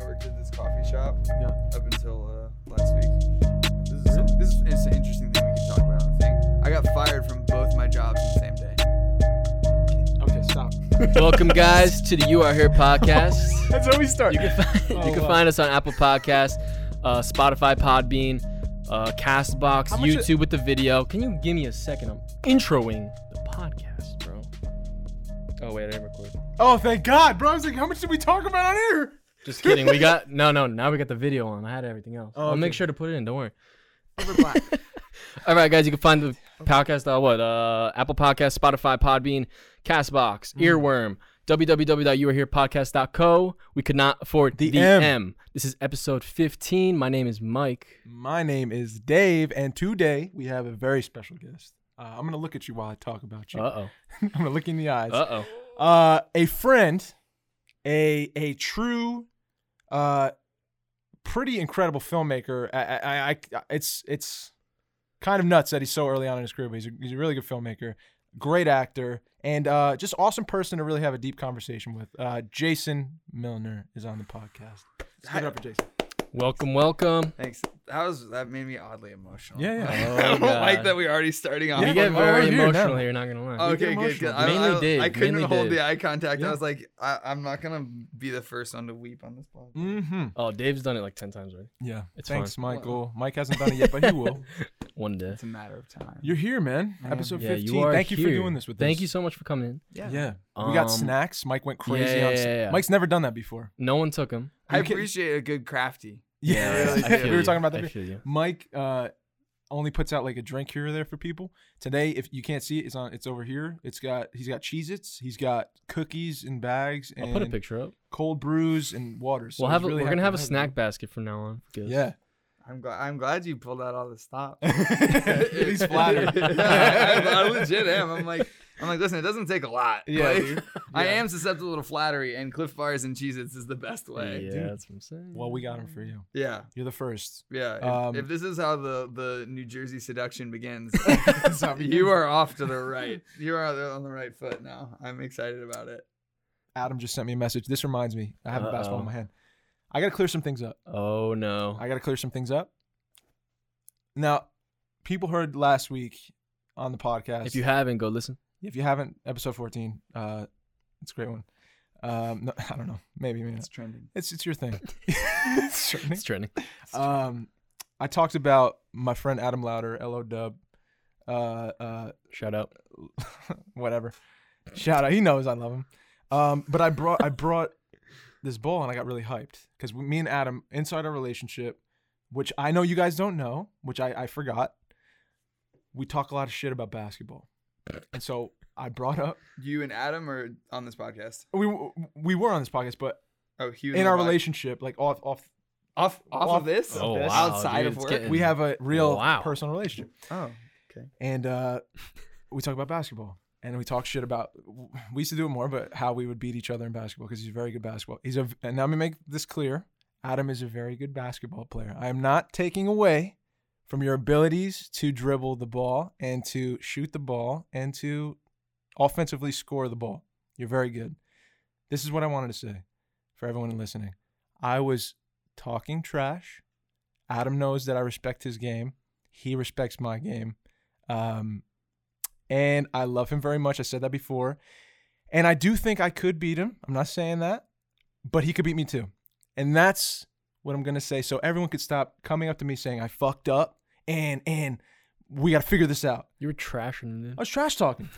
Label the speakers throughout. Speaker 1: worked at this coffee shop
Speaker 2: Yeah.
Speaker 1: up until uh, last week. This is, this is it's an interesting thing we can talk about on the thing. I got fired from both my jobs in the same day.
Speaker 2: Okay, stop.
Speaker 3: Welcome, guys, to the You Are Here podcast.
Speaker 2: That's how we start.
Speaker 3: You can find,
Speaker 2: Oh,
Speaker 3: you can
Speaker 2: wow.
Speaker 3: find us on Apple Podcasts, uh, Spotify, Podbean, uh, Castbox,
Speaker 2: How much
Speaker 3: YouTube with the video. Can you give me a second? I'm introing the podcast, bro. Oh wait, I didn't record.
Speaker 2: oh, thank God, bro. I was like, how much did we talk about on air?
Speaker 3: Just kidding. We got no, no. Now we got the video on. I had everything else.
Speaker 2: Oh,
Speaker 3: I'll make
Speaker 2: okay.
Speaker 3: sure to put it in. Don't worry.
Speaker 1: Over black.
Speaker 3: All right, guys, you can find the podcast on what? Uh, Apple Podcast, Spotify, Podbean, Castbox,
Speaker 2: Mm.
Speaker 3: Earworm, www.youareherepodcast.co. We could not afford the,
Speaker 2: M.
Speaker 3: M. This is episode 15. My name is Mike.
Speaker 2: My name is Dave, and today we have a very special guest. Uh, I'm gonna look at you while I talk about you.
Speaker 3: Uh
Speaker 2: I'm gonna look you in the eyes.
Speaker 3: oh. Uh oh.
Speaker 2: Uh, a friend, a a true, uh, pretty incredible filmmaker. I, I, I, I it's it's kind of nuts that he's so early on in his career, but he's a, he's a really good filmmaker, great actor, and uh, just awesome person to really have a deep conversation with. Uh, Jason Milner is on the podcast. Let's give it up for Jason.
Speaker 3: Welcome, welcome.
Speaker 1: Thanks. That was that made me oddly emotional.
Speaker 2: Yeah, yeah.
Speaker 3: Oh,
Speaker 1: I don't like
Speaker 3: God.
Speaker 1: that we're already starting off.
Speaker 2: Yeah,
Speaker 3: we
Speaker 1: with
Speaker 3: get
Speaker 2: well, we're
Speaker 3: very
Speaker 2: here
Speaker 3: emotional
Speaker 2: now. Uh,
Speaker 3: here, not going to lie.
Speaker 1: Oh,
Speaker 2: You get
Speaker 1: okay, good. good.
Speaker 2: emotional.
Speaker 1: I,
Speaker 3: Mainly
Speaker 1: I,
Speaker 3: Dave,
Speaker 1: I couldn't
Speaker 3: mainly
Speaker 1: hold
Speaker 3: Dave.
Speaker 1: the eye contact.
Speaker 2: Yeah.
Speaker 1: I was like, I, I'm not gonna be the first one to weep on this podcast.
Speaker 2: Mm-hmm.
Speaker 3: Oh, Dave's done it like 10 times already.
Speaker 2: Yeah.
Speaker 3: It's
Speaker 2: Thanks,
Speaker 3: fine.
Speaker 2: Michael. Mike hasn't done it yet, but he will.
Speaker 3: One day.
Speaker 1: It's a matter of time.
Speaker 2: You're here, man.
Speaker 1: I am.
Speaker 2: Episode
Speaker 3: Yeah,
Speaker 2: 15.
Speaker 3: you are
Speaker 2: Thank you for
Speaker 3: here.
Speaker 2: doing this with
Speaker 3: Thank
Speaker 2: us.
Speaker 3: you so much for coming in.
Speaker 1: yeah.
Speaker 2: Yeah. we got
Speaker 3: Um,
Speaker 2: snacks. Mike went crazy
Speaker 3: yeah,
Speaker 2: on
Speaker 3: yeah,
Speaker 2: s-
Speaker 3: yeah, yeah.
Speaker 2: Mike's never done that before.
Speaker 3: No one took him.
Speaker 1: I
Speaker 2: You can-
Speaker 1: appreciate a good crafty.
Speaker 2: Yeah.
Speaker 1: really do.
Speaker 3: I feel
Speaker 2: we were
Speaker 3: you.
Speaker 2: talking about
Speaker 3: I
Speaker 2: that.
Speaker 3: feel you.
Speaker 2: Mike uh, only puts out like a drink here or there for people. Today, if you can't see it, it's on it's over here. It's got he's got Cheez Its, he's got cookies in bags and
Speaker 3: I'll put a picture up.
Speaker 2: cold brews and water. So
Speaker 3: we'll
Speaker 2: he's
Speaker 3: have a,
Speaker 2: really
Speaker 3: we're gonna
Speaker 2: happy
Speaker 3: have a
Speaker 2: to
Speaker 3: snack
Speaker 2: you.
Speaker 3: basket from now on. because-
Speaker 2: Yeah.
Speaker 1: I'm glad. I'm glad you pulled out all the stops.
Speaker 2: He's flattered.
Speaker 1: I, I legit am. I'm like, I'm like, listen, it doesn't take a lot.
Speaker 2: Yeah,
Speaker 1: Like,
Speaker 2: dude.
Speaker 1: I
Speaker 2: Yeah.
Speaker 1: am susceptible to flattery, and Cliff Bars and Cheez-Its is the best way.
Speaker 3: Yeah,
Speaker 2: Dude.
Speaker 3: that's what I'm saying.
Speaker 2: Well, we got him for you.
Speaker 1: Yeah,
Speaker 2: You're the first.
Speaker 1: yeah. If,
Speaker 2: Um,
Speaker 1: if this is how the the New Jersey seduction begins,
Speaker 2: That's how it begins.
Speaker 1: you are off to the right. You are on the right foot now. I'm excited about it.
Speaker 2: Adam just sent me a message. This reminds me. I have a basketball
Speaker 3: Uh-oh.
Speaker 2: in my hand. I gotta clear some things up.
Speaker 3: Oh no.
Speaker 2: I got to clear some things up. Now, people heard last week on the podcast.
Speaker 3: If you haven't, go listen.
Speaker 2: if you haven't, episode 14, uh, it's a great one. Um, no, I don't know. Maybe, maybe
Speaker 1: It's
Speaker 2: not.
Speaker 1: trending.
Speaker 2: It's, it's your thing. It's your thing.
Speaker 3: It's trending.
Speaker 2: um, I talked about my friend Adam Louder, LO Dub, uh, uh,
Speaker 3: Shout out.
Speaker 2: whatever. Shout out. He knows I love him. Um, but I brought I brought this bowl and I got really hyped because me and Adam inside our relationship, which I know you guys don't know, which I, I forgot. We talk a lot of shit about basketball, and so I brought up
Speaker 1: You and Adam are on this podcast.
Speaker 2: we w- we were on this podcast, but
Speaker 1: Oh, he was
Speaker 2: in
Speaker 1: on
Speaker 2: our
Speaker 1: the pod-
Speaker 2: relationship, like off off,
Speaker 1: off off
Speaker 2: off-
Speaker 1: of this.
Speaker 2: Oh, wow,
Speaker 1: outside
Speaker 3: dude,
Speaker 1: of
Speaker 3: it's
Speaker 1: work.
Speaker 3: getting-
Speaker 2: we have a real
Speaker 3: Wow.
Speaker 2: personal relationship.
Speaker 1: Oh,
Speaker 2: and uh, we talk about basketball and we talk shit about we used to do it more but how we would beat each other in basketball because he's a very good basketball he's a and now let me make this clear adam is a very good basketball player i am not taking away from your abilities to dribble the ball and to shoot the ball and to offensively score the ball you're very good this is what i wanted to say for everyone listening i was talking trash adam knows that i respect his game he respects my game um, and I love him very much. I said that before. And I do think I could beat him. I'm not saying that, but he could beat me too. And that's what I'm going to say. So everyone could stop coming up to me saying I fucked up and, and we got to figure this out.
Speaker 3: You were trashing him, dude.
Speaker 2: I was trash talking.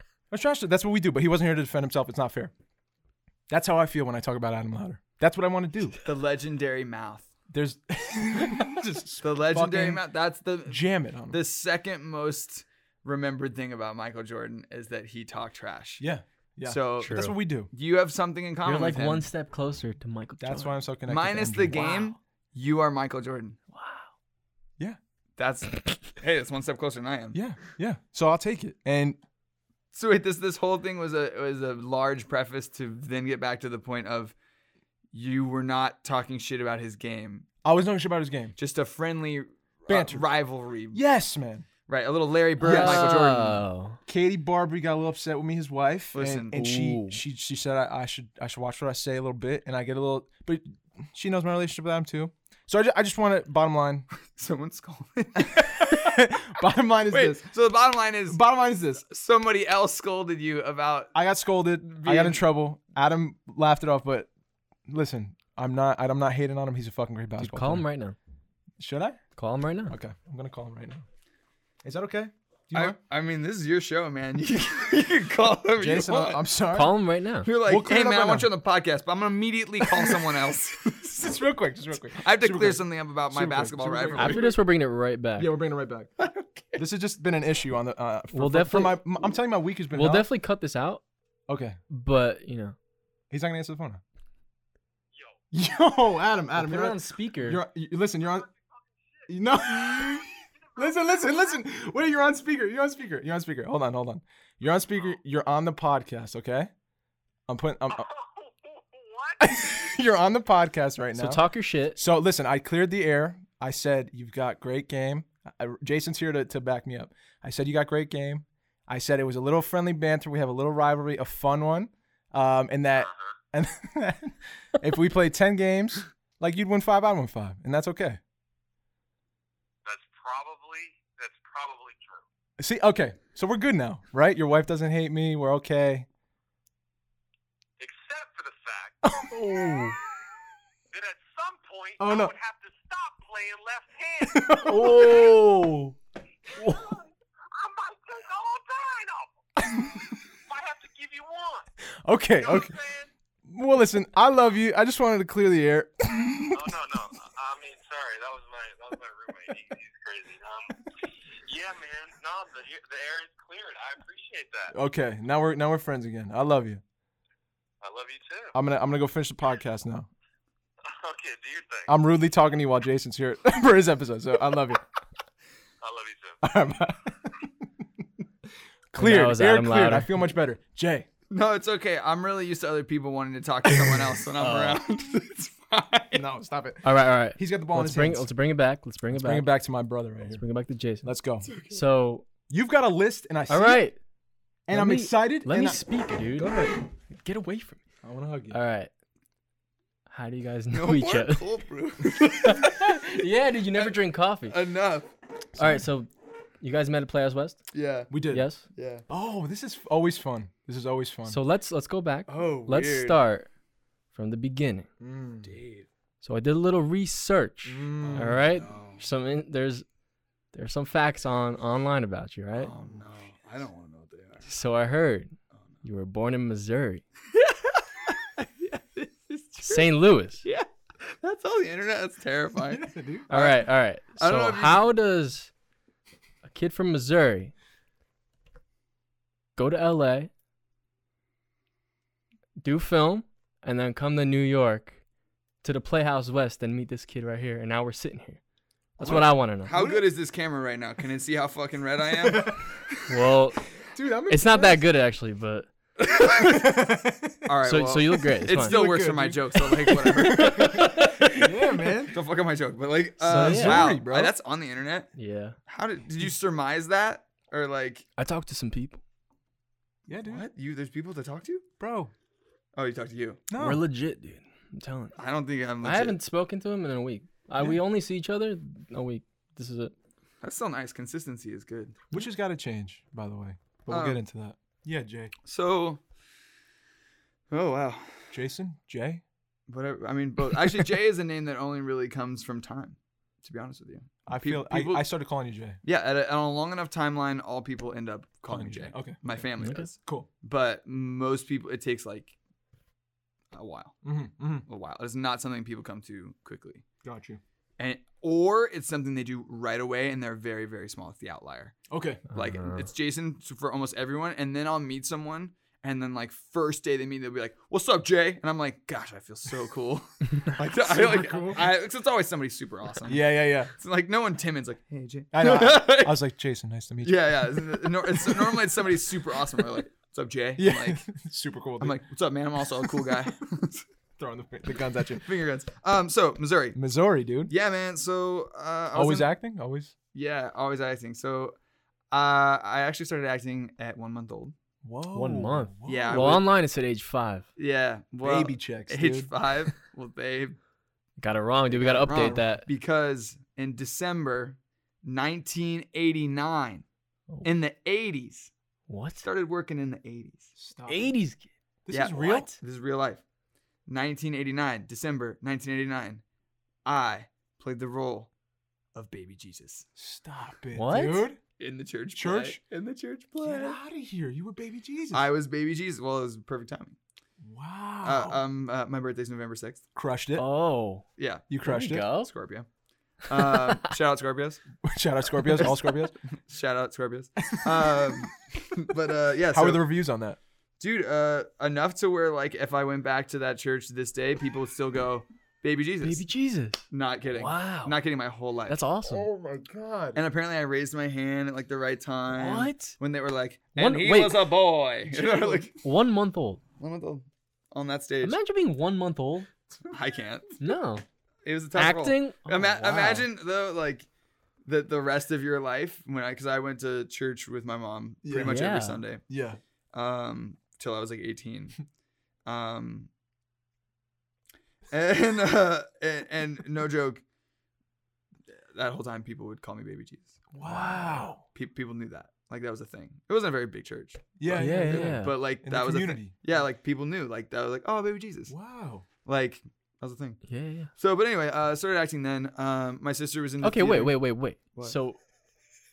Speaker 2: I was trash talking. That's what we do, but he wasn't here to defend himself. It's not fair. That's how I feel when I talk about Adam Louder. That's what I want to do.
Speaker 1: the legendary mouth.
Speaker 2: There's just
Speaker 1: The legendary
Speaker 2: fucking
Speaker 1: mouth. That's the
Speaker 2: jam it on him.
Speaker 1: the second most remembered thing about Michael Jordan is that he talked trash.
Speaker 2: yeah. Yeah.
Speaker 1: So
Speaker 3: True.
Speaker 2: that's what we do.
Speaker 1: you have something in common.
Speaker 3: You're like
Speaker 1: with him.
Speaker 3: one step closer to Michael.
Speaker 2: That's why I'm so connected. to
Speaker 1: minus the
Speaker 2: NBA.
Speaker 1: game. You are Michael Jordan.
Speaker 3: Wow.
Speaker 2: Yeah.
Speaker 1: That's hey, that's one step closer than I am.
Speaker 2: Yeah, yeah. So I'll take it. And
Speaker 1: So wait, this this whole thing was a was a large preface to then get back to the point of you were not talking shit about his game,
Speaker 2: I was talking shit about his game.
Speaker 1: just a friendly uh,
Speaker 2: Banter.
Speaker 1: rivalry.
Speaker 2: Yes, man.
Speaker 1: Right, a little Larry Bird,
Speaker 2: Yes.
Speaker 1: Michael Jordan.
Speaker 3: Oh.
Speaker 2: Katie Barbary got a little upset with me, his wife, and-
Speaker 1: Listen,
Speaker 2: and, she
Speaker 3: ooh.
Speaker 2: she she said I, I should I should watch what I say a little bit, and I get a little, but she knows my relationship with Adam too. So I just, I just want to bottom line.
Speaker 1: Someone's calling.
Speaker 2: bottom line is
Speaker 1: Wait,
Speaker 2: this.
Speaker 1: so the bottom line is
Speaker 2: Bottom line is this.
Speaker 1: somebody else scolded you about
Speaker 2: I got scolded. I got in
Speaker 1: Being-
Speaker 2: trouble. Adam laughed it off, but listen, I'm not I'm not hating on him. He's a fucking great
Speaker 3: Dude,
Speaker 2: basketball.
Speaker 3: call
Speaker 2: player.
Speaker 3: him right now.
Speaker 2: Should I?
Speaker 3: Call him right now.
Speaker 2: Okay, I'm gonna call him right now. Is that okay? Do you
Speaker 1: I,
Speaker 2: mind?
Speaker 1: I mean, this is your show, man. You, you can call whoever
Speaker 2: Jason,
Speaker 1: you
Speaker 2: I-
Speaker 1: want.
Speaker 2: I'm sorry.
Speaker 3: Call him right now.
Speaker 1: You're like,
Speaker 2: We'll clear
Speaker 1: hey,
Speaker 2: it up
Speaker 1: man,
Speaker 2: right
Speaker 1: I want
Speaker 2: now."
Speaker 1: you on the podcast, but I'm going to immediately call someone else.
Speaker 2: just real quick, just real quick.
Speaker 1: I have to
Speaker 2: Super
Speaker 1: clear
Speaker 2: quick.
Speaker 1: something up about my
Speaker 2: Super quick,
Speaker 1: basketball
Speaker 2: super quick.
Speaker 1: rivalry.
Speaker 3: After this, we're bringing it right back.
Speaker 2: Yeah, we're bringing it right back. This has just been an issue on the. Uh, for,
Speaker 3: We'll
Speaker 2: for- for
Speaker 3: definitely-
Speaker 2: my, m- I'm telling you, my week has been.
Speaker 3: We'll
Speaker 2: hell.
Speaker 3: definitely cut this out,
Speaker 2: Okay,
Speaker 3: but you know,
Speaker 2: he's not gonna answer the phone. Yo, yo, Adam, Adam,
Speaker 3: put
Speaker 2: you're
Speaker 3: it
Speaker 2: on.
Speaker 3: on speaker.
Speaker 2: You're, you, listen, you're on. No. listen, listen, listen. Wait, you're on speaker. You're on speaker. You're on speaker. Hold on, hold on. You're on speaker. You're on the podcast. Okay. I'm putting. I'm, I'm-
Speaker 4: what?
Speaker 2: you're on the podcast right now.
Speaker 3: so talk your shit.
Speaker 2: So listen, I cleared the air. I said you've got great game. I, Jason's here to, to back me up. I said you got great game. I said it was a little friendly banter. We have a little rivalry, a fun one, um, and that and if we play ten games, like you'd win five, I'd win five, and that's okay.
Speaker 4: That's probably that's probably true.
Speaker 2: See, okay, so we're good now, right? Your wife doesn't hate me. We're okay.
Speaker 4: Except for the fact
Speaker 2: Oh,
Speaker 4: that at some point
Speaker 2: Oh,
Speaker 4: I
Speaker 2: no.
Speaker 4: would have to stop playing left handed.
Speaker 2: oh,
Speaker 4: I might take all nine of them. might have to give you one.
Speaker 2: okay,
Speaker 4: You
Speaker 2: okay.
Speaker 4: know what I'm saying?
Speaker 2: Well, listen, I love you. I just wanted to clear the air.
Speaker 4: Oh no no. I mean sorry, that was my that was my roommate. He, he's crazy. Um Yeah man, no, the the air is cleared. I appreciate that.
Speaker 2: okay, now we're now we're friends again. I love you.
Speaker 4: I love you too.
Speaker 2: I'm gonna I'm gonna go finish the podcast now.
Speaker 4: okay, do your thing.
Speaker 2: I'm rudely talking to you while Jason's here for his episode. So I love you.
Speaker 4: I love you too.
Speaker 2: All right, bye. cleared.
Speaker 3: was
Speaker 2: Air
Speaker 3: Adam
Speaker 2: cleared.
Speaker 3: Lauder.
Speaker 2: I feel much better. Jay.
Speaker 1: No, it's okay. I'm really used to other people wanting to talk to someone else when I'm
Speaker 2: Oh,
Speaker 1: around. it's fine.
Speaker 2: No, stop it.
Speaker 3: All right, all right.
Speaker 2: He's got the ball
Speaker 3: Let's
Speaker 2: in
Speaker 3: bring
Speaker 2: his hands.
Speaker 3: let's bring it back. Let's bring it back.
Speaker 2: Bring it back to my brother right
Speaker 3: Let's
Speaker 2: here.
Speaker 3: bring it back to Jason.
Speaker 2: Let's go.
Speaker 3: So,
Speaker 2: You've got a list, and I see
Speaker 3: all
Speaker 2: it,
Speaker 3: right.
Speaker 2: and
Speaker 3: let
Speaker 2: I'm
Speaker 3: me-
Speaker 2: excited.
Speaker 3: Let
Speaker 2: and
Speaker 3: me
Speaker 2: I,
Speaker 3: speak, dude. Get away from me.
Speaker 2: I want to hug you.
Speaker 3: All right. How do you guys know
Speaker 1: No
Speaker 3: each
Speaker 1: more
Speaker 3: other?
Speaker 1: cold brew.
Speaker 3: yeah, dude. You never drink coffee.
Speaker 1: Enough.
Speaker 3: All right, so you guys met at Players West?
Speaker 1: Yeah.
Speaker 2: We did.
Speaker 3: Yes.
Speaker 1: Yeah.
Speaker 2: Oh, this is always fun. This is always fun.
Speaker 3: So let's let's go back.
Speaker 1: Oh,
Speaker 3: let's
Speaker 1: weird.
Speaker 3: start from the beginning.
Speaker 2: Mm.
Speaker 3: So I did a little research.
Speaker 2: Mm.
Speaker 3: all right.
Speaker 1: Oh,
Speaker 3: Some in, there's there's some facts on online about you, right?
Speaker 1: Oh, no. I don't want to know what they Oh,
Speaker 3: So I heard you were born in Missouri,
Speaker 1: are. This is true.
Speaker 3: St. Louis.
Speaker 1: Yeah. That's all the internet. That's terrifying.
Speaker 2: Yeah, dude.
Speaker 3: All right, all right.
Speaker 1: I don't know
Speaker 3: So
Speaker 1: if you-
Speaker 3: how does a kid from Missouri go to LA, do film, and then come to New York to the Playhouse West and meet this kid right here and now we're sitting here. That's what I want to know.
Speaker 1: How good is this camera right now? Can it see how fucking red I am?
Speaker 3: Well,
Speaker 2: Dude, I'm
Speaker 3: it's not that good actually, but
Speaker 1: All right.
Speaker 3: so
Speaker 1: well,
Speaker 3: so you look great. It's
Speaker 1: it
Speaker 3: fine.
Speaker 1: still
Speaker 2: look
Speaker 1: works for
Speaker 2: good,
Speaker 1: my
Speaker 2: dude.
Speaker 1: joke, so like whatever.
Speaker 2: yeah, man.
Speaker 1: Don't fuck up my joke, but like,
Speaker 3: So,
Speaker 1: uh,
Speaker 3: yeah.
Speaker 1: wow,
Speaker 2: Missouri, bro.
Speaker 1: Uh, that's on the internet.
Speaker 3: yeah.
Speaker 1: How did did you surmise that, or like,
Speaker 3: I talked to some people.
Speaker 2: Yeah, dude.
Speaker 1: what? You there's people to talk to?
Speaker 2: Bro.
Speaker 1: Oh, you talked to you.
Speaker 2: No.
Speaker 3: We're legit, dude. I'm telling you.
Speaker 1: I don't think I'm. Legit.
Speaker 3: I haven't spoken to him in a week. I, we only see each other a week. This is it.
Speaker 1: That's still nice. Consistency is good.
Speaker 2: Which has got to change, by the way. But we'll
Speaker 1: Um,
Speaker 2: get into that. Yeah, Jay.
Speaker 1: So, oh wow,
Speaker 2: Jason? Jay?
Speaker 1: whatever. I mean, both. Actually, Jay is a name that only really comes from time. To be honest with you,
Speaker 2: I
Speaker 1: Peop-
Speaker 2: feel
Speaker 1: people-
Speaker 2: I, I started calling you Jay.
Speaker 1: yeah. At a, on a long enough timeline, all people end up calling me Jay.
Speaker 2: Okay.
Speaker 1: My family
Speaker 3: Okay.
Speaker 1: does,
Speaker 2: Cool.
Speaker 1: but most people it takes like a while.
Speaker 2: Mm-hmm. mm-hmm.
Speaker 1: A while. It's not something people come to quickly.
Speaker 2: Got you.
Speaker 1: and or it's something they do right away and they're very very small it's the outlier
Speaker 2: Okay.
Speaker 1: like
Speaker 3: Uh-huh.
Speaker 1: it's jason for almost everyone and then i'll meet someone and then like first day they meet they'll be like what's up jay and i'm like gosh i feel so cool like, I, like I, 'cause it's always somebody super awesome
Speaker 2: Yeah, yeah, yeah.
Speaker 1: it's like no one timid's like hey jay
Speaker 2: I know. I, I was like, Jason, nice to meet you.
Speaker 1: yeah yeah it's, nor- it's, normally it's somebody super awesome they're like what's up jay
Speaker 2: Yeah.
Speaker 1: I'm like,
Speaker 2: Super cool.
Speaker 1: I'm
Speaker 2: dude.
Speaker 1: like what's up man i'm also a cool guy
Speaker 2: throwing the, the guns at you.
Speaker 1: finger guns um so missouri
Speaker 2: Missouri, dude.
Speaker 1: yeah man so uh I was
Speaker 2: Always
Speaker 1: in-
Speaker 2: acting? Always.
Speaker 1: Yeah, always acting. So Uh, I actually started acting at one month old.
Speaker 2: Whoa.
Speaker 3: month.
Speaker 2: whoa.
Speaker 1: Yeah, I
Speaker 3: well,
Speaker 1: would-
Speaker 3: online it's at age five.
Speaker 1: Yeah, well,
Speaker 2: Baby checks,
Speaker 1: age
Speaker 2: dude.
Speaker 1: five. Well, babe,
Speaker 3: Got it wrong, dude. We gotta update
Speaker 1: wrong,
Speaker 3: that.
Speaker 1: because in December 1989,
Speaker 3: Oh.
Speaker 1: in the 80s,
Speaker 3: What?
Speaker 1: started working in the 80s.
Speaker 2: Stop.
Speaker 3: Eighties.
Speaker 2: This
Speaker 1: Yeah.
Speaker 2: is real.
Speaker 3: What?
Speaker 1: This is real life. 1989, December 1989, I played the role of baby Jesus
Speaker 2: Stop it,
Speaker 3: What?
Speaker 2: dude.
Speaker 1: in the church. play.
Speaker 2: Church?
Speaker 1: In the church
Speaker 2: Get
Speaker 1: play.
Speaker 2: out of here. You were baby Jesus.
Speaker 1: I was baby Jesus. Well, it was perfect timing.
Speaker 2: wow.
Speaker 1: Uh, um, uh, my birthday's November 6th.
Speaker 2: crushed it.
Speaker 3: Oh,
Speaker 1: Yeah,
Speaker 2: you
Speaker 3: there
Speaker 2: crushed
Speaker 3: you
Speaker 2: it.
Speaker 3: go.
Speaker 1: Scorpio. Uh, shout out Scorpios.
Speaker 2: Shout out Scorpios, all Scorpios.
Speaker 1: Shout out Scorpios. Um, but uh, yeah,
Speaker 2: How
Speaker 1: so-
Speaker 2: are the reviews on that?
Speaker 1: dude uh enough to where like if i went back to that church this day people would still go baby jesus
Speaker 3: Baby Jesus.
Speaker 1: not kidding
Speaker 3: Wow.
Speaker 1: not Oh, kidding my whole life
Speaker 3: That's awesome.
Speaker 2: my god.
Speaker 1: and apparently i raised my hand at like the right time
Speaker 3: What?
Speaker 1: when they were like and
Speaker 3: One-
Speaker 1: he
Speaker 3: wait.
Speaker 1: was a boy You know, like,
Speaker 3: One month old.
Speaker 1: one of the- on that stage
Speaker 3: Imagine being one month old.
Speaker 1: i can't
Speaker 3: No.
Speaker 1: it was a tough role.
Speaker 3: Acting. Oh,
Speaker 1: Ima-
Speaker 3: wow.
Speaker 1: Imagine though, like the the rest of your life when I because I went to church with my mom pretty
Speaker 2: Yeah.
Speaker 1: much
Speaker 3: Yeah.
Speaker 1: every Sunday
Speaker 2: yeah.
Speaker 1: um till I was like 18. Um and uh and, and no joke that whole time people would call me baby Jesus.
Speaker 2: Wow.
Speaker 1: Pe- people knew that. Like that was a thing. It wasn't a very big church.
Speaker 2: Yeah.
Speaker 3: Yeah, yeah, yeah.
Speaker 1: But like
Speaker 2: In
Speaker 1: that
Speaker 2: the
Speaker 1: was a thing.
Speaker 2: community.
Speaker 1: Yeah, like people knew like that was like oh baby Jesus.
Speaker 2: Wow.
Speaker 1: Like that was a thing.
Speaker 3: Yeah, yeah.
Speaker 1: So but anyway, uh started acting then. Um my sister was in the
Speaker 3: Okay, wait,
Speaker 1: theater.
Speaker 3: wait, wait, wait.
Speaker 1: What?
Speaker 3: So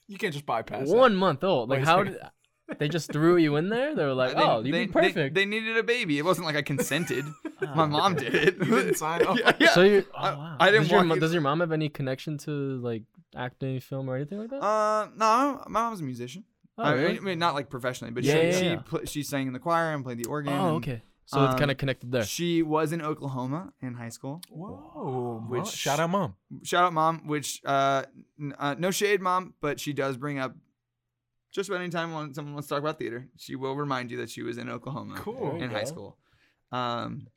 Speaker 2: You can't just bypass that.
Speaker 3: one month old. Like
Speaker 2: Wait a
Speaker 3: how did
Speaker 2: second.
Speaker 3: they just threw you in there? They were like,
Speaker 1: They-
Speaker 3: oh, you'd
Speaker 1: they-
Speaker 3: be perfect.
Speaker 1: They, they needed a baby. It wasn't like I consented.
Speaker 3: Ah,
Speaker 1: My mom
Speaker 3: okay.
Speaker 1: did it.
Speaker 2: You didn't sign up.
Speaker 1: yeah, yeah.
Speaker 3: So you. Oh,
Speaker 1: I-
Speaker 3: wow.
Speaker 1: I didn't
Speaker 3: does your,
Speaker 1: want
Speaker 3: mo-
Speaker 1: you-
Speaker 3: does your mom have any connection to like acting, film, or anything like that?
Speaker 1: Uh, no, my mom's a musician.
Speaker 3: oh,
Speaker 1: I, mean,
Speaker 3: really?
Speaker 1: I mean, not like professionally, but
Speaker 3: Yeah,
Speaker 1: she
Speaker 3: yeah,
Speaker 1: she
Speaker 3: yeah.
Speaker 1: pl- she sang in the choir and played the organ. and
Speaker 3: oh, okay. So it's
Speaker 1: um,
Speaker 3: kind of connected there.
Speaker 1: She was in Oklahoma in high school.
Speaker 2: Whoa.
Speaker 1: Which-
Speaker 2: Which shout out mom.
Speaker 1: Shout out mom, which uh, n- uh no shade mom, but she does bring up just about any time when someone wants to talk about theater, she will remind you that she was in Oklahoma
Speaker 2: Cool.
Speaker 1: in
Speaker 3: Okay.
Speaker 1: high school. Um,
Speaker 3: and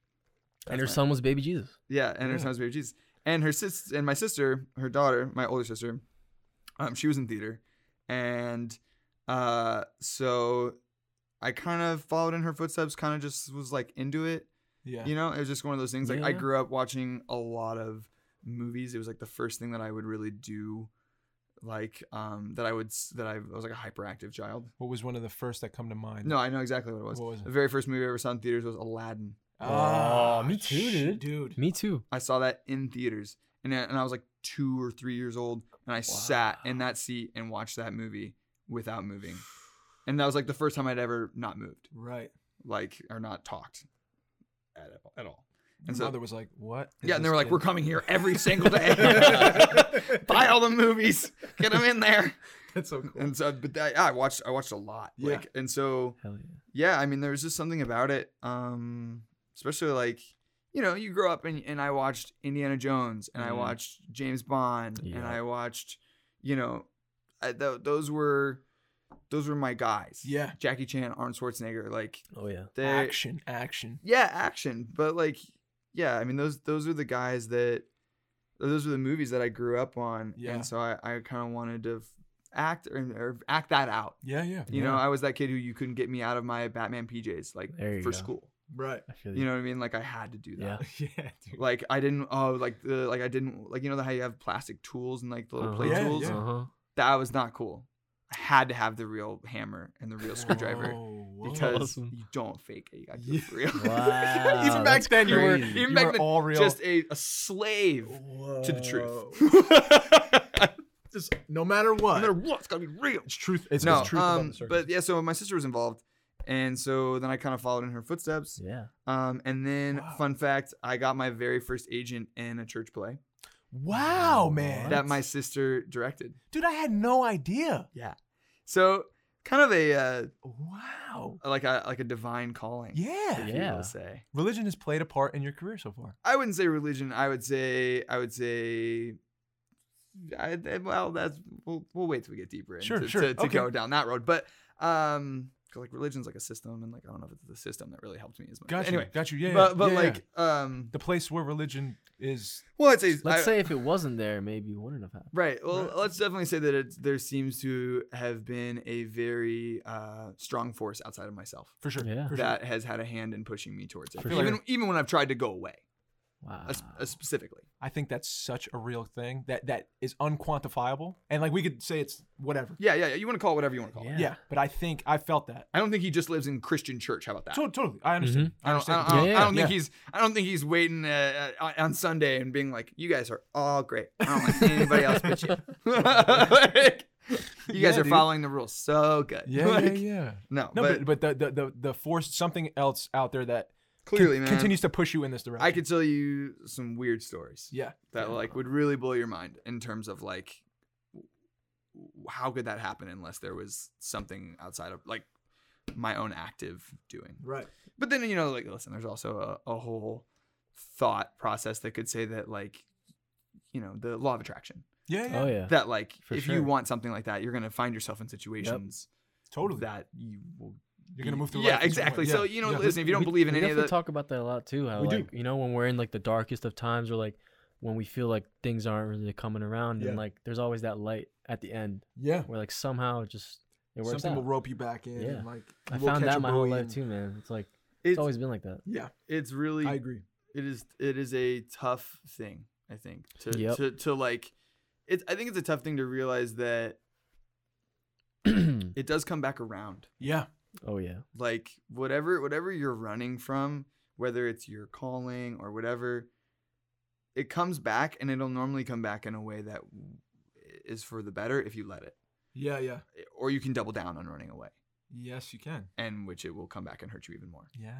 Speaker 1: that's
Speaker 3: her
Speaker 1: my-
Speaker 3: son was baby Jesus.
Speaker 1: Yeah, and her
Speaker 2: Yeah.
Speaker 1: son's baby Jesus. And her sis and my sister, her daughter, my older sister, um, she was in theater. And uh so I kind of followed in her footsteps, kind of just was like into it.
Speaker 2: Yeah.
Speaker 1: You know, it was just one of those things. Like I
Speaker 3: Yeah.
Speaker 1: grew up watching a lot of movies. It was like the first thing that I would really do like um that I would s- that I, I was like a hyperactive child.
Speaker 2: what was one of the first that come to mind?
Speaker 1: No, I know exactly what it was.
Speaker 2: What was it?
Speaker 1: The very first movie I ever saw in theaters was Aladdin.
Speaker 2: Ah,
Speaker 3: Oh, me too,
Speaker 2: shh,
Speaker 3: dude.
Speaker 2: Dude.
Speaker 3: Me too.
Speaker 1: I saw that in theaters, and I, and I was like two or three years old, and I sat in that seat and watched that movie without moving, and that was like the first time I'd ever not moved,
Speaker 2: Right.
Speaker 1: like or not talked, at all- at all.
Speaker 2: Your
Speaker 1: And so
Speaker 2: mother was like, "What?" is
Speaker 1: yeah, and they
Speaker 2: this
Speaker 1: were like,
Speaker 2: kid?"
Speaker 1: "We're coming here every single day, buy all the movies, get them in there."
Speaker 2: That's so cool.
Speaker 1: And so, but that, yeah, I watched I watched a lot,
Speaker 2: Yeah.
Speaker 1: like, and so
Speaker 3: Hell yeah.
Speaker 1: yeah i mean there was just something about it um especially like you know you grow up and, and i watched indiana jones and i
Speaker 2: Mm-hmm.
Speaker 3: Mhm.
Speaker 1: watched james bond
Speaker 3: Yeah.
Speaker 1: and i watched you know I, th- those were those were my guys
Speaker 2: Yeah.
Speaker 1: jackie chan arnold schwarzenegger like
Speaker 3: Oh yeah.
Speaker 1: they
Speaker 2: action, action.
Speaker 1: yeah action but like yeah i mean those those are the guys that those were the movies that i grew up on
Speaker 2: Yeah.
Speaker 1: and so i, I kind of wanted to f- act or, or act that out
Speaker 2: Yeah, yeah.
Speaker 1: you know,
Speaker 3: Yeah.
Speaker 1: I was that kid who you couldn't get me out of my Batman PJs like
Speaker 3: There you
Speaker 1: for
Speaker 3: go.
Speaker 1: school.
Speaker 2: Right.
Speaker 3: I feel
Speaker 1: You know what I mean? Like I had to do that.
Speaker 3: Yeah.
Speaker 2: yeah, dude.
Speaker 1: Like I didn't oh like the like I didn't like you know how you have plastic tools and like the little play
Speaker 2: Uh-huh. Yeah,
Speaker 1: tools?
Speaker 2: yeah.
Speaker 3: Uh-huh.
Speaker 1: That was not cool. I had to have the real hammer and the real screwdriver
Speaker 2: Whoa, whoa.
Speaker 1: because
Speaker 3: Awesome.
Speaker 1: you don't fake it. You got to do it
Speaker 2: Yeah.
Speaker 1: for real.
Speaker 3: Wow,
Speaker 1: even back
Speaker 3: that's
Speaker 1: then you were
Speaker 3: crazy.
Speaker 1: even
Speaker 2: You
Speaker 1: back
Speaker 2: were
Speaker 1: then
Speaker 2: all real.
Speaker 1: just a, a slave to the truth.
Speaker 2: Just no matter what.
Speaker 1: no matter what, it's got to be real.
Speaker 2: it's truth. It's,
Speaker 1: no,
Speaker 2: it's truth about
Speaker 1: um,
Speaker 2: the circus.
Speaker 1: but yeah, so my sister was involved. And so then I kind of followed in her footsteps.
Speaker 3: Yeah.
Speaker 1: Um, and then,
Speaker 2: Wow.
Speaker 1: fun fact, I got my very first agent in a church play
Speaker 2: wow, man.
Speaker 1: that my sister directed.
Speaker 2: dude, I had no idea.
Speaker 1: Yeah. So kind of a uh,
Speaker 2: Wow.
Speaker 1: like a like a divine calling.
Speaker 2: Yeah.
Speaker 1: if you will
Speaker 3: Yeah.
Speaker 1: say.
Speaker 2: Religion has played a part in your career so far.
Speaker 1: I wouldn't say religion. I would say I would say. I, I- well, that's we'll, we'll wait till we get deeper in
Speaker 2: Sure,
Speaker 1: to,
Speaker 2: sure.
Speaker 1: to, to
Speaker 2: Okay.
Speaker 1: go down that road. But um, 'Cause, like religion's like a system, and like I don't know if it's the system that really helped me as much.
Speaker 2: Got you.
Speaker 1: Anyway,
Speaker 2: got you. Yeah, yeah,
Speaker 1: but but
Speaker 2: yeah, yeah.
Speaker 1: like um,
Speaker 2: the place where religion is
Speaker 1: well, I'd say
Speaker 3: Let's
Speaker 1: I-
Speaker 3: say if it wasn't there, maybe it wouldn't have happened.
Speaker 1: Right. Well,
Speaker 2: Right.
Speaker 1: let's definitely say that it, there seems to have been a very uh, strong force outside of myself
Speaker 2: for sure.
Speaker 3: Yeah.
Speaker 2: for sure.
Speaker 1: that has had a hand in pushing me towards it.
Speaker 2: For
Speaker 1: even
Speaker 2: sure. Ah.
Speaker 1: even when I've tried to go away,
Speaker 3: Wow.
Speaker 1: uh, sp- uh, specifically.
Speaker 2: I think that's such a real thing that that is unquantifiable, and like we could say it's whatever.
Speaker 1: Yeah, yeah, yeah. You want to call it whatever you want to call
Speaker 2: Yeah.
Speaker 1: it.
Speaker 2: but I think I felt that.
Speaker 1: I don't think he just lives in Christian church. How about that?
Speaker 2: To- totally,
Speaker 3: Mm-hmm.
Speaker 2: I understand.
Speaker 1: Mm-hmm. I don't, I
Speaker 2: understand.
Speaker 1: don't, I don't,
Speaker 3: Yeah, yeah,
Speaker 1: I don't think
Speaker 2: yeah.
Speaker 1: he's. I don't think he's waiting uh, uh, on Sunday and being like, "You guys are all great. I don't want anybody else but you. Like, you guys
Speaker 2: Yeah,
Speaker 1: are
Speaker 2: dude.
Speaker 1: following the rules so good.
Speaker 2: Yeah,
Speaker 1: Like,
Speaker 2: yeah, yeah.
Speaker 1: No,
Speaker 2: No,
Speaker 1: but,
Speaker 2: but, but, the, the the the force something else out there that con-
Speaker 1: clearly, man,
Speaker 2: continues to push you in this direction.
Speaker 1: I could tell you some weird stories.
Speaker 2: yeah,
Speaker 1: that like would really blow your mind in terms of like w- how could that happen unless there was something outside of like my own active doing
Speaker 2: right.
Speaker 1: but then you know like listen there's also a, a whole thought process that could say that like you know the law of attraction
Speaker 2: Yeah, yeah,
Speaker 3: Oh yeah.
Speaker 1: that like
Speaker 3: For
Speaker 1: if
Speaker 3: sure.
Speaker 1: you want something like that you're going to find yourself in situations
Speaker 2: totally.
Speaker 1: that you will
Speaker 2: You're gonna
Speaker 1: be-
Speaker 2: move through.
Speaker 1: yeah
Speaker 2: life in some way.
Speaker 1: exactly
Speaker 2: Yeah,
Speaker 1: so you know
Speaker 2: yeah.
Speaker 1: listen if you don't
Speaker 3: We-
Speaker 1: believe in
Speaker 3: we
Speaker 1: any of
Speaker 3: definitely
Speaker 1: that
Speaker 3: talk about that a lot too. How
Speaker 2: We do.
Speaker 3: like you know when we're in like the darkest of times or like when we feel like things aren't really coming around
Speaker 2: Yeah.
Speaker 3: and like there's always that light at the end
Speaker 2: yeah.
Speaker 3: where like somehow it just it works
Speaker 2: Something
Speaker 3: out.
Speaker 2: will rope you back in.
Speaker 3: Yeah.
Speaker 2: and, like
Speaker 3: I
Speaker 2: you will
Speaker 3: found
Speaker 2: catch a
Speaker 3: that my whole
Speaker 2: buoy
Speaker 3: life
Speaker 2: and-
Speaker 3: too, man. It's like it's,
Speaker 1: it's,
Speaker 3: always been like that.
Speaker 2: Yeah,
Speaker 1: it's really
Speaker 2: I agree.
Speaker 1: it is it is a tough thing i think to
Speaker 3: Yep.
Speaker 1: to, to like it's i think it's a tough thing to realize that it does come back around
Speaker 2: Yeah,
Speaker 3: oh yeah.
Speaker 1: like whatever whatever you're running from whether it's your calling or whatever it comes back and it'll normally come back in a way that is for the better if you let it
Speaker 2: yeah, yeah.
Speaker 1: or you can double down on running away
Speaker 2: Yes, you can.
Speaker 1: and which it will come back and hurt you even more
Speaker 2: Yeah,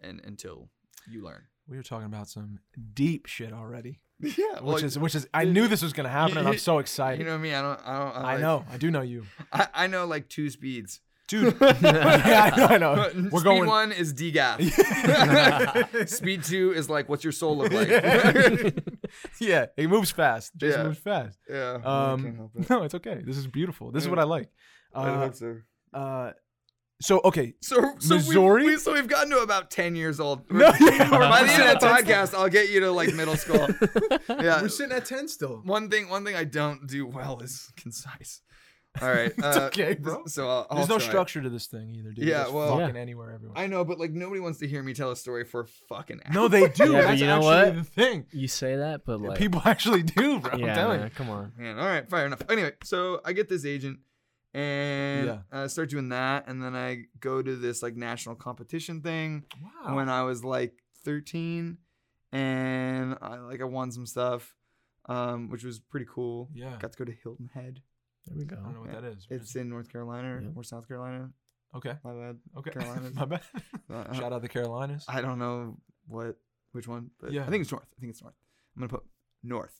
Speaker 1: and until you learn
Speaker 2: we were talking about some deep shit already.
Speaker 1: yeah
Speaker 2: which is which is I knew this was gonna happen, and I'm so excited.
Speaker 1: you know me i don't i don't
Speaker 2: I
Speaker 1: like-
Speaker 2: know, I do know you,
Speaker 1: I, I know like two speeds
Speaker 2: dude. yeah, I know, I know. Uh, We're
Speaker 1: speed
Speaker 2: going.
Speaker 1: one is
Speaker 2: Yeah.
Speaker 1: DGAF. speed two is like, what's your soul look like?
Speaker 2: yeah, he moves fast. Jason
Speaker 1: Yeah.
Speaker 2: moves fast.
Speaker 1: yeah. I can't
Speaker 2: Um,
Speaker 1: help it.
Speaker 2: no, it's okay. This is beautiful. This is what I like.
Speaker 1: I
Speaker 2: Uh,
Speaker 1: hope so.
Speaker 2: uh, so okay,
Speaker 1: So, so
Speaker 2: Missouri?
Speaker 1: We, we, so we've gotten to about ten years old.
Speaker 2: No,
Speaker 1: Or-
Speaker 2: yeah,
Speaker 1: or by the end of the
Speaker 2: That's-
Speaker 1: podcast, I'll get you to like middle school. Yeah.
Speaker 2: we're sitting at ten still.
Speaker 1: One thing, one thing I don't do well is concise. All right.
Speaker 2: It's
Speaker 1: uh,
Speaker 2: okay, bro.
Speaker 1: So I'll, I'll
Speaker 2: There's no
Speaker 1: try.
Speaker 2: structure to this thing either, dude.
Speaker 1: Yeah,
Speaker 2: It's
Speaker 1: well-
Speaker 2: fucking anywhere, everywhere.
Speaker 1: I know, but like nobody wants to hear me tell a story for a fucking. Hour.
Speaker 2: no, they do.
Speaker 3: Yeah, but
Speaker 2: That's
Speaker 3: you know what?
Speaker 2: actually the thing.
Speaker 3: You say that, but like
Speaker 2: People actually do, bro.
Speaker 3: yeah,
Speaker 2: I'm telling
Speaker 3: man, come on.
Speaker 1: man. All right, fair enough. Anyway, so I get this agent and
Speaker 2: Yeah.
Speaker 1: I start doing that. And then I go to this like national competition thing
Speaker 2: you. Wow.
Speaker 1: when I was like 13 and I like I won some stuff, um, which was pretty cool.
Speaker 2: yeah.
Speaker 1: Got to go to Hilton Head.
Speaker 3: There we
Speaker 2: I don't know
Speaker 3: go.
Speaker 2: what that is.
Speaker 1: It's in North Carolina
Speaker 3: Yeah.
Speaker 1: or South Carolina.
Speaker 2: okay.
Speaker 1: My bad.
Speaker 2: Okay.
Speaker 1: Carolinas.
Speaker 2: My bad.
Speaker 1: Uh,
Speaker 2: Shout out the Carolinas.
Speaker 1: I don't know what which one, but
Speaker 2: Yeah.
Speaker 1: I think it's north. I think it's north. I'm gonna put north.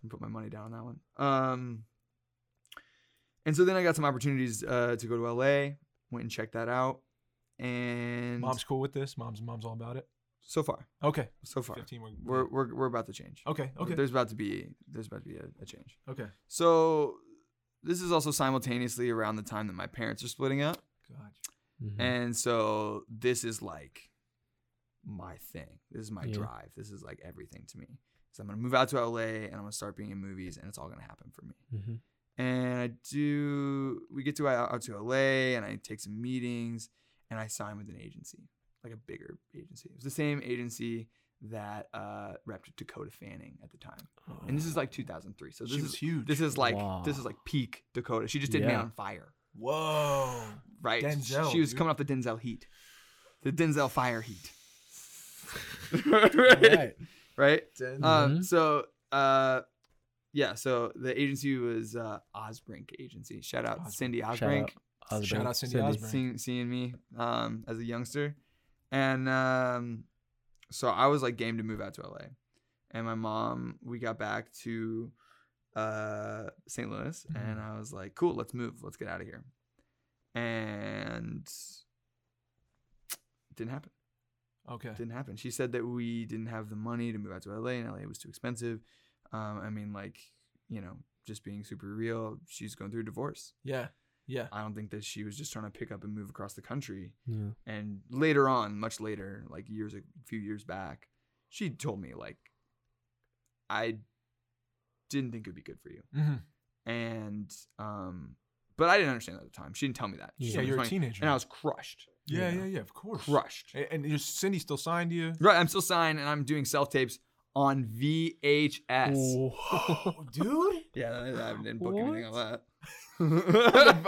Speaker 1: I'm gonna put my money down on that one. Um, and so then I got some opportunities uh, to go to LA. Went and checked that out, and
Speaker 2: Mom's cool with this. Mom's mom's all about it.
Speaker 1: so far,
Speaker 2: Okay.
Speaker 1: so far,
Speaker 2: Fifteen. We're,
Speaker 1: we're we're we're about to change.
Speaker 2: okay. Okay.
Speaker 1: There's about to be there's about to be a, a change.
Speaker 2: Okay.
Speaker 1: So this is also simultaneously around the time that my parents are splitting up,
Speaker 2: God.
Speaker 3: Mhm.
Speaker 1: and so this is like my thing. This is my
Speaker 3: Yeah.
Speaker 1: drive. This is like everything to me. So I'm gonna move out to LA and I'm gonna start being in movies and it's all gonna happen for me.
Speaker 3: Mhm.
Speaker 1: And I do. We get to out out to LA and I take some meetings and I sign with an agency, like a bigger agency. It was the same agency that uh, repped Dakota Fanning at the time,
Speaker 3: Mm-hmm.
Speaker 1: Oh, and this is like 2003. So this
Speaker 2: she
Speaker 1: is
Speaker 2: was huge.
Speaker 1: this is like this
Speaker 3: Oh. Wow.
Speaker 1: is like peak Dakota. She just did Man
Speaker 3: Yeah.
Speaker 1: on Fire,
Speaker 2: Whoa.
Speaker 1: right?
Speaker 2: Denzel,
Speaker 1: she was
Speaker 2: dude.
Speaker 1: coming off the Denzel heat, the Denzel Fire heat.
Speaker 3: All
Speaker 1: right.
Speaker 3: right.
Speaker 1: right? Um,
Speaker 3: Mhm.
Speaker 1: so, uh, yeah. So the agency was uh, Osbrink Agency. Shout out
Speaker 2: Osbrink.
Speaker 1: Cindy
Speaker 3: Shout
Speaker 1: Osbrink,
Speaker 2: Shout
Speaker 3: Osborne,
Speaker 2: out Cindy Osborne.
Speaker 1: seeing, seeing me um, as a youngster, and um, so I was like game to move out to LA, and my mom. We got back to uh, St. Louis,
Speaker 2: Mm-hmm.
Speaker 1: and I was like, "Cool, let's move. Let's get out of here," and didn't happen
Speaker 2: Okay.
Speaker 1: didn't happen. She said that we didn't have the money to move out to LA, and LA was too expensive. Um, I mean, like, you know, just being super real, she's going through a divorce,
Speaker 2: Yeah. Yeah.
Speaker 1: I don't think that she was just trying to pick up and move across the country.
Speaker 3: Yeah.
Speaker 1: And later on, much later, like years a few years back, she told me like I didn't think it would be good for you.
Speaker 2: Mm-hmm.
Speaker 1: And um but I didn't understand that at the time. She didn't tell me that. She
Speaker 3: Yeah.
Speaker 2: Yeah,
Speaker 1: told me
Speaker 2: you're a
Speaker 1: 20
Speaker 2: teenager.
Speaker 1: And I was crushed.
Speaker 2: yeah,
Speaker 1: you
Speaker 2: yeah,
Speaker 1: know,
Speaker 2: yeah. Of course.
Speaker 1: Crushed.
Speaker 2: A- And your Cindy still signed you.
Speaker 1: Right, I'm still signed and I'm doing self tapes on VHS.
Speaker 2: Oh, dude.
Speaker 1: Yeah, I I didn't book anything on that.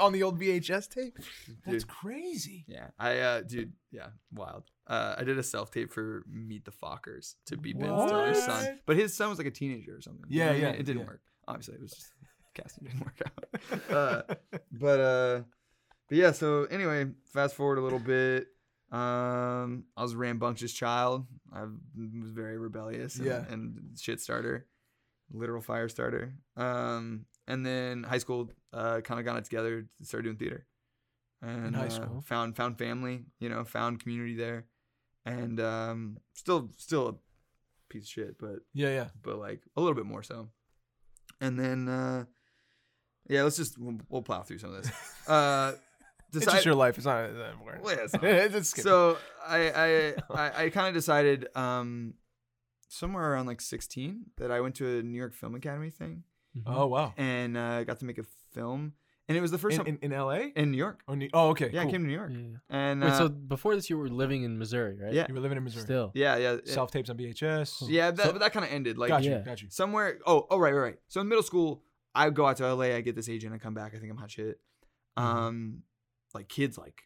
Speaker 2: on the old VHS tape. That's
Speaker 1: Dude.
Speaker 2: crazy.
Speaker 1: Yeah, I uh, dude, yeah, wild. Uh, I did a self tape for Meet the Fockers to be Ben Stiller's son,
Speaker 2: What?
Speaker 1: but his son was like a teenager or something.
Speaker 2: Yeah,
Speaker 1: I mean,
Speaker 2: yeah,
Speaker 1: It didn't
Speaker 2: yeah.
Speaker 1: work. Obviously, it was just casting didn't work out. Uh, but uh, but yeah. So anyway, fast forward a little bit. Um, I was a rambunctious child. I was very rebellious. And,
Speaker 2: Yeah.
Speaker 1: and shit starter, literal fire starter. Um, and then high school, uh, kind of got it together. Started doing theater. And,
Speaker 2: high
Speaker 1: uh,
Speaker 2: school?
Speaker 1: found found family. You know, found community there. And um, still still a piece of shit, but
Speaker 2: Yeah, yeah.
Speaker 1: but like a little bit more so. And then, uh, yeah, let's just we'll, we'll plow through some of this. Uh,
Speaker 2: it's
Speaker 1: decide-
Speaker 2: just your life. It's not. Uh, we're-
Speaker 1: Well, yeah, it's not.
Speaker 2: It's skip it.
Speaker 1: so I I I, I kind of decided um, somewhere around like 16 that I went to a New York Film Academy thing
Speaker 3: Mm-hmm.
Speaker 2: Oh wow.
Speaker 1: and uh, got to make a film, and it was the first
Speaker 2: In,
Speaker 1: time
Speaker 2: in, in L.A.
Speaker 1: in New York.
Speaker 2: Or New- oh, okay.
Speaker 1: Yeah,
Speaker 2: cool.
Speaker 1: I came to New York,
Speaker 3: Yeah.
Speaker 1: and
Speaker 3: Wait,
Speaker 1: uh,
Speaker 3: so before this, you were living in Missouri, right?
Speaker 1: yeah,
Speaker 2: You were living in Missouri.
Speaker 3: Still.
Speaker 1: yeah, yeah, it-
Speaker 2: Self tapes on VHS.
Speaker 1: yeah. That
Speaker 2: So-
Speaker 1: but that kind of ended like
Speaker 2: got you.
Speaker 3: Yeah.
Speaker 2: Got you.
Speaker 1: somewhere oh oh right right right so in middle school i go out to la i get this agent i come back i think i'm hot shit
Speaker 3: Mm-hmm.
Speaker 2: Mhm.
Speaker 1: um like kids like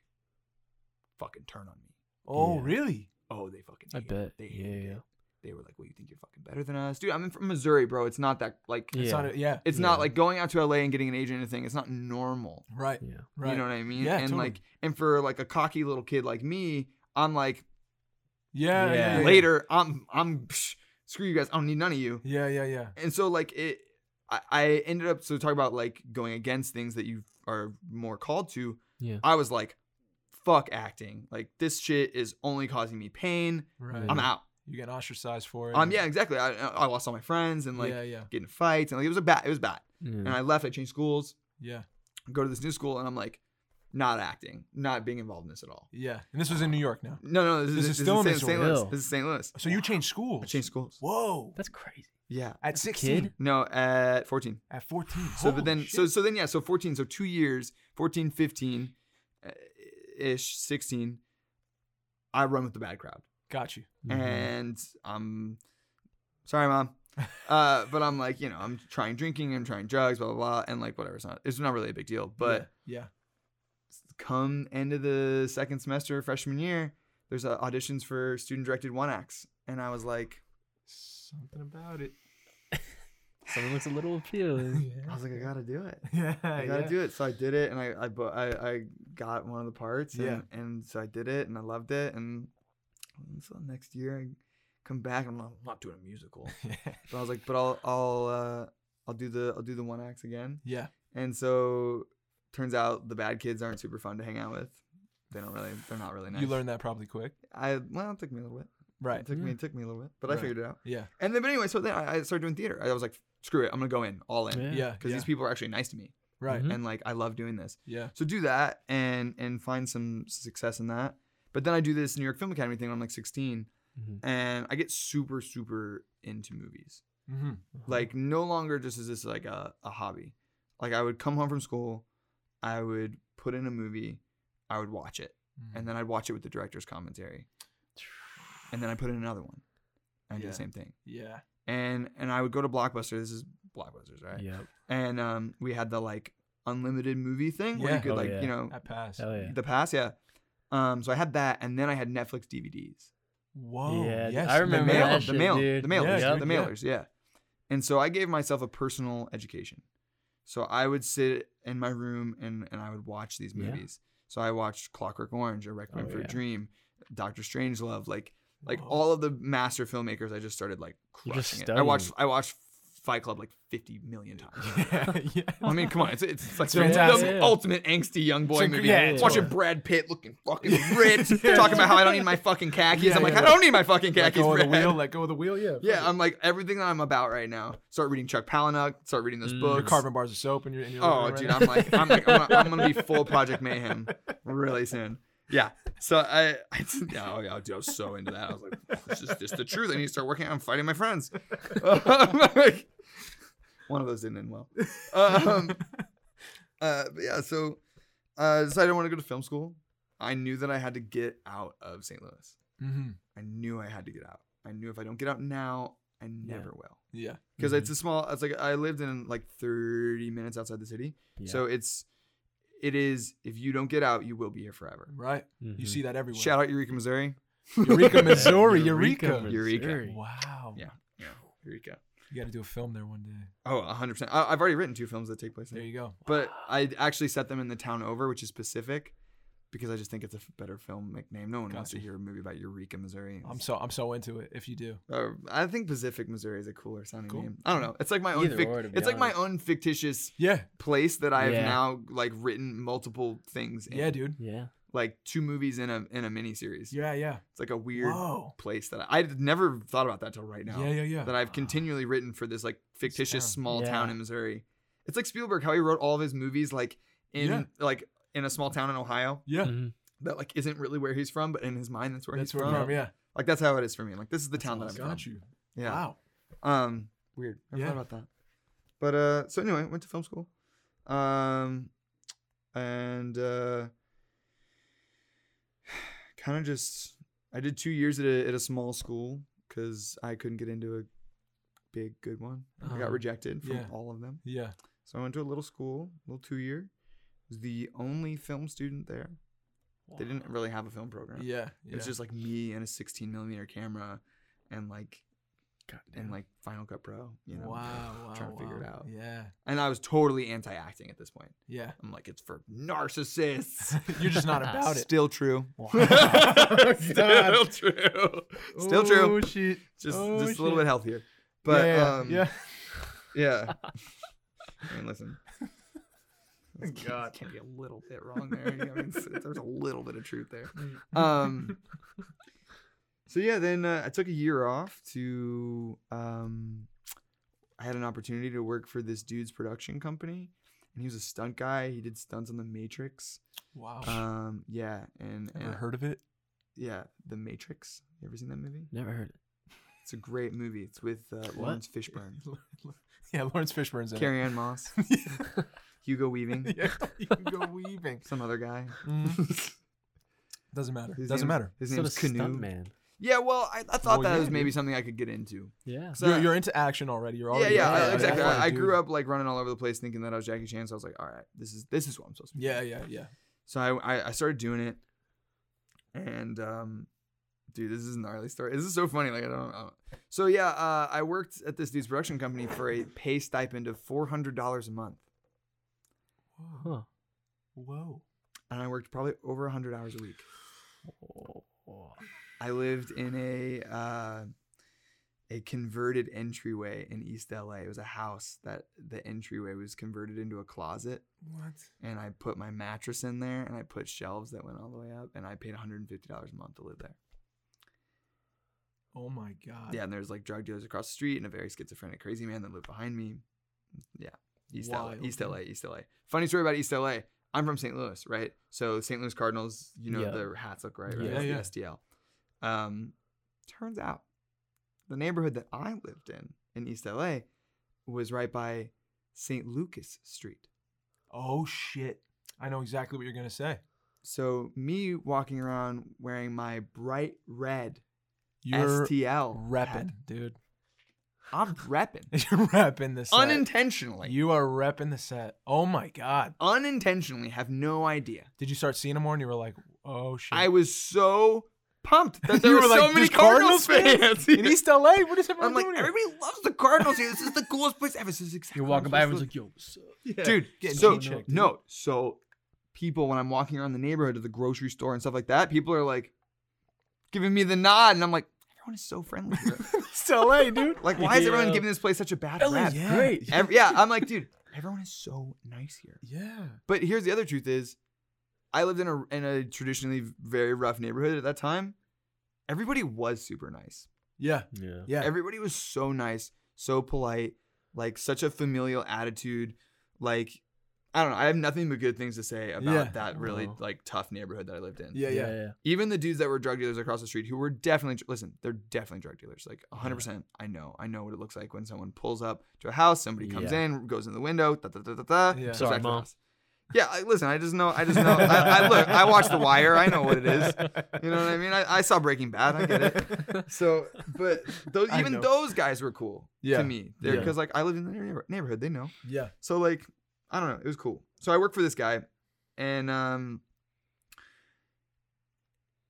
Speaker 1: fucking turn on me
Speaker 2: Oh
Speaker 3: Yeah.
Speaker 2: really?
Speaker 1: oh they fucking
Speaker 3: I
Speaker 1: hated it.
Speaker 3: bet.
Speaker 1: they
Speaker 3: Yeah,
Speaker 1: hated
Speaker 3: yeah.
Speaker 1: it. they were like well you think you're fucking better than us dude i'm from missouri bro it's not that like
Speaker 2: It's
Speaker 3: Yeah.
Speaker 2: not a- yeah.
Speaker 1: it's not
Speaker 3: Yeah.
Speaker 1: like going out to la and getting an agent and a thing it's not normal
Speaker 2: Right.
Speaker 3: Yeah.
Speaker 2: Right.
Speaker 1: you know what i mean
Speaker 2: Yeah,
Speaker 1: and
Speaker 2: totally.
Speaker 1: like and for like a cocky little kid like me i'm like
Speaker 2: yeah, yeah.
Speaker 3: Yeah.
Speaker 2: yeah,
Speaker 1: later i'm i'm psh, screw you guys i don't need none of you
Speaker 2: Yeah. Yeah. Yeah.
Speaker 1: and so like it I, I ended up so talk about like going against things that you are more called to
Speaker 3: Yeah.
Speaker 1: i was like fuck acting like this shit is only causing me pain
Speaker 2: Right.
Speaker 1: i'm out
Speaker 2: You get ostracized for it.
Speaker 1: um yeah exactly i, I lost all my friends and like
Speaker 2: yeah. Yeah.
Speaker 1: getting fights and like it was a bad it was bad
Speaker 3: Yeah.
Speaker 1: and i left i changed schools
Speaker 2: Yeah.
Speaker 1: go to this new school and i'm like not acting not being involved in this at all
Speaker 2: Yeah. And this was in New York now.
Speaker 1: no no this, is, this
Speaker 2: still
Speaker 1: is
Speaker 2: in
Speaker 1: st. st louis
Speaker 3: Missouri.
Speaker 1: this is st louis
Speaker 2: So you changed schools.
Speaker 1: i changed schools
Speaker 2: Whoa.
Speaker 3: That's crazy.
Speaker 1: yeah
Speaker 2: At 16.
Speaker 3: kid?
Speaker 1: no at 14
Speaker 2: At 14.
Speaker 1: So but
Speaker 2: Holy
Speaker 1: then
Speaker 2: shit.
Speaker 1: so so then yeah, so 14 so 2 years, 14 15 uh, ish 16 I run with the bad crowd.
Speaker 2: got you.
Speaker 1: Mm-hmm.
Speaker 3: Mm-hmm.
Speaker 1: And I'm sorry mom. uh but I'm like, you know, I'm trying drinking, I'm trying drugs, blah blah blah and like whatever, it's not it's not really a big deal, but
Speaker 2: yeah.
Speaker 1: come end of the second semester of freshman year, there's uh, auditions for student directed one acts and I was like
Speaker 2: Something about it.
Speaker 3: Someone looks a little appealing.
Speaker 1: I was like I got to do it.
Speaker 2: yeah.
Speaker 1: I gotta
Speaker 2: yeah.
Speaker 1: do it. So I did it, and I I bu- I, I got one of the parts. And,
Speaker 2: Yeah.
Speaker 1: And so I did it, and I loved it, and so next year I come back, and I'm not, I'm not doing a musical.
Speaker 2: Yeah.
Speaker 1: but I was like, but I'll I'll uh, I'll do the I'll do the one acts again.
Speaker 2: Yeah.
Speaker 1: And so turns out the bad kids aren't super fun to hang out with. They don't really. They're not really nice.
Speaker 2: You learned that probably quick.
Speaker 1: I well, it took me a little bit.
Speaker 2: Right.
Speaker 1: It took me
Speaker 3: Yeah.
Speaker 1: it took me a little bit, but I
Speaker 2: Right.
Speaker 1: figured it out.
Speaker 2: Yeah.
Speaker 1: And then, but anyway, so then I, I started doing theater. I was like, screw it, I'm gonna go in all in
Speaker 3: Yeah.
Speaker 2: Yeah.
Speaker 1: because
Speaker 2: yeah. Mm-hmm.
Speaker 1: these people are actually nice to me,
Speaker 2: Right.
Speaker 3: Mhm.
Speaker 1: and like I love doing this.
Speaker 2: Yeah.
Speaker 1: So do that and and find some success in that. But then I do this New York Film Academy thing when I'm like 16,
Speaker 3: Mhm.
Speaker 1: and I get super super into movies.
Speaker 2: Mm-hmm.
Speaker 3: Uh-huh.
Speaker 1: Like no longer just is this like a, a hobby. Like I would come home from school, I would put in a movie, I would watch it,
Speaker 2: Mm-hmm.
Speaker 1: and then I'd watch it with the director's commentary, and then I put in another one, and I do
Speaker 2: Yeah.
Speaker 1: the same thing.
Speaker 2: yeah.
Speaker 1: And and I would go to Blockbuster. This is Blockbusters, right?
Speaker 3: Yep.
Speaker 1: And um, we had the like unlimited movie thing where
Speaker 2: Yeah.
Speaker 1: you could
Speaker 3: Oh,
Speaker 1: like
Speaker 3: yeah.
Speaker 1: you know
Speaker 2: That pass.
Speaker 3: Hell yeah.
Speaker 1: the pass, yeah. Um, so I had that, and then I had Netflix DVDs,
Speaker 2: Whoa.
Speaker 3: Yeah,
Speaker 2: yes.
Speaker 3: I
Speaker 1: the
Speaker 3: remember
Speaker 1: mail,
Speaker 3: that
Speaker 1: the
Speaker 3: shit,
Speaker 1: mail,
Speaker 3: dude.
Speaker 1: the mailers,
Speaker 2: Yeah,
Speaker 1: the
Speaker 2: dude, yeah.
Speaker 1: mailers, yeah. And so I gave myself a personal education. So I would sit in my room and and I would watch these
Speaker 3: Yeah.
Speaker 1: movies. So I watched Clockwork Orange, A Requiem
Speaker 3: Oh,
Speaker 1: for
Speaker 3: yeah.
Speaker 1: a Dream, Doctor Strangelove, like like
Speaker 2: Whoa.
Speaker 1: all of the master filmmakers. I just started like
Speaker 3: You're just
Speaker 1: crushing it. I watched I watched Fight Club like 50 million times.
Speaker 2: yeah, yeah.
Speaker 1: I mean, come on, it's it's, like
Speaker 2: It's fantastic.
Speaker 1: the
Speaker 3: Yeah.
Speaker 1: ultimate angsty young boy
Speaker 2: It's a-
Speaker 1: movie.
Speaker 2: yeah, it's
Speaker 1: Watching
Speaker 2: cool.
Speaker 1: Brad Pitt looking fucking ripped, talking about how I don't need my fucking khakis.
Speaker 2: Yeah,
Speaker 1: I'm like,
Speaker 2: yeah,
Speaker 1: I
Speaker 2: like-
Speaker 1: don't need my fucking
Speaker 2: Let
Speaker 1: khakis,
Speaker 2: go of the
Speaker 1: Brad.
Speaker 2: wheel. Let go of the wheel. Yeah.
Speaker 1: yeah, I'm like everything that I'm about right now. Start reading Chuck Palahniuk. Start reading those
Speaker 3: Mm.
Speaker 1: books.
Speaker 2: Your carbon bars of soap and your. And your
Speaker 1: Oh, dude, I'm like, I'm like, I'm gonna, I'm gonna be full Project Mayhem really soon. Yeah. So I, I just- yeah, oh yeah, dude, I was so into that. I was like, this is just the truth. I need to start working out and fighting my friends. Like, one of those didn't end well. Um, uh, but yeah. So uh, decided I want to go to film school. I knew that I had to get out of St. Louis.
Speaker 2: hmm
Speaker 1: I knew I had to get out. I knew if I don't get out now, I
Speaker 3: Yeah.
Speaker 1: never will.
Speaker 2: Yeah.
Speaker 1: Because it's a small. It's like I lived in like 30 minutes outside the city. So it's it is if you don't get out, you will be here forever.
Speaker 2: Right.
Speaker 3: Mm-hmm.
Speaker 2: You see that everywhere.
Speaker 1: Shout out Eureka, Missouri.
Speaker 2: Eureka, Missouri.
Speaker 3: Eureka,
Speaker 2: Eureka.
Speaker 1: Eureka.
Speaker 3: Missouri.
Speaker 2: Wow.
Speaker 1: Yeah. Eureka.
Speaker 2: You got to do a film there one day.
Speaker 1: Oh, 100%. I, I've already written two films that take place
Speaker 2: There
Speaker 1: there.
Speaker 2: you go.
Speaker 1: But I actually set them in the town over, which is Pacific, because I just think it's a f- better filmic name. No one wants to
Speaker 2: Gotcha.
Speaker 1: hear a movie about Eureka, Missouri.
Speaker 2: I'm so I'm so into it. If you do,
Speaker 1: Uh, I think Pacific, Missouri is a cooler sounding
Speaker 2: Cool.
Speaker 1: name. I don't know. It's like my own
Speaker 3: Either
Speaker 1: fic-
Speaker 3: or, to be
Speaker 1: it's like my
Speaker 3: honest.
Speaker 1: own fictitious
Speaker 2: yeah,
Speaker 1: place that I have
Speaker 3: Yeah.
Speaker 1: now like written multiple things in.
Speaker 2: yeah, dude,
Speaker 3: Yeah.
Speaker 1: Like two movies in a in a miniseries.
Speaker 2: yeah, yeah.
Speaker 1: It's like a weird
Speaker 2: Whoa.
Speaker 1: place that I, I'd never thought about that till right now.
Speaker 2: Yeah, yeah, yeah.
Speaker 1: That I've continually written for this like fictitious
Speaker 2: town.
Speaker 1: small town
Speaker 3: Yeah.
Speaker 1: in Missouri. It's like Spielberg, how he wrote all of his movies like in
Speaker 2: Yeah.
Speaker 1: like in a small town in Ohio
Speaker 2: yeah,
Speaker 3: Mhm.
Speaker 1: that like isn't really where he's from, but in his mind that's where
Speaker 2: that's
Speaker 1: he's
Speaker 2: where
Speaker 1: from.
Speaker 2: I'm from. Yeah.
Speaker 1: Like that's how it is for me. Like this is the town that I'm
Speaker 2: Got
Speaker 1: from.
Speaker 2: you.
Speaker 1: Yeah.
Speaker 2: Wow.
Speaker 1: Um weird. Never
Speaker 2: Yeah.
Speaker 1: thought about that. But uh so anyway, went to film school. Um and uh kind of just I did 2 years at a at a small school cuz I couldn't get into a big good one. I
Speaker 2: Uh-huh.
Speaker 1: got rejected from
Speaker 2: Yeah.
Speaker 1: all of them.
Speaker 2: Yeah.
Speaker 1: So I went to a little school, little 2 year. Was the only film student there. They didn't really have a film program.
Speaker 2: Yeah.
Speaker 1: It was just like me and a 16 millimeter camera and like
Speaker 3: God
Speaker 1: and
Speaker 3: damn.
Speaker 1: like Final Cut Pro, you know.
Speaker 2: wow. Wow.
Speaker 1: trying to figure it
Speaker 2: wow.
Speaker 1: out.
Speaker 2: Yeah.
Speaker 1: And I was totally anti acting at this point.
Speaker 2: Yeah.
Speaker 1: I'm like, it's for narcissists.
Speaker 2: You're just not about it.
Speaker 1: Still true.
Speaker 2: Wow.
Speaker 1: Still true. Still true.
Speaker 2: Oh shit.
Speaker 1: Just
Speaker 2: oh,
Speaker 1: just a little
Speaker 2: shit.
Speaker 1: bit healthier. But
Speaker 2: yeah, yeah,
Speaker 1: um
Speaker 2: yeah.
Speaker 1: yeah. I mean listen.
Speaker 2: God.
Speaker 1: Can't be a little bit wrong there. You know, I mean, it's- there's a little bit of truth there.
Speaker 3: Mm-hmm.
Speaker 1: Um So yeah, then uh, I took a year off to um I had an opportunity to work for this dude's production company and he was a stunt guy. He did stunts on the Matrix.
Speaker 2: Wow.
Speaker 1: Um, yeah, and,
Speaker 2: Ever
Speaker 1: and-
Speaker 2: heard of it?
Speaker 1: yeah, The Matrix. You ever seen that movie?
Speaker 3: Never heard it.
Speaker 1: It's a great movie. It's with uh, Lawrence Fishburne,
Speaker 2: yeah, Lawrence Fishburne's in
Speaker 1: Carrie Ann Moss, Hugo Weaving,
Speaker 2: it. Yeah, you can go weaving.
Speaker 1: some other guy.
Speaker 2: Mm-hmm. Doesn't matter.
Speaker 1: His
Speaker 2: Doesn't
Speaker 1: name-
Speaker 2: matter.
Speaker 1: His
Speaker 3: So
Speaker 1: name's
Speaker 3: does
Speaker 1: Canoe.
Speaker 3: Stuntman.
Speaker 1: Yeah, well, I, I thought
Speaker 2: Well,
Speaker 1: that
Speaker 2: yeah,
Speaker 1: was maybe
Speaker 2: dude.
Speaker 1: something I could get into.
Speaker 3: Yeah.
Speaker 1: 'Cause
Speaker 2: You're,
Speaker 1: I-
Speaker 2: you're into action already. You're
Speaker 1: yeah,
Speaker 2: already
Speaker 1: yeah,
Speaker 3: yeah,
Speaker 1: I-
Speaker 3: yeah,
Speaker 1: exactly.
Speaker 3: yeah,
Speaker 1: I, I grew up like running all over the place, thinking that I was Jackie Chan. So I was like, all right, this is this is what I'm supposed to. be.
Speaker 2: Yeah, yeah, yeah.
Speaker 1: So I, I I started doing it, and um, dude, this is a gnarly story. This is so funny. Like I don't. I don't- So yeah, uh, I worked at this dude's production company for a pay stipend of four hundred dollars a month,
Speaker 3: Huh.
Speaker 2: Whoa.
Speaker 1: and I worked probably over hundred hours a week.
Speaker 3: Oh.
Speaker 1: I lived in a uh, a converted entryway in East LA. It was a house that the entryway was converted into a closet,
Speaker 2: What?
Speaker 1: and I put my mattress in there, and I put shelves that went all the way up, and I paid one hundred and fifty dollars a month to live there.
Speaker 2: Oh my god.
Speaker 1: Yeah, and there's like drug dealers across the street and a very schizophrenic crazy man that lived behind me. Yeah. East
Speaker 2: Wild,
Speaker 1: LA. East
Speaker 2: dude.
Speaker 1: LA, East LA. Funny story about East LA. I'm from St. Louis, right? So St. Louis Cardinals, you know
Speaker 3: Yeah.
Speaker 1: the hats look right, right?
Speaker 2: Yeah,
Speaker 1: That's the
Speaker 2: yeah.
Speaker 1: STL. Um, turns out the neighborhood that I lived in in East LA was right by St. Lucas Street.
Speaker 2: Oh shit. I know exactly what you're gonna say.
Speaker 1: So me walking around wearing my bright red
Speaker 2: You're
Speaker 1: STL
Speaker 2: repping,
Speaker 1: hat,
Speaker 2: dude.
Speaker 1: I'm repping.
Speaker 2: You're repping the set.
Speaker 1: Unintentionally.
Speaker 2: you are repping the set. Oh my god.
Speaker 1: unintentionally have no idea.
Speaker 2: Did you start seeing him more and you were like, oh shit.
Speaker 1: I was so pumped that there
Speaker 2: You
Speaker 1: were,
Speaker 2: were
Speaker 1: so
Speaker 2: like,
Speaker 1: many
Speaker 2: "There's Cardinals
Speaker 1: Cardinals, fans.
Speaker 2: in East LA? What is everyone
Speaker 1: I'm like,
Speaker 2: doing here?
Speaker 1: everybody loves the Cardinals here. This is the coolest place ever. This is exactly
Speaker 3: You're
Speaker 1: what
Speaker 3: walking
Speaker 1: I'm
Speaker 3: by,
Speaker 1: supposed
Speaker 3: everyone's
Speaker 1: to
Speaker 3: like, "Yo,
Speaker 1: look."
Speaker 3: what's up?"
Speaker 2: dude,
Speaker 1: dude.
Speaker 2: getting
Speaker 1: So
Speaker 2: checked, dude.
Speaker 1: no, so people when I'm walking around the neighborhood to the grocery store and stuff like that, people are like giving me the nod, and I'm like, everyone is so friendly. here.
Speaker 3: It's LA, dude.
Speaker 1: like, why is everyone
Speaker 3: Yeah.
Speaker 1: giving this place such a bad
Speaker 2: LA
Speaker 1: rap?
Speaker 2: 's
Speaker 3: Great.
Speaker 2: Yeah.
Speaker 1: Every, yeah, I'm like, dude, everyone is so nice here.
Speaker 2: yeah.
Speaker 1: But here's the other truth is I lived in a in a traditionally very rough neighborhood at that time. Everybody was super nice.
Speaker 2: Yeah.
Speaker 3: Yeah.
Speaker 2: Yeah.
Speaker 1: Everybody was so nice, so polite, like such a familial attitude. Like I don't know, I have nothing but good things to say about
Speaker 2: Yeah.
Speaker 1: that really
Speaker 3: Wow.
Speaker 1: like tough neighborhood that I lived in.
Speaker 2: yeah. Yeah.
Speaker 1: Even the dudes that were drug dealers across the street who were definitely listen, they're definitely drug dealers. Like 100%. I know. I know what it looks like when someone pulls up to a house, somebody comes
Speaker 3: Yeah.
Speaker 1: in, goes in the window, da da da da da.
Speaker 2: Yeah.
Speaker 1: goes
Speaker 3: Sorry,
Speaker 1: back to the
Speaker 3: Mom.
Speaker 1: house. Yeah, I, listen, I just know, I just know. I, I look, I watch The Wire, I know what it is. You know what I mean? I, I saw Breaking Bad, I get it. So, but those,
Speaker 2: I
Speaker 1: even
Speaker 2: know.
Speaker 1: those guys were cool
Speaker 2: Yeah.
Speaker 1: to me, because
Speaker 3: Yeah.
Speaker 1: like I lived in the neighbor- neighborhood, they know.
Speaker 2: Yeah.
Speaker 1: So like, I don't know. It was cool. So I worked for this guy, and um,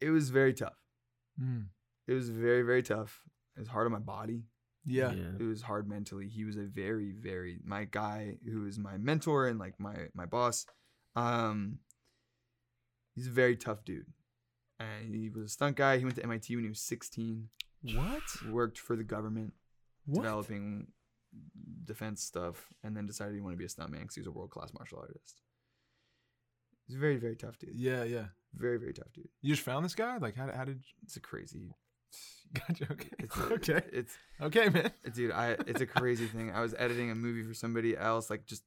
Speaker 1: it was very tough.
Speaker 2: Mm.
Speaker 1: It was very very tough. It was hard on my body.
Speaker 2: Yeah.
Speaker 1: It was hard mentally. He was a very very my guy who is my mentor and like my my boss. Um, he's a very tough dude, and he was a stunt guy. He went to MIT when he was 16.
Speaker 2: What?
Speaker 1: Worked for the government
Speaker 2: What?
Speaker 1: developing defense stuff, and then decided he wanted to be a stuntman because he was a world class martial artist. He's a very, very tough dude.
Speaker 2: Yeah. Yeah.
Speaker 1: Very, very tough dude.
Speaker 2: You just found this guy? Like, how, how did?
Speaker 1: It's a crazy.
Speaker 2: Gotcha. Okay.
Speaker 1: It's a,
Speaker 2: okay.
Speaker 1: It's
Speaker 2: Okay, man.
Speaker 1: dude. I. It's a crazy thing. I was editing a movie for somebody else, like just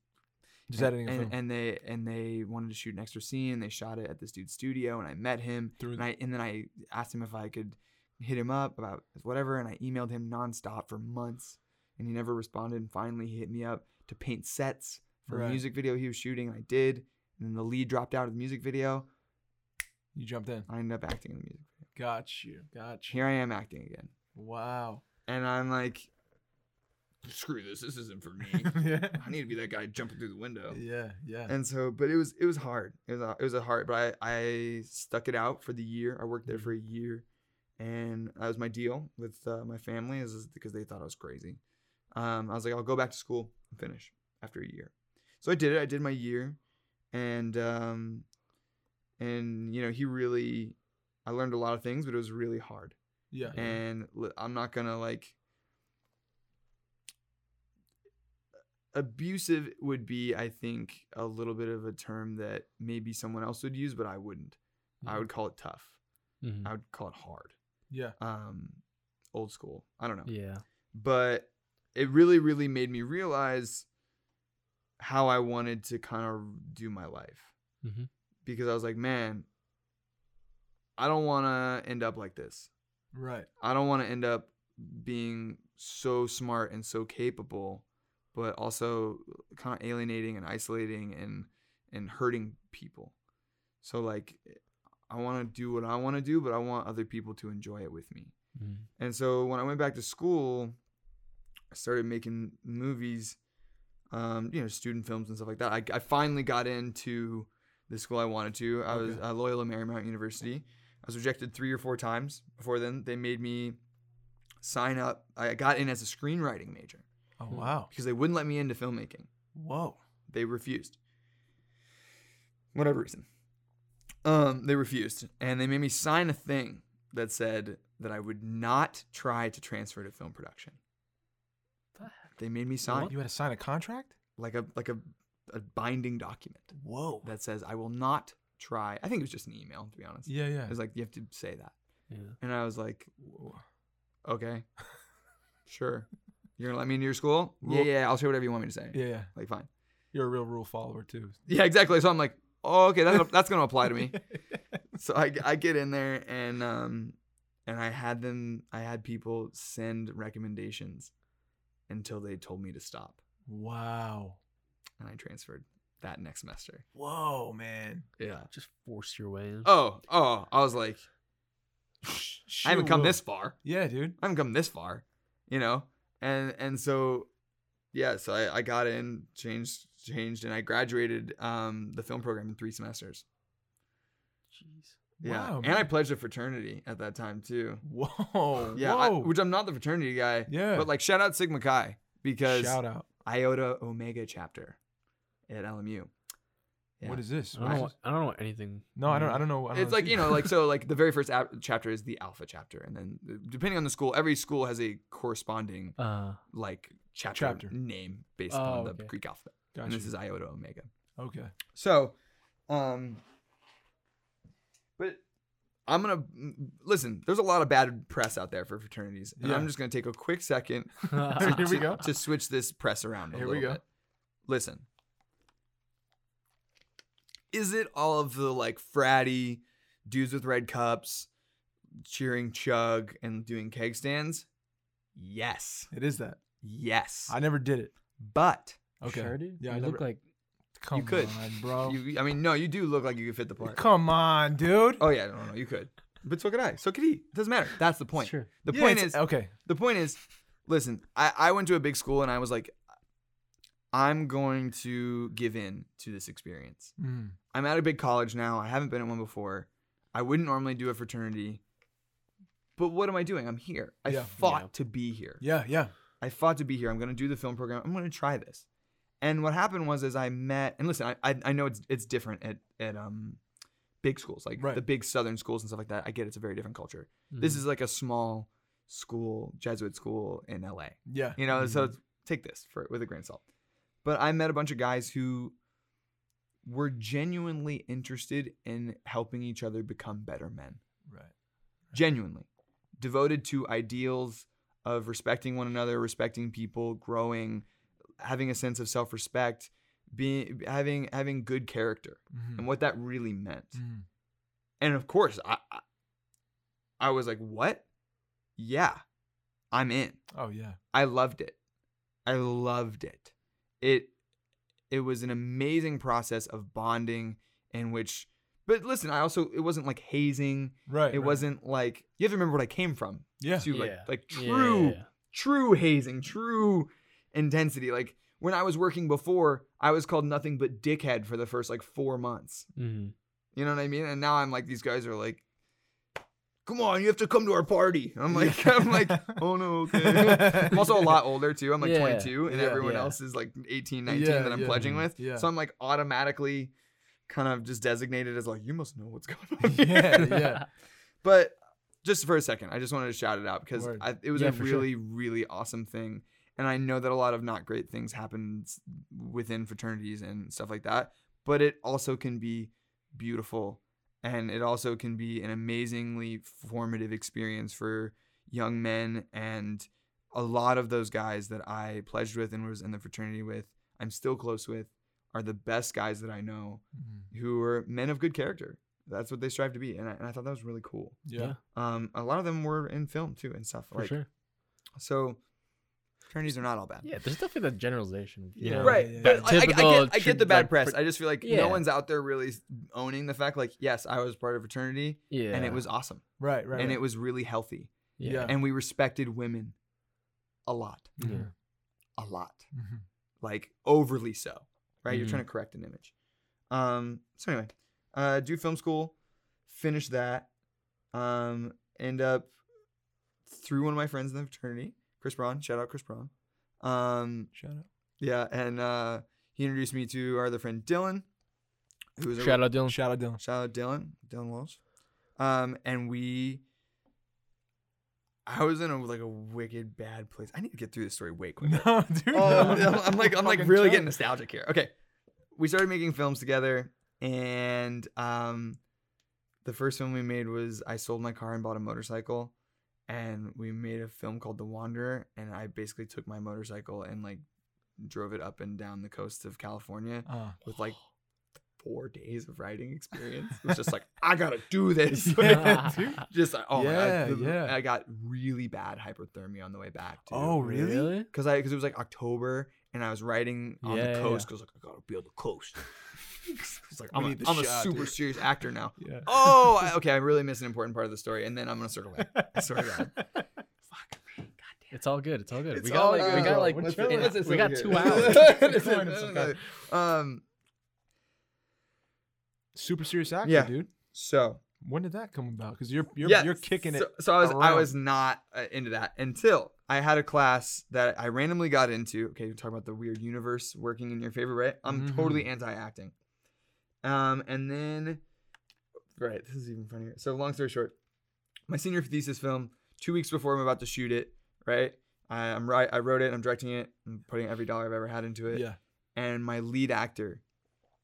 Speaker 2: Just
Speaker 1: and,
Speaker 2: editing a
Speaker 1: and,
Speaker 2: film.
Speaker 1: and they and they wanted to shoot an extra scene. and They shot it at this dude's studio, and I met him,
Speaker 2: Through
Speaker 1: and I and then I asked him if I could hit him up about whatever, and I emailed him nonstop for months, and he never responded. And finally, he hit me up to paint sets for a
Speaker 2: Right.
Speaker 1: music video he was shooting, and I did. And then the lead dropped out of the music video.
Speaker 2: you jumped in.
Speaker 1: I ended up acting in the music. video.
Speaker 2: Got you. Got you.
Speaker 1: Here I am acting again,
Speaker 2: Wow.
Speaker 1: and I'm like, screw this. This isn't for me.
Speaker 2: yeah.
Speaker 1: I need to be that guy jumping through the window.
Speaker 2: Yeah. Yeah.
Speaker 1: and so but it was it was hard it was a, it was a hard but i i stuck it out for the year i worked there for a year and that was my deal with uh, my family is is because they thought i was crazy um i was like i'll go back to school and finish after a year so i did it i did my year and um and you know he really i learned a lot of things but it was really hard
Speaker 2: yeah.
Speaker 3: Yeah.
Speaker 1: and li- I'm not gonna like abusive would be I think a little bit of a term that maybe someone else would use, but I wouldn't. I
Speaker 3: Mhm.
Speaker 1: would call it tough.
Speaker 3: Mhm.
Speaker 1: I would call it hard.
Speaker 2: Yeah.
Speaker 1: Um, old school. I don't know
Speaker 3: Yeah.
Speaker 1: but it really really made me realize how i wanted to kind of do my life
Speaker 3: Mhm.
Speaker 1: because i was like man i don't want to end up like this
Speaker 2: Right.
Speaker 1: i don't want to end up being so smart and so capable but also kind of alienating and isolating and and hurting people so like i want to do what i want to do but i want other people to enjoy it with me
Speaker 3: Mhm.
Speaker 1: and so when I went back to school, I started making movies, um, you know, student films and stuff like that. I, I finally got into the school I wanted to. I was
Speaker 2: Okay.
Speaker 1: uh, Loyola Marymount University. I was rejected three or four times before then. They made me sign up. I got in as a screenwriting major
Speaker 2: Oh
Speaker 3: Hmm.
Speaker 2: wow.
Speaker 1: because they wouldn't let me into filmmaking.
Speaker 2: Whoa.
Speaker 1: They refused. Whatever reason. Um, they refused. And they made me sign a thing that said that I would not try to transfer to film production.
Speaker 3: The
Speaker 1: They made me sign
Speaker 2: You had to sign a contract?
Speaker 1: like a like a, a binding document
Speaker 2: Whoa.
Speaker 1: that says I will not try. I think it was just an email, to be honest.
Speaker 2: yeah, yeah.
Speaker 1: It was like you have to say that.
Speaker 3: Yeah.
Speaker 1: And I was like,
Speaker 2: Whoa.
Speaker 1: okay. sure. You're gonna let me into your school? Yeah,
Speaker 2: Well-
Speaker 1: yeah, I'll say whatever you want me to say.
Speaker 2: Yeah, yeah.
Speaker 1: Like fine.
Speaker 2: You're a real rule follower too.
Speaker 1: Yeah, exactly. So I'm like, oh, okay, that's, that's gonna apply to me. so I, I get in there and um and I had them I had people send recommendations until they told me to stop
Speaker 2: wow.
Speaker 1: and I transferred that next semester.
Speaker 2: Whoa, man.
Speaker 1: Yeah.
Speaker 3: Just force your way in.
Speaker 1: Oh, oh, I was like I haven't come
Speaker 2: Sure.
Speaker 1: this far.
Speaker 2: Yeah, dude.
Speaker 1: I haven't come this far, you know? And and so yeah, so I, I got in, changed changed and I graduated um the film program in 3 semesters.
Speaker 3: Jeez.
Speaker 1: Yeah.
Speaker 2: Wow,
Speaker 1: and I
Speaker 2: man.
Speaker 1: pledged a fraternity at that time too.
Speaker 2: Whoa.
Speaker 1: Yeah, I-
Speaker 2: Whoa.
Speaker 1: which I'm not the fraternity guy.
Speaker 2: yeah.
Speaker 1: But like, shout out Sigma Chi because
Speaker 2: shout out.
Speaker 1: Iota Omega chapter at LMU.
Speaker 3: Yeah.
Speaker 2: What is this?
Speaker 3: I don't, know,
Speaker 2: What is-
Speaker 3: I don't know anything.
Speaker 2: no, I don't. I don't know. I don't
Speaker 1: It's
Speaker 2: know.
Speaker 1: like you know, like so, like the very first ap- chapter is the alpha chapter, and then uh, depending on the school, every school has a corresponding
Speaker 3: Uh,
Speaker 1: like chapter,
Speaker 2: Chapter.
Speaker 1: name based
Speaker 3: Oh,
Speaker 1: on the
Speaker 3: okay.
Speaker 1: Greek alphabet. And
Speaker 2: Gotcha.
Speaker 1: this is Iota Omega.
Speaker 2: Okay.
Speaker 1: So, um, but I'm gonna mm, listen. There's a lot of bad press out there for fraternities, and
Speaker 2: Yeah.
Speaker 1: I'm just gonna take a quick second to,
Speaker 2: Here we
Speaker 1: to-
Speaker 2: go.
Speaker 1: to switch this press around. A
Speaker 2: Here we
Speaker 1: little
Speaker 2: go.
Speaker 1: Bit. Listen, is it all of the like fratty dudes with red cups cheering chug and doing keg stands? Yes,
Speaker 2: It is that.
Speaker 1: yes.
Speaker 2: I never did it.
Speaker 1: but
Speaker 2: Okay.
Speaker 3: Sure, dude.
Speaker 2: Yeah, I
Speaker 3: you
Speaker 2: never-
Speaker 3: look like
Speaker 2: Come
Speaker 1: could.
Speaker 2: on, bro.
Speaker 1: you, I mean, no, you do look like you could fit the part.
Speaker 2: Oh. Come on, dude.
Speaker 1: Oh yeah, no, no, you could. But so could I. So could he. Doesn't matter. That's the point.
Speaker 3: Sure.
Speaker 1: The
Speaker 2: Yeah,
Speaker 1: point
Speaker 2: it's-
Speaker 1: is.
Speaker 2: okay.
Speaker 1: The point is. Listen, I, I went to a big school and I was like, I'm going to give in to this experience.
Speaker 2: Mm.
Speaker 1: I'm at a big college now. I haven't been at one before. I wouldn't normally do a fraternity. But what am I doing? I'm here. I
Speaker 2: Yeah.
Speaker 1: fought
Speaker 3: Yeah.
Speaker 1: to be here.
Speaker 2: Yeah, yeah.
Speaker 1: I fought to be here. I'm going to do the film program. I'm going to try this. And what happened was, is I met and listen. I I, I know it's it's different at at um big schools like
Speaker 2: Right. Mm-hmm.
Speaker 1: the big southern schools and stuff like that. I get it's a very different culture. This is like a small school, Jesuit school in L.A.
Speaker 2: Yeah.
Speaker 1: You know, so it's- take this for with a grain of salt. But I met a bunch of guys who were genuinely interested in helping each other become better men
Speaker 2: Right.
Speaker 1: genuinely devoted to ideals of respecting one another, respecting people, growing, having a sense of self-respect, being having having good character,
Speaker 2: Mhm.
Speaker 1: and what that really meant.
Speaker 2: Mhm.
Speaker 1: And of course, I I- I was like, "What? Yeah, I'm in.
Speaker 2: Oh yeah.
Speaker 1: I loved it. I loved it. It it was an amazing process of bonding in which but listen, I also it wasn't like hazing.
Speaker 2: Right.
Speaker 1: It
Speaker 2: right.
Speaker 1: wasn't like you have to remember what I came from
Speaker 2: Yeah.
Speaker 1: to like
Speaker 3: Mm-hmm. Yeah.
Speaker 1: like true true hazing, true intensity. Like when I was working before, I was called nothing but dickhead for the first like four months.
Speaker 3: Mm-hmm.
Speaker 1: You know what I mean? And now I'm like these guys are like, come on, you have to come to our party. And I'm like I'm like oh no okay. I'm also a lot older too. I'm like
Speaker 3: Yeah.
Speaker 1: 22, and
Speaker 2: Yeah.
Speaker 1: everyone
Speaker 3: Yeah.
Speaker 1: else is like 18, 19
Speaker 2: Yeah,
Speaker 1: that I'm
Speaker 2: yeah.
Speaker 1: pledging with.
Speaker 2: Yeah.
Speaker 1: So I'm like automatically kind of just designated as like you must know what's going on. here."
Speaker 2: yeah, yeah.
Speaker 1: But just for a second, I just wanted to shout it out because
Speaker 2: Word.
Speaker 1: I, it was
Speaker 3: Yeah,
Speaker 1: a
Speaker 3: for sure.
Speaker 1: really, really awesome thing. And I know that a lot of not great things happen s- within fraternities and stuff like that, but it also can be beautiful. And it also can be an amazingly formative experience for young men. And a lot of those guys that I pledged with and was in the fraternity with, I'm still close with, are the best guys that I know
Speaker 2: Mhm.
Speaker 1: who are men of good character. That's what they strive to be. And I, and I thought that was really cool
Speaker 2: Yeah.
Speaker 1: um a lot of them were in film too and stuff
Speaker 3: for
Speaker 1: like
Speaker 3: sure.
Speaker 1: so attorneys are not all bad
Speaker 3: Yeah, there's definitely that generalization. you
Speaker 2: Yeah.
Speaker 3: know?
Speaker 1: right
Speaker 2: yeah, yeah,
Speaker 1: but
Speaker 2: yeah.
Speaker 1: like, I, I
Speaker 3: Typical
Speaker 1: get, I get the
Speaker 3: tr-
Speaker 1: bad
Speaker 3: like,
Speaker 1: press
Speaker 3: fr-
Speaker 1: i just feel like
Speaker 3: Yeah.
Speaker 1: no one's out there really s- owning the fact like yes i was part of fraternity
Speaker 3: Yeah.
Speaker 1: and it was awesome
Speaker 2: Right. Right.
Speaker 1: and
Speaker 2: right.
Speaker 1: it was really healthy
Speaker 2: Yeah.
Speaker 1: and we respected women a lot
Speaker 2: Mhm.
Speaker 1: a lot
Speaker 2: Mhm.
Speaker 1: like overly so right you're
Speaker 3: Mhm.
Speaker 1: trying to correct an image um so anyway uh do film school finish that um end up through one of my friends in the fraternity chris braun shout out chris braun um
Speaker 2: Shout out.
Speaker 1: yeah and uh he introduced me to our other friend dylan who's
Speaker 3: Shout out Dylan.
Speaker 2: Shout out, Dylan.
Speaker 1: Shout out Dylan, Dylan Walsh. Um, and we, I was in a, like a wicked bad place. I need to get through this story way quicker.
Speaker 2: No, dude.
Speaker 1: Oh,
Speaker 2: no.
Speaker 1: I'm, I'm like I'm like
Speaker 2: Fucking
Speaker 1: really
Speaker 2: try.
Speaker 1: getting nostalgic here. Okay, we started making films together, and um, the first film we made was I sold my car and bought a motorcycle, and we made a film called The Wanderer, and I basically took my motorcycle and like drove it up and down the coast of California
Speaker 2: Uh,
Speaker 1: with like four days of riding experience. It was just like, I gotta do this.
Speaker 2: Yeah, dude.
Speaker 1: just like, oh my
Speaker 2: Yeah,
Speaker 1: god.
Speaker 2: yeah.
Speaker 1: I got really bad hyperthermia on the way back. Dude.
Speaker 2: Oh, really?
Speaker 1: Because I because it was like October and I was riding on
Speaker 3: Yeah,
Speaker 1: the
Speaker 3: yeah,
Speaker 1: coast because like I gotta be on the coast. it's like
Speaker 2: We
Speaker 1: I'm, a,
Speaker 2: need the
Speaker 1: I'm a
Speaker 2: shot,
Speaker 1: super
Speaker 2: dude.
Speaker 1: serious actor now.
Speaker 2: Yeah.
Speaker 1: Oh, I, okay. I really missed an important part of the story, and then I'm gonna circle back. I swear to God. Fuck me. God damn.
Speaker 3: It's all good. It's all good.
Speaker 1: It's
Speaker 3: we got
Speaker 1: all
Speaker 3: like we
Speaker 1: good,
Speaker 3: got
Speaker 1: bro.
Speaker 3: like
Speaker 2: We're
Speaker 3: in-
Speaker 2: chilling. What's
Speaker 1: this
Speaker 3: we got
Speaker 1: over
Speaker 3: two
Speaker 1: here?
Speaker 3: hours.
Speaker 1: It's
Speaker 2: Fine,
Speaker 1: okay.
Speaker 2: it's okay.
Speaker 1: um.
Speaker 2: Super serious actor,
Speaker 1: Yeah.
Speaker 2: dude.
Speaker 1: So
Speaker 2: When did that come about? Because you're you're
Speaker 1: Yeah,
Speaker 2: you're kicking
Speaker 1: so,
Speaker 2: it.
Speaker 1: So I was I
Speaker 2: around.
Speaker 1: was not uh, into that until I had a class that I randomly got into. Okay, you're talking about the weird universe working in your favor, right? I'm
Speaker 2: Mhm.
Speaker 1: totally anti acting, Um, and then, right, this is even funnier. So, long story short, my senior thesis film, two weeks before I'm about to shoot it, right? I, I'm right. I wrote it. I'm directing it. I'm putting every dollar I've ever had into it.
Speaker 2: Yeah.
Speaker 1: And my lead actor,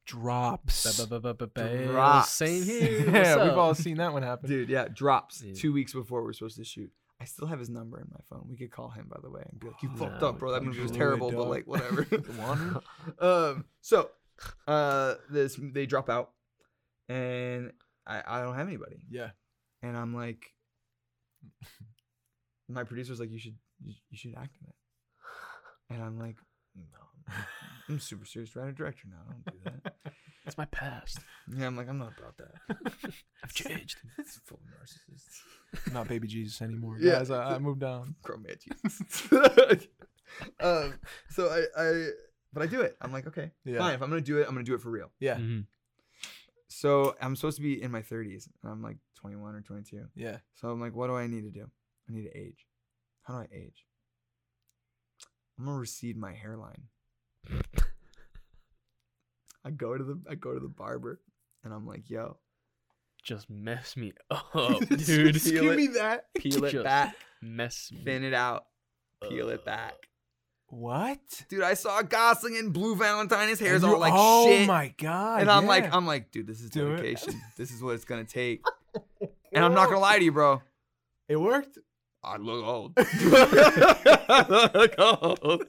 Speaker 2: Drops.
Speaker 3: Ba-ba-ba-ba-ba. Same
Speaker 1: Drops.
Speaker 3: here.
Speaker 2: yeah,
Speaker 3: What's
Speaker 2: we've
Speaker 3: up?
Speaker 2: all seen that one happen.
Speaker 1: dude, yeah, drops
Speaker 3: Yeah.
Speaker 1: two weeks before we're supposed to shoot. I still have his number in my phone. We could call him, by the way, and be like, "You
Speaker 3: Oh,
Speaker 1: fucked
Speaker 3: no,
Speaker 1: up, bro. That
Speaker 2: we
Speaker 1: movie was
Speaker 2: totally
Speaker 1: terrible, but
Speaker 2: don't.
Speaker 1: like, whatever."
Speaker 2: Wander?
Speaker 1: um, so, uh, this they drop out, and I, I don't have anybody,
Speaker 2: Yeah.
Speaker 1: and I'm like, my producer's like, "You should you, you should act in it," and I'm like, "No, I'm- I'm a super serious writer director now. I don't do that."
Speaker 3: That's my past.
Speaker 1: Yeah, I'm like, I'm not about that.
Speaker 3: I've changed.
Speaker 1: It's full of narcissists.
Speaker 2: I'm not baby Jesus anymore.
Speaker 1: Yeah.
Speaker 2: Guys, I, I moved on.
Speaker 1: Grown man Jesus. um, so I, I, but I do it. I'm like, okay,
Speaker 2: Yeah.
Speaker 1: fine. If I'm gonna do it, I'm gonna do it for real.
Speaker 2: Yeah.
Speaker 3: Mhm.
Speaker 1: So I'm supposed to be in my 30s, and I'm like 21 or 22.
Speaker 2: Yeah.
Speaker 1: So I'm like, what do I need to do? I need to age. How do I age? I'm gonna recede my hairline. I go to the I go to the barber, and I'm like, yo,
Speaker 3: Just mess me up, Oh, dude.
Speaker 1: just give me that, peel it
Speaker 3: Just
Speaker 1: back,
Speaker 3: Mess me.
Speaker 1: thin it out, peel
Speaker 3: up.
Speaker 1: it back.
Speaker 2: What?
Speaker 1: dude, I saw Gosling and Blue Valentine. His hair's
Speaker 2: And you-
Speaker 1: all like
Speaker 2: oh
Speaker 1: shit.
Speaker 2: my god.
Speaker 1: and I'm like, um,
Speaker 2: yeah.
Speaker 1: I'm like, dude, this is
Speaker 2: Do it.
Speaker 1: dedication. this is what it's gonna take. And I'm not gonna lie to you, bro.
Speaker 2: it worked.
Speaker 1: I look old. I look old.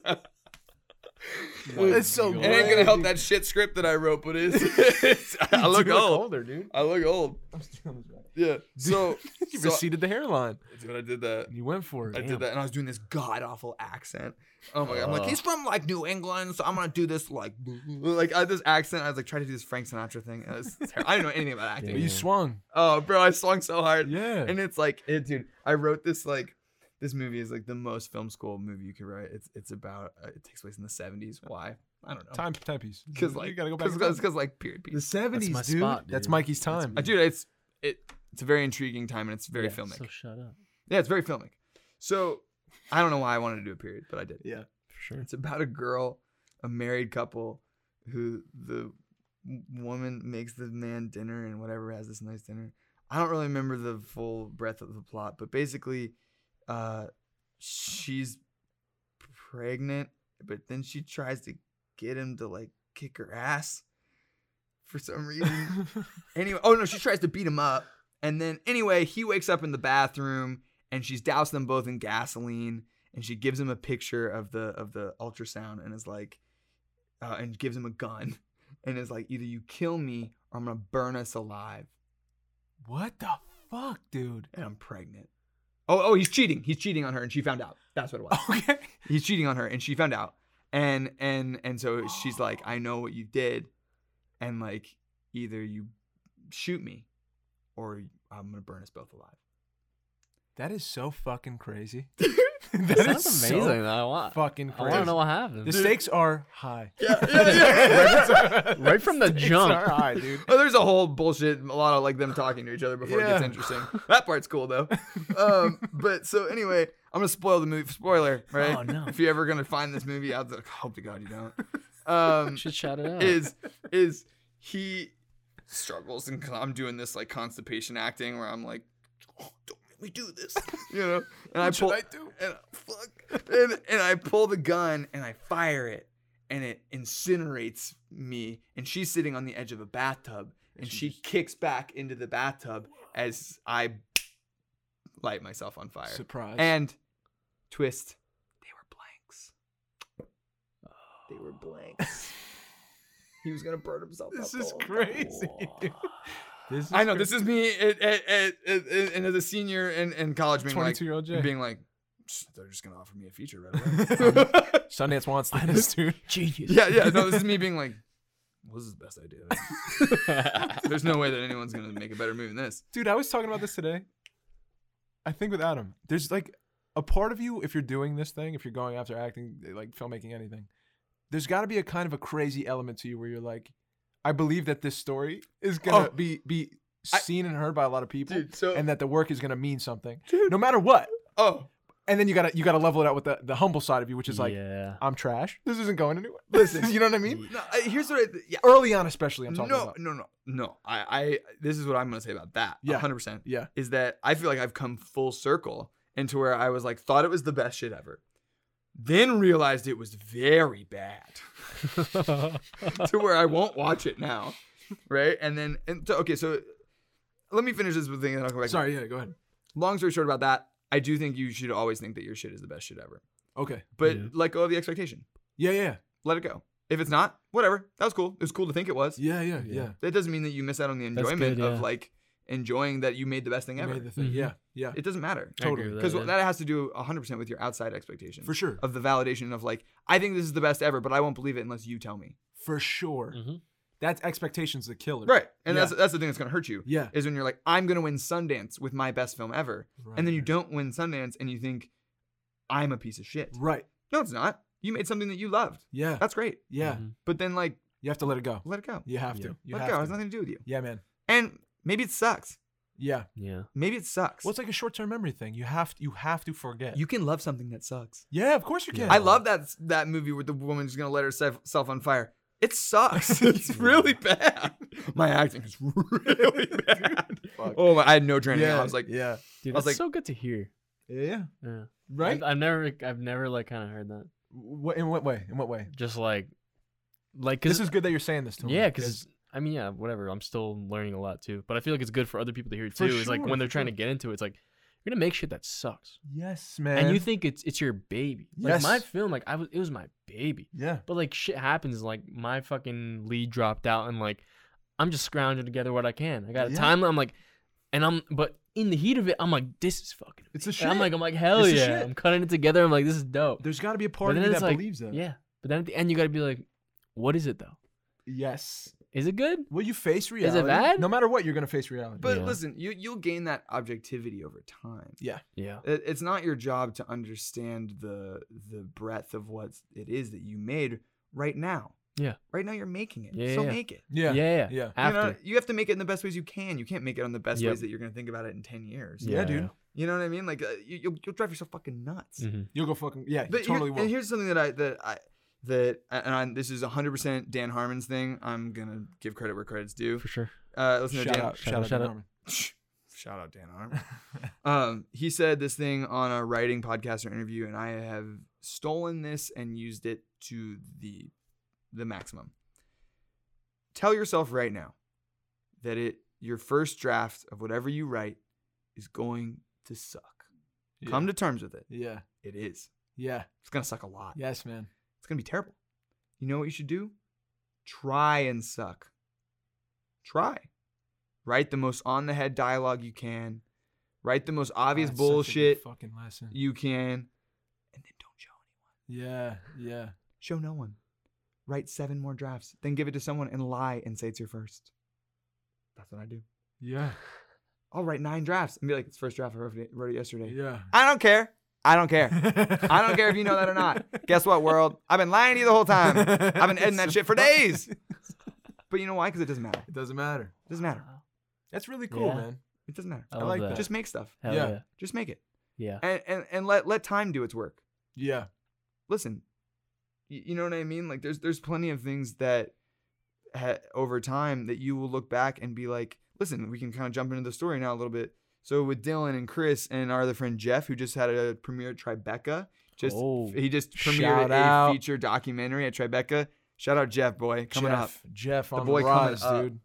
Speaker 2: It's so
Speaker 1: It
Speaker 2: good.
Speaker 1: ain't gonna help that shit script that I wrote, but it's, it's I look old.
Speaker 2: older, dude.
Speaker 1: I look old.
Speaker 2: I'm still on this back.
Speaker 1: Yeah. So,
Speaker 2: You
Speaker 1: so
Speaker 2: receded the hairline.
Speaker 1: that's what I did that.
Speaker 2: You went for it.
Speaker 1: I
Speaker 3: Damn.
Speaker 1: did that, and I was doing this god awful accent. Oh my god! I'm like,
Speaker 3: Ugh.
Speaker 1: he's from like New England, so I'm gonna do this like, like I had this accent. I was like trying to do this Frank Sinatra thing. and It was terrible. I didn't know anything about
Speaker 2: But
Speaker 1: acting.
Speaker 2: you
Speaker 3: Yeah.
Speaker 2: swung.
Speaker 1: Oh, bro, I swung so hard,
Speaker 2: Yeah.
Speaker 1: and it's like, it, dude, I wrote this like, this movie is like the most film school movie you could write. It's it's about uh, it takes place in the 70s. Why? I don't know.
Speaker 2: time time piece.
Speaker 1: Because like,
Speaker 2: you gotta go back. in time.
Speaker 1: because like period
Speaker 2: the
Speaker 1: piece.
Speaker 2: seventies,
Speaker 3: my
Speaker 2: dude.
Speaker 3: spot,
Speaker 2: That's
Speaker 3: dude.
Speaker 2: Mikey's
Speaker 3: That's
Speaker 2: time.
Speaker 1: Uh, dude, it's it it's a very intriguing time, and it's very
Speaker 3: Yeah,
Speaker 1: filmic.
Speaker 3: So shut up.
Speaker 1: yeah, it's very filmic. So I don't know why I wanted to do a period, but I did.
Speaker 3: For sure.
Speaker 1: It's about a girl, a married couple, who the w- woman makes the man dinner and whatever has this nice dinner. I don't really remember the full breadth of the plot, but basically, uh, she's pregnant, but then she tries to get him to like kick her ass for some reason. Anyway, oh no, she tries to beat him up, and then anyway, he wakes up in the bathroom, and she's doused them both in gasoline, and she gives him a picture of the of the ultrasound, and is like, uh, and gives him a gun, and is like, either you kill me or I'm gonna burn us alive,
Speaker 2: what the fuck, dude?
Speaker 1: and I'm pregnant. Oh, oh, he's cheating. He's cheating on her, and she found out. That's what it was.
Speaker 2: Okay.
Speaker 1: he's cheating on her, and she found out, and and and so she's like, I know what you did, and like, either you shoot me, or I'm gonna burn us both alive.
Speaker 2: That is so fucking crazy. that
Speaker 3: That's
Speaker 2: is
Speaker 3: amazing.
Speaker 2: amazing.
Speaker 3: I want.
Speaker 2: fucking
Speaker 3: I
Speaker 2: crazy.
Speaker 3: want to know what happened.
Speaker 2: the stakes are high.
Speaker 1: Yeah, yeah, yeah.
Speaker 3: right from the
Speaker 2: Stakes
Speaker 3: jump.
Speaker 2: are high, dude.
Speaker 1: Oh, there's a whole bullshit, a lot of like them talking to each other before it gets
Speaker 2: Yeah.
Speaker 1: interesting. That part's cool though. Um, but so anyway, I'm gonna spoil the movie. Spoiler, right?
Speaker 3: Oh, no.
Speaker 1: If you're ever gonna find this movie out, there, hope to God you don't. Um,
Speaker 3: Should shout it out.
Speaker 1: is is he struggles and I'm doing this like constipation acting where I'm like, oh, don't make me do this, you know? And I pull,
Speaker 2: do?
Speaker 1: and fuck, and, and I pull the gun and I fire it, and it incinerates me. And she's sitting on the edge of a bathtub, and she kicks back into the bathtub as I light myself on fire.
Speaker 2: Surprise.
Speaker 1: And twist, they were blanks. They were blanks. he was gonna burn himself.
Speaker 2: this
Speaker 1: up
Speaker 2: is
Speaker 1: all-
Speaker 2: crazy, dude. This is
Speaker 1: I know. This is me at, at, at, at, and as a senior in, in college being like,
Speaker 2: twenty-two year old Jay.
Speaker 1: and being like, "Psh, they're just gonna offer me a feature right away. Um,
Speaker 2: Sundance wants this, dude.
Speaker 3: genius.
Speaker 1: yeah, yeah. No, this is me being like, "What is the best idea? There's no way that anyone's gonna make a better movie than this."
Speaker 2: Dude, I was talking about this today. I think with Adam, there's like a part of you if you're doing this thing, if you're going after acting, eh, like filmmaking, anything. There's got to be a kind of a crazy element to you where you're like, I believe that this story is gonna
Speaker 1: Oh.
Speaker 2: be be
Speaker 1: I-
Speaker 2: seen and heard by a lot of people,
Speaker 1: Dude, so-
Speaker 2: and that the work is gonna mean something,
Speaker 1: Dude.
Speaker 2: no matter what.
Speaker 1: Oh,
Speaker 2: and then you gotta you gotta level it out with the, the humble side of you, which is like
Speaker 3: yeah.
Speaker 2: I'm trash. This isn't going anywhere. Listen, you know what I mean?
Speaker 1: No, I, here's what I th- yeah.
Speaker 2: Early on, especially, I'm
Speaker 1: No,
Speaker 2: talking about.
Speaker 1: no, no, no. I, I, this is what I'm gonna say about that.
Speaker 2: Yeah.
Speaker 1: 100. percent
Speaker 2: Yeah,
Speaker 1: Is that I feel like I've come full circle into where I was like thought it was the best shit ever, then realized it was very bad. to where I won't watch it now, right? And then, and so, okay, so let me finish this thing, and I'll come back.
Speaker 2: sorry. Yeah, go ahead.
Speaker 1: Long story short about that, I do think you should always think that your shit is the best shit ever,
Speaker 2: Okay.
Speaker 1: but
Speaker 3: Yeah.
Speaker 1: let go of the expectation.
Speaker 2: Yeah, yeah,
Speaker 1: Let it go. If it's not, whatever. That was cool. It was cool to think it was.
Speaker 2: yeah, yeah,
Speaker 3: Yeah.
Speaker 2: yeah.
Speaker 1: That doesn't mean that you miss out on the
Speaker 3: That's
Speaker 1: enjoyment
Speaker 3: good, yeah.
Speaker 1: of like enjoying that you made the best thing
Speaker 2: You
Speaker 1: ever.
Speaker 2: made the thing.
Speaker 3: Mhm.
Speaker 2: Yeah, yeah,
Speaker 1: it doesn't matter
Speaker 3: I agree
Speaker 2: Totally.
Speaker 3: with
Speaker 1: because
Speaker 3: that, yeah.
Speaker 1: that has to do 100% with your outside expectation
Speaker 2: uh, for sure,
Speaker 1: of the validation of like I think this is the best ever, but I won't believe it unless you tell me.
Speaker 2: for sure.
Speaker 3: Mhm.
Speaker 2: That's expectations the killer.
Speaker 1: Right, and
Speaker 2: Yeah.
Speaker 1: that's that's the thing that's gonna hurt you.
Speaker 2: Yeah.
Speaker 1: is when you're like, I'm gonna win Sundance with my best film ever,
Speaker 2: Right.
Speaker 1: and then you don't win Sundance, and you think, I'm a piece of shit.
Speaker 2: Right.
Speaker 1: No, it's not. You made something that you loved.
Speaker 2: Yeah.
Speaker 1: That's great.
Speaker 2: yeah.
Speaker 3: Mhm.
Speaker 1: But then like,
Speaker 2: You have to let it go.
Speaker 1: let it go.
Speaker 2: You have
Speaker 3: Yeah.
Speaker 2: to. You
Speaker 1: let it
Speaker 2: have
Speaker 1: go. It
Speaker 2: to.
Speaker 1: has nothing to do with you.
Speaker 2: Yeah, man.
Speaker 1: And maybe it sucks.
Speaker 2: Yeah.
Speaker 3: Yeah.
Speaker 1: Maybe it sucks.
Speaker 2: Well, it's like a short-term memory thing. You have you have to forget.
Speaker 1: you can love something that sucks.
Speaker 2: yeah, of course you can.
Speaker 1: I love that that movie with the woman who's gonna let herself on fire. It sucks. It's really bad. My acting is really bad. Oh, my, I had no training.
Speaker 2: Yeah.
Speaker 1: I was like,
Speaker 2: yeah,
Speaker 3: Dude,
Speaker 1: I was
Speaker 3: that's
Speaker 1: like-
Speaker 3: so good to hear.
Speaker 2: yeah.
Speaker 3: Yeah.
Speaker 2: Right.
Speaker 3: I've, I've never, I've never like kind of heard that.
Speaker 2: What, in what way? In what way?
Speaker 3: Just like, like,
Speaker 2: This
Speaker 3: cause
Speaker 2: is good that you're saying this to me.
Speaker 3: yeah, cause I mean, yeah, whatever. I'm still learning a lot too, but I feel like it's good for other people to hear too.
Speaker 2: For
Speaker 3: Is like
Speaker 2: sure,
Speaker 3: when they're
Speaker 2: for
Speaker 3: trying to
Speaker 2: sure.
Speaker 3: get into it, it's like you're gonna make shit that sucks,
Speaker 2: yes, man.
Speaker 3: and you think it's it's your baby. Like my
Speaker 2: Yes.
Speaker 3: film, like I was, it was my baby.
Speaker 2: yeah,
Speaker 3: But like shit happens. Like my fucking lead dropped out, and like I'm just scrounging together what I can. I got a
Speaker 2: Yeah.
Speaker 3: timeline. I'm like, and I'm but in the heat of it, I'm like, this is fucking.
Speaker 2: it's a shit.
Speaker 3: And I'm like, I'm like, hell
Speaker 2: It's the
Speaker 3: yeah!
Speaker 2: shit.
Speaker 3: I'm cutting it together. I'm like, this is dope.
Speaker 2: There's got to be a part
Speaker 3: then
Speaker 2: of you
Speaker 3: it's
Speaker 2: that
Speaker 3: like-
Speaker 2: believes that.
Speaker 3: Yeah, but then at the end, you gotta be like, what is it though?
Speaker 2: Yes.
Speaker 3: Is it good?
Speaker 2: Well, you face
Speaker 3: it
Speaker 2: reality.
Speaker 3: bad?
Speaker 2: No matter what, you're gonna face reality.
Speaker 1: but
Speaker 3: Yeah.
Speaker 1: listen, you you'll gain that objectivity over time.
Speaker 3: Yeah.
Speaker 1: It, it's not your job to understand the the breadth of what it is that you made right now.
Speaker 3: Yeah.
Speaker 1: Right now you're making it.
Speaker 3: Yeah,
Speaker 1: so
Speaker 3: yeah.
Speaker 1: make it.
Speaker 2: yeah,
Speaker 3: Yeah. Yeah.
Speaker 2: yeah.
Speaker 1: You know,
Speaker 3: After.
Speaker 1: you have to make it in the best ways you can. You can't make it on the best
Speaker 3: Yep.
Speaker 1: ways that you're going to think about it in 10 years.
Speaker 2: Yeah, dude.
Speaker 1: You know what I mean? Like uh, you, you'll, you'll drive yourself fucking nuts.
Speaker 3: Mhm.
Speaker 2: you'll go fucking yeah.
Speaker 1: But
Speaker 2: you
Speaker 1: here-
Speaker 2: totally will.
Speaker 1: and here's something that I that I that and I, this is 100% Dan Harmon's thing. I'm going to give credit where credit's due.
Speaker 3: For sure.
Speaker 1: Uh listen to
Speaker 2: shout
Speaker 1: Dan
Speaker 2: out,
Speaker 3: shout
Speaker 2: shout
Speaker 3: out,
Speaker 2: out,
Speaker 3: shout out.
Speaker 2: Norman.
Speaker 1: Shout out Dan Harmon. um, he said this thing on a writing podcast or interview, and I have stolen this and used it to the the maximum. Tell yourself right now that it your first draft of whatever you write is going to suck.
Speaker 2: Yeah.
Speaker 1: Come to terms with it.
Speaker 2: Yeah,
Speaker 1: It is.
Speaker 2: yeah.
Speaker 1: It's gonna suck a lot.
Speaker 2: Yes, man.
Speaker 1: It's gonna be terrible. You know what you should do? Try and suck. Try. Write the most on the head dialogue you can. Write the most obvious
Speaker 2: That's such a good
Speaker 1: bullshit
Speaker 2: Fucking lesson.
Speaker 1: you can. And then don't show anyone.
Speaker 2: Yeah, yeah.
Speaker 1: Show no one. Write seven more drafts. Then give it to someone and lie and say it's your first. That's what I do.
Speaker 2: Yeah.
Speaker 1: I'll write nine drafts and be like, it's the first draft I wrote it- wrote it yesterday.
Speaker 2: Yeah.
Speaker 1: I don't care. I don't care.
Speaker 2: I
Speaker 1: I don't care if you know that or not. Guess what, world? I've been lying to you the whole time. I've been editing that shit for days. But you know why? Because it doesn't matter.
Speaker 2: It doesn't matter.
Speaker 1: It doesn't matter.
Speaker 2: That's really cool,
Speaker 3: Yeah.
Speaker 2: man.
Speaker 1: It doesn't matter.
Speaker 3: I, love
Speaker 2: like
Speaker 3: that.
Speaker 2: that.
Speaker 1: Just make stuff.
Speaker 3: Hell
Speaker 2: yeah.
Speaker 3: yeah.
Speaker 1: Just make it.
Speaker 3: Yeah.
Speaker 1: And and, and let, let time do its work.
Speaker 2: Yeah.
Speaker 1: Listen, y- you know what I mean? Like there's there's plenty of things that ha- over time that you will look back and be like, listen, we can kind of jump into the story now a little bit. So with Dylan and Chris and our other friend Jeff, who just had a premiere at Tribeca, just
Speaker 3: Oh.
Speaker 1: he just
Speaker 2: Shout
Speaker 1: premiered a
Speaker 2: out.
Speaker 1: feature documentary at Tribeca. Shout out Jeff, boy, coming up.
Speaker 2: Jeff, Jeff
Speaker 1: The
Speaker 2: on the,
Speaker 1: boy coming
Speaker 2: rise,
Speaker 1: up.
Speaker 2: dude.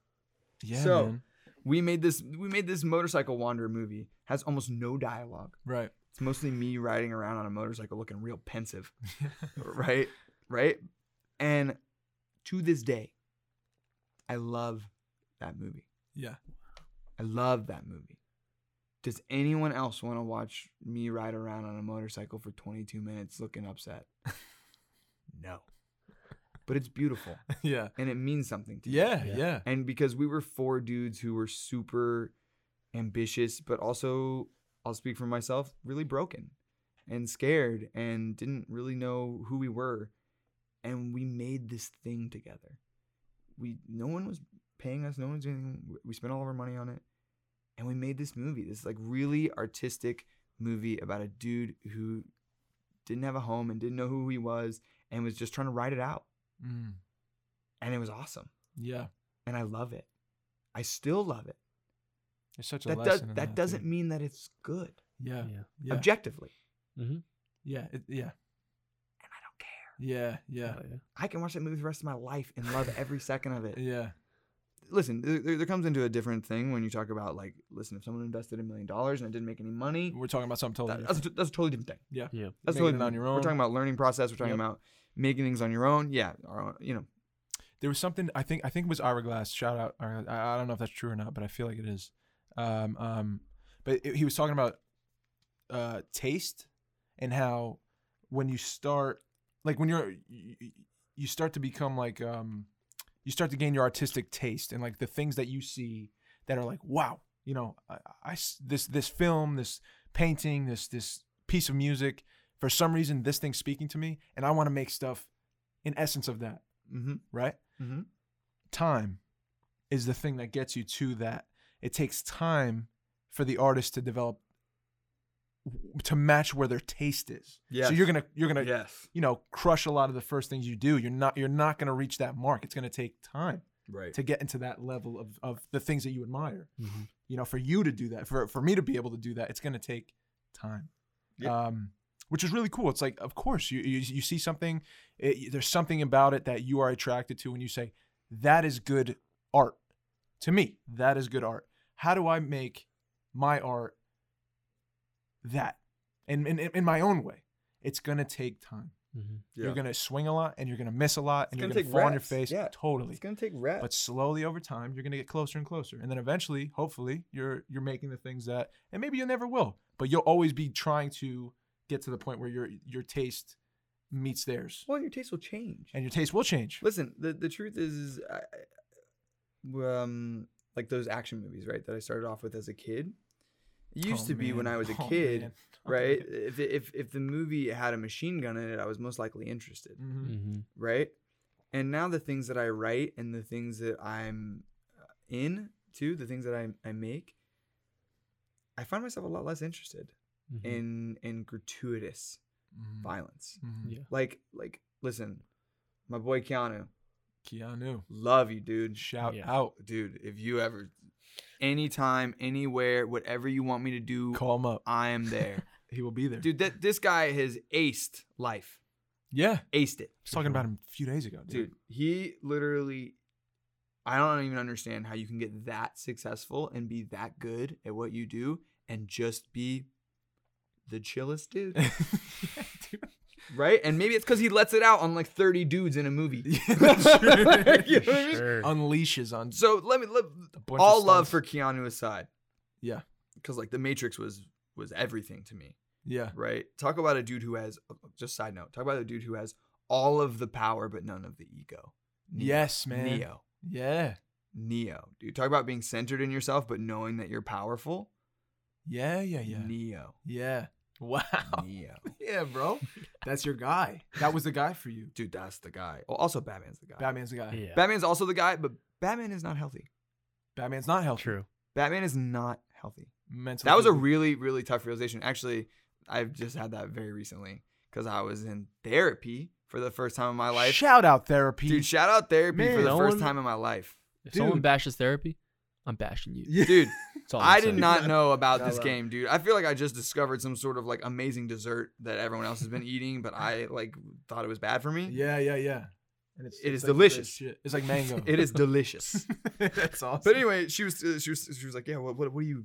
Speaker 2: Yeah,
Speaker 1: So-
Speaker 2: man.
Speaker 1: We made this we made this motorcycle wanderer movie. Has almost no dialogue.
Speaker 2: Right.
Speaker 1: It's mostly me riding around on a motorcycle looking real pensive. right? Right? And to this day, I love that movie.
Speaker 2: Yeah.
Speaker 1: I love that movie. Does anyone else want to watch me ride around on a motorcycle for 22 minutes looking upset? no. But it's beautiful
Speaker 2: yeah.
Speaker 1: and it means something to me
Speaker 2: Yeah.
Speaker 3: Yeah.
Speaker 2: Yeah.
Speaker 1: and because we were four dudes who were super ambitious but also i'll speak for myself really broken and scared and didn't really know who we were and we made this thing together we no one was paying us no one's doing anything we spent all of our money on it and we made this movie this like really artistic movie about a dude who didn't have a home and didn't know who he was and was just trying to ride it out.
Speaker 2: Mm.
Speaker 1: And it was awesome.
Speaker 2: Yeah.
Speaker 1: And I love it. I still love it.
Speaker 2: There's such a
Speaker 1: That does
Speaker 2: lesson. in
Speaker 1: that,
Speaker 2: dude.
Speaker 1: doesn't mean that it's good
Speaker 2: Yeah.
Speaker 3: Yeah.
Speaker 2: Yeah.
Speaker 1: objectively.
Speaker 3: Mm-hmm.
Speaker 2: yeah. It, yeah.
Speaker 1: And I don't care.
Speaker 2: Yeah. Yeah.
Speaker 3: Oh, yeah.
Speaker 1: I can watch that movie the rest of my life and love every second of it.
Speaker 2: Yeah.
Speaker 1: listen, there- there, there comes into a different thing when you talk about like, listen, if someone invested a million dollars and it didn't make any money,
Speaker 2: We're talking about something totally
Speaker 1: that, that's, a,
Speaker 2: different.
Speaker 1: that's a totally different thing.
Speaker 2: Yeah.
Speaker 3: Yeah.
Speaker 1: That's
Speaker 2: Making
Speaker 1: totally
Speaker 2: it on
Speaker 1: different.
Speaker 2: your
Speaker 1: We're
Speaker 2: own.
Speaker 1: talking about learning process. We're talking
Speaker 2: Yep.
Speaker 1: about making things on your own. Yeah, our own- you know,
Speaker 2: There was something I think I think it was Ira Glass. Shout out. Ira, I, I don't know if that's true or not, but I feel like it is. Um, um, but it- he was talking about uh, taste and how when you start, like when you're, you, you start to become like, um, you start to gain your artistic taste and like the things that you see that are like, wow, you know, I, I s- this this film, this painting, this this piece of music, for some reason, this thing's speaking to me, and I want to make stuff in essence of that,
Speaker 1: mm-hmm,
Speaker 2: right?
Speaker 1: mm-hmm.
Speaker 2: time is the thing that gets you to that. It takes time for the artist to develop to match where their taste is. So you're gonna you're gonna
Speaker 1: yes,
Speaker 2: you know crush a lot of the first things you do. You're not you're not gonna reach that mark. It's gonna take time
Speaker 1: right, Mm-hmm.
Speaker 2: to get into that level of of the things that you admire.
Speaker 3: Mhm.
Speaker 2: You know, for you to do that, for for me to be able to do that, it's gonna take time.
Speaker 1: Yeah.
Speaker 2: Um, which is really cool. It's like, of course, you you, you see something. It, there's something about it that you are attracted to, and you say, "That is good art." To me, that is good art. How do I make my art that, and in, in, in my own way? It's gonna take time.
Speaker 3: Mm-hmm.
Speaker 2: You're gonna swing a lot, and you're gonna miss a lot, and
Speaker 1: It's gonna
Speaker 2: you're
Speaker 1: take
Speaker 2: gonna fall on your
Speaker 1: reps.
Speaker 2: face.
Speaker 1: Yeah.
Speaker 2: Totally
Speaker 1: It's gonna take reps.
Speaker 2: but slowly over time you're going to get closer and closer and then eventually hopefully you're you're making the things that and maybe you never will but you'll always be trying to get to the point where your your taste meets theirs
Speaker 1: well, your taste will change.
Speaker 2: and your taste will change
Speaker 1: Listen, the the truth is, is I, I- um, like those action movies, right? That I started off with as a kid. It used
Speaker 2: Oh,
Speaker 1: to be when
Speaker 2: man.
Speaker 1: I was a
Speaker 2: Oh,
Speaker 1: kid,
Speaker 2: man. Oh,
Speaker 1: right? If, if if the movie had a machine gun in it, I was most likely interested,
Speaker 2: man. Mhm.
Speaker 3: Mm-hmm.
Speaker 1: right? And now the things that I write and the things that I'm uh, in to, the things that I, I make, I find myself a lot less interested
Speaker 3: Mm-hmm.
Speaker 2: Mm-hmm.
Speaker 1: in in gratuitous
Speaker 2: Mhm.
Speaker 1: violence.
Speaker 2: Mhm.
Speaker 3: Yeah.
Speaker 1: Like like listen, my boy Keanu,
Speaker 2: keanu
Speaker 1: love you, dude.
Speaker 2: shout
Speaker 3: Yeah.
Speaker 2: out
Speaker 1: Dude, if you ever anytime, anywhere, whatever you want me to do,
Speaker 2: call him up
Speaker 1: I am there.
Speaker 2: he will be there
Speaker 1: dude that this guy has aced life
Speaker 2: yeah i
Speaker 1: aced it
Speaker 2: was talking about him a few days ago
Speaker 1: dude he literally i don't even understand how you can get that successful and be that good at what you do and just be the chillest dude
Speaker 2: yeah, dude.
Speaker 1: right and maybe it's because he lets it out on like 30 dudes in a movie
Speaker 2: Yeah, that's true.
Speaker 1: Like, you know what I mean?
Speaker 3: Sure.
Speaker 2: unleashes on
Speaker 1: so let me let,
Speaker 2: a bunch of
Speaker 1: all love for
Speaker 2: stunts.
Speaker 1: keanu aside
Speaker 2: Yeah.
Speaker 1: because like the matrix was was everything to me
Speaker 2: yeah
Speaker 1: right talk about a dude who has uh, just side note talk about a dude who has all of the power but none of the ego Neo.
Speaker 2: yes man
Speaker 1: Neo.
Speaker 2: yeah
Speaker 1: Neo. Dude, talk about being centered in yourself, but knowing that you're powerful.
Speaker 2: yeah yeah yeah
Speaker 1: Neo.
Speaker 2: Yeah. Wow.
Speaker 1: Neo.
Speaker 2: Yeah, bro. That's your guy. That was the guy for you.
Speaker 1: Dude, that's the guy. Well, also Batman's the guy.
Speaker 2: Batman's the guy.
Speaker 3: Yeah.
Speaker 1: Batman's also the guy, but Batman is not healthy.
Speaker 2: Batman's not healthy.
Speaker 3: True.
Speaker 1: Batman is not healthy.
Speaker 2: Mentally.
Speaker 1: That was a
Speaker 2: physically.
Speaker 1: really, really tough realization. Actually, I've just had that very recently because I was in therapy for the first time in my life.
Speaker 2: shout out therapy.
Speaker 1: Dude, shout out therapy
Speaker 2: Man,
Speaker 1: for the
Speaker 3: no
Speaker 1: first
Speaker 3: one-
Speaker 1: time in my life.
Speaker 3: If someone
Speaker 2: Dude.
Speaker 3: bashes therapy, I'm bashing you.
Speaker 2: Yeah.
Speaker 1: Dude,
Speaker 3: Oh, That's all I'm
Speaker 1: I did
Speaker 3: saying.
Speaker 1: not know about
Speaker 2: Not
Speaker 1: this
Speaker 2: allowed.
Speaker 1: game, dude. I feel like I just discovered some sort of like amazing dessert that everyone else has been eating, but I like thought it was bad for me.
Speaker 2: Yeah, yeah, yeah. And it's,
Speaker 1: It is
Speaker 2: like the
Speaker 1: delicious.
Speaker 2: shit. It's like mango.
Speaker 1: It is delicious.
Speaker 2: That's awesome.
Speaker 1: but anyway, she was uh, she was she was like, yeah, what, what what do you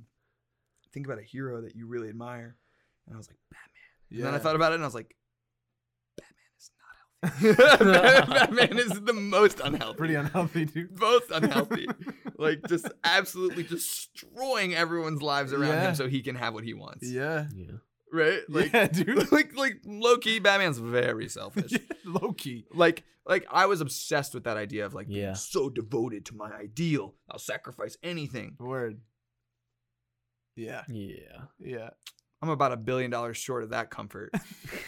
Speaker 1: think about a hero that you really admire? And I was like, Batman.
Speaker 2: yeah.
Speaker 1: And then I thought about it, and I was like, Batman is not healthy. Batman is the most unhealthy.
Speaker 2: pretty unhealthy, dude.
Speaker 1: Both unhealthy. like just absolutely destroying everyone's lives around
Speaker 2: Yeah.
Speaker 1: him so he can have what he wants.
Speaker 2: Yeah.
Speaker 3: Yeah.
Speaker 1: Right? Like
Speaker 2: yeah, dude.
Speaker 1: like like low key Batman's very selfish.
Speaker 2: Low key.
Speaker 1: Like like I was obsessed with that idea of like being
Speaker 3: Yeah.
Speaker 1: so devoted to my ideal, I'll sacrifice anything.
Speaker 2: Word. Yeah.
Speaker 3: Yeah.
Speaker 2: Yeah.
Speaker 1: I'm about a billion dollars short of that comfort.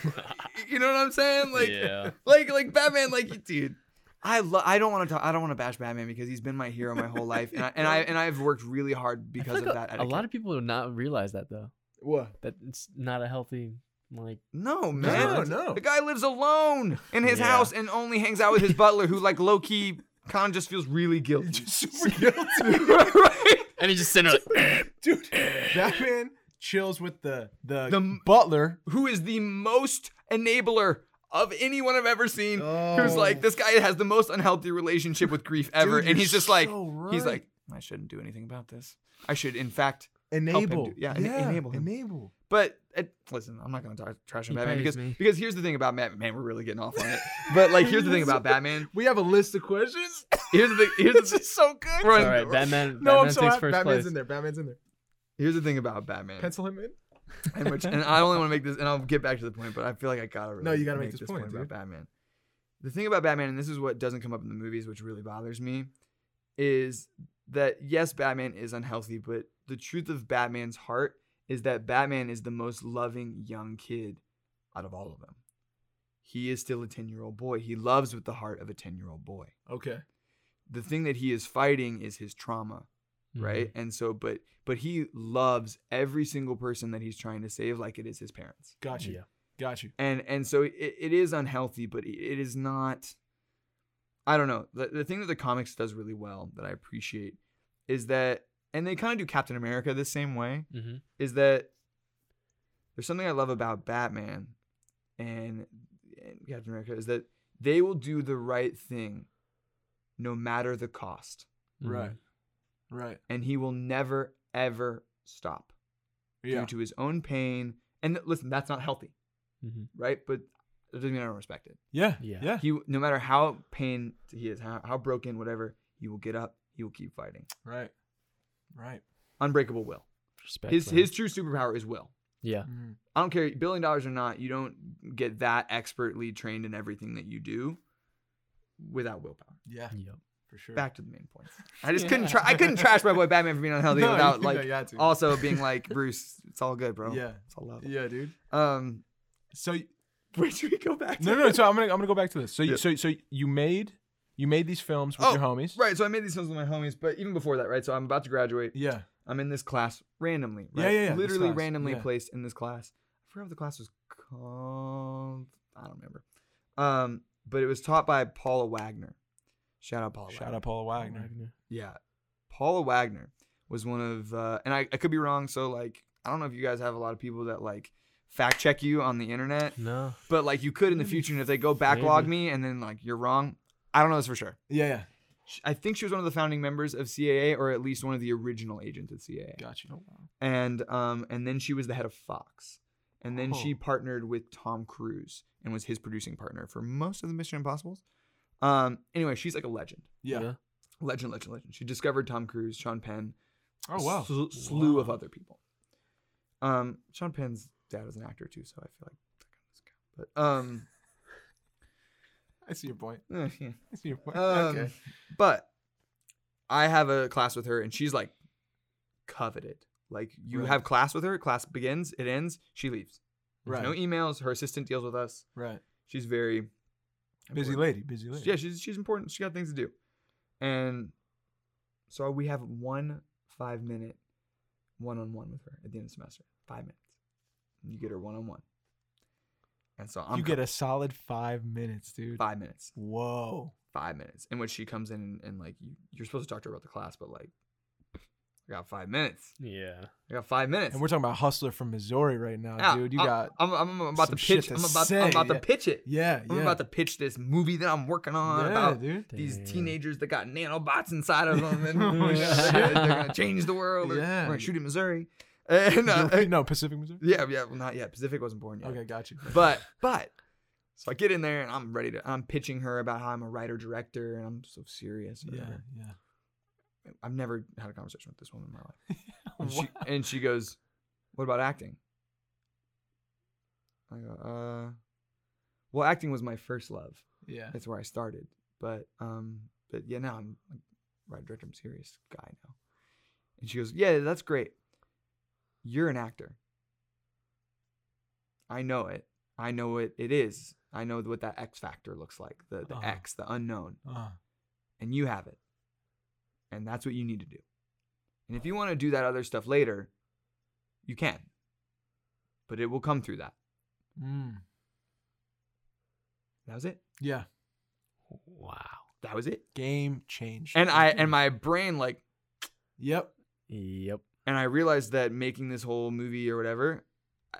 Speaker 1: you know what I'm saying? Like
Speaker 3: yeah.
Speaker 1: like like Batman like dude I lo- I don't want to talk I don't want to bash Batman because he's been my hero my whole life and I, and I and I've worked really hard
Speaker 3: I feel
Speaker 1: because of
Speaker 3: like
Speaker 1: that
Speaker 3: a,
Speaker 1: etiquette.
Speaker 3: a lot of people do not realize that though.
Speaker 2: What?
Speaker 3: That it's not a healthy like.
Speaker 1: No,
Speaker 2: No,
Speaker 1: man.
Speaker 2: no.
Speaker 1: The guy lives alone in his
Speaker 5: Yeah.
Speaker 1: house and only hangs out with his butler, who like low key kind of just feels really guilty.
Speaker 2: Super guilty.
Speaker 1: right?
Speaker 5: And he's just sitting there like,
Speaker 2: Dude, that man chills with the the,
Speaker 1: The-
Speaker 2: butler.
Speaker 1: Who is the most enabler of anyone I've ever seen? Who's
Speaker 2: Oh.
Speaker 1: like this guy has the most unhealthy relationship with grief ever, and
Speaker 2: Dude, you're
Speaker 1: he's just like
Speaker 2: so
Speaker 1: he's
Speaker 2: right.
Speaker 1: like I shouldn't do anything about this. I should, in fact,
Speaker 2: enable.
Speaker 1: do- yeah, en- enable him.
Speaker 2: Enable.
Speaker 1: But it, listen, I'm not gonna talk, trash on
Speaker 3: He
Speaker 1: Batman
Speaker 3: pays
Speaker 1: because
Speaker 3: me.
Speaker 1: because here's the thing about Batman. Man, we're really getting off on it. But like, here's the thing about Batman.
Speaker 2: We have a list of questions.
Speaker 1: Here's the thing. Here's the,
Speaker 2: this is so good.
Speaker 1: Run.
Speaker 3: All right, Batman.
Speaker 2: No,
Speaker 3: Batman
Speaker 2: I'm so
Speaker 3: takes
Speaker 2: happy.
Speaker 3: first
Speaker 2: Batman's
Speaker 3: place.
Speaker 2: in there. Batman's in there.
Speaker 1: here's the thing about Batman.
Speaker 2: Pencil him in.
Speaker 1: And, which, and I only want to make this, and I'll get back to the point. But I feel like I gotta. Really
Speaker 2: No, you gotta make this point,
Speaker 1: about
Speaker 2: dude.
Speaker 1: Batman. The thing about Batman, and this is what doesn't come up in the movies, which really bothers me, is that yes, Batman is unhealthy, but the truth of Batman's heart is that Batman is the most loving young kid out of all of them. He is still a ten-year-old boy. He loves with the heart of a ten-year-old boy.
Speaker 2: Okay.
Speaker 1: the thing that he is fighting is his trauma
Speaker 3: Mm-hmm.
Speaker 1: right and so but but he loves every single person that he's trying to save like it is his parents
Speaker 2: Got you.
Speaker 5: Yeah.
Speaker 2: Got you.
Speaker 1: and and so it, it is unhealthy but it- it is not i don't know the, the thing that the comics does really well that i appreciate is that and they kind of do captain america the same way
Speaker 3: Mm-hmm.
Speaker 1: is that there's something I love about Batman and, and Captain America is that they will do the right thing no matter the cost.
Speaker 3: Mm-hmm.
Speaker 2: Right. Right.
Speaker 1: And he will never, ever stop
Speaker 2: Yeah.
Speaker 1: due to his own pain. And th- listen, that's not healthy,
Speaker 3: Mhm.
Speaker 2: Mm-hmm.
Speaker 1: right? But that doesn't mean I don't respect it.
Speaker 2: Yeah.
Speaker 5: Yeah.
Speaker 2: Yeah.
Speaker 1: He, no matter how pain he is, how, how broken, whatever, he will get up. He will keep fighting.
Speaker 2: Right. Right.
Speaker 1: Unbreakable will.
Speaker 5: Respect,
Speaker 1: His,
Speaker 5: man.
Speaker 1: his true superpower is will.
Speaker 3: Yeah.
Speaker 2: Mhm.
Speaker 1: I don't care billion dollars or not, you don't get that expertly trained in everything that you do without willpower.
Speaker 2: Yeah.
Speaker 5: Yep.
Speaker 2: For sure.
Speaker 1: Back to the main points. I just couldn't try I couldn't trash my boy Batman for being unhealthy
Speaker 2: No, you
Speaker 1: without
Speaker 2: couldn't, no,
Speaker 1: like
Speaker 2: you had to.
Speaker 1: also being like Bruce, it's all good, bro.
Speaker 2: Yeah.
Speaker 1: It's all love.
Speaker 2: Yeah, dude.
Speaker 1: Um
Speaker 2: So y-
Speaker 1: where should we go back to?
Speaker 2: no, no. So I'm gonna I'm gonna go back to this. So you
Speaker 1: Yeah.
Speaker 2: so so you made you made these films with
Speaker 1: Oh,
Speaker 2: your homies.
Speaker 1: Right, so I made these films with my homies, but even before that, right? So I'm about to graduate.
Speaker 2: Yeah.
Speaker 1: I'm in this class randomly,
Speaker 2: Yeah,
Speaker 1: right?
Speaker 2: yeah, yeah, this
Speaker 1: Literally
Speaker 2: class,
Speaker 1: randomly
Speaker 2: yeah.
Speaker 1: placed in this class. I forgot what the class was called. I don't remember. Um, but it was taught by Paula Wagner. Shout out Paula.
Speaker 2: Shout
Speaker 1: Wagner.
Speaker 2: out Paula Wagner.
Speaker 3: Wagner.
Speaker 1: Yeah, Paula Wagner was one of, uh, and I, I could be wrong. So like, I don't know if you guys have a lot of people that like fact check you on the internet,
Speaker 3: No.
Speaker 1: but like you could in the future. And if they go backlog me and then like you're wrong, I don't know this for sure.
Speaker 2: Yeah. Yeah.
Speaker 1: Sh- I think she was one of the founding members of CAA, or at least one of the original agents at CAA
Speaker 2: Got you.
Speaker 1: and um and then she was the head of Fox. And then she
Speaker 2: Oh.
Speaker 1: partnered with Tom Cruise and was his producing partner for most of the Mission Impossibles. Um anyway, she's like a legend.
Speaker 2: Yeah.
Speaker 1: Legend, legend, legend. She discovered Tom Cruise, Sean Penn,
Speaker 2: Oh wow.
Speaker 1: sl- slew of other people. Um Sean Penn's dad was an actor too, so I feel like that kind of doesn't count. but um
Speaker 2: I see your point.
Speaker 1: eh, yeah.
Speaker 2: I see your point.
Speaker 1: Um,
Speaker 2: okay.
Speaker 1: But I have a class with her, and she's like coveted. Like you
Speaker 2: Right.
Speaker 1: have class with her, class begins, it ends, she leaves. There's
Speaker 2: Right.
Speaker 1: No emails. Her assistant deals with us.
Speaker 2: right.
Speaker 1: She's very
Speaker 2: Busy
Speaker 1: important.
Speaker 2: lady. Busy lady.
Speaker 1: Yeah, she's she's important. She got things to do, and so we have one five minute one on one with her at the end of the semester. Five minutes. You get her one on one, and so I'm
Speaker 2: you get a solid five minutes, dude.
Speaker 1: five minutes.
Speaker 2: Whoa.
Speaker 1: five minutes in which she comes in and, and like you, you're supposed to talk to her about the class but like i got five minutes
Speaker 5: Yeah.
Speaker 1: i got five minutes
Speaker 2: And we're talking about Hustler from Missouri right now,
Speaker 1: Yeah,
Speaker 2: dude. You
Speaker 1: I'm,
Speaker 2: got
Speaker 1: i'm, I'm, about to
Speaker 2: some shit
Speaker 1: pitch
Speaker 2: to
Speaker 1: i'm about,
Speaker 2: say,
Speaker 1: I'm about
Speaker 2: yeah.
Speaker 1: to pitch it
Speaker 2: yeah,
Speaker 1: i'm
Speaker 2: yeah.
Speaker 1: about to pitch this movie that i'm working on
Speaker 2: yeah,
Speaker 1: about
Speaker 2: dude.
Speaker 1: these
Speaker 5: Damn.
Speaker 1: teenagers that got nanobots inside of them and
Speaker 2: Oh,
Speaker 1: they're
Speaker 2: shit.
Speaker 1: gonna change the world or
Speaker 2: Yeah.
Speaker 1: we're gonna shoot in missouri and uh,
Speaker 2: Missouri? no, Pacific Missouri.
Speaker 1: yeah yeah well not yet pacific wasn't born yet
Speaker 2: Okay, got you.
Speaker 1: but but so I get in there and I'm ready to. I'm pitching her about how I'm a writer director and I'm so serious. or
Speaker 2: yeah,
Speaker 1: whatever.
Speaker 2: yeah.
Speaker 1: I've never had a conversation with this woman in my life. And she, and she goes, What about acting? I go, uh, Well, acting was my first love.
Speaker 2: yeah.
Speaker 1: That's where I started. But, um, but yeah, now I'm like, right director. I'm a serious guy now. And she goes, Yeah, that's great. You're an actor. I know it. I know what it is. I know what that X factor looks like the, the
Speaker 2: Uh-huh.
Speaker 1: X, the unknown
Speaker 2: Uh,
Speaker 1: and you have it. And that's what you need to do. And if you want to do that other stuff later, you can. but it will come through that.
Speaker 2: Mm.
Speaker 1: That was it.
Speaker 2: Yeah.
Speaker 3: Wow.
Speaker 1: That was it.
Speaker 2: Game changed.
Speaker 1: And I and my brain like
Speaker 2: Yep.
Speaker 3: Yep.
Speaker 1: and I realized that making this whole movie or whatever, I,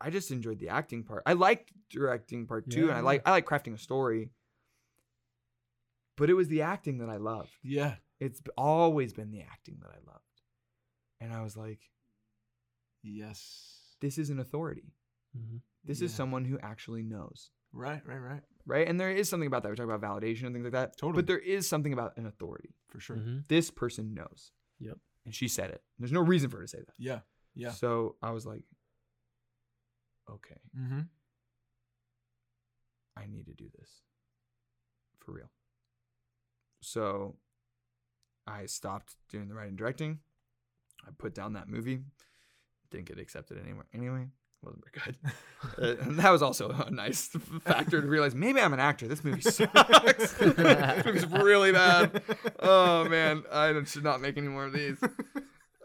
Speaker 1: I just enjoyed the acting part. I liked directing part too, and I
Speaker 2: Yeah.
Speaker 1: like I like crafting a story. But it was the acting that I loved.
Speaker 2: Yeah.
Speaker 1: It's b- always been the acting that I loved, and I was like,
Speaker 2: Yes.
Speaker 1: this is an authority.
Speaker 3: Mm-hmm.
Speaker 1: This is
Speaker 2: Yeah.
Speaker 1: someone who actually knows,
Speaker 2: Right, right, right.
Speaker 1: right? And there is something about that. We talk about validation and things like that.
Speaker 2: Totally.
Speaker 1: But there is something about an authority.
Speaker 2: For sure.
Speaker 3: Mm-hmm.
Speaker 1: This person knows.
Speaker 3: Yep.
Speaker 1: And she said it. There's no reason for her to say that.
Speaker 2: Yeah. Yeah.
Speaker 1: So I was like, okay.
Speaker 2: Mm-hmm.
Speaker 1: I need to do this for real. So I stopped doing the writing and directing. I put down that movie. Didn't get accepted anywhere anyway. Wasn't very good. Uh, and that was also a nice factor to realize maybe I'm an actor. This movie sucks. this movie's really bad. Oh man, I don't- should not make any more of these.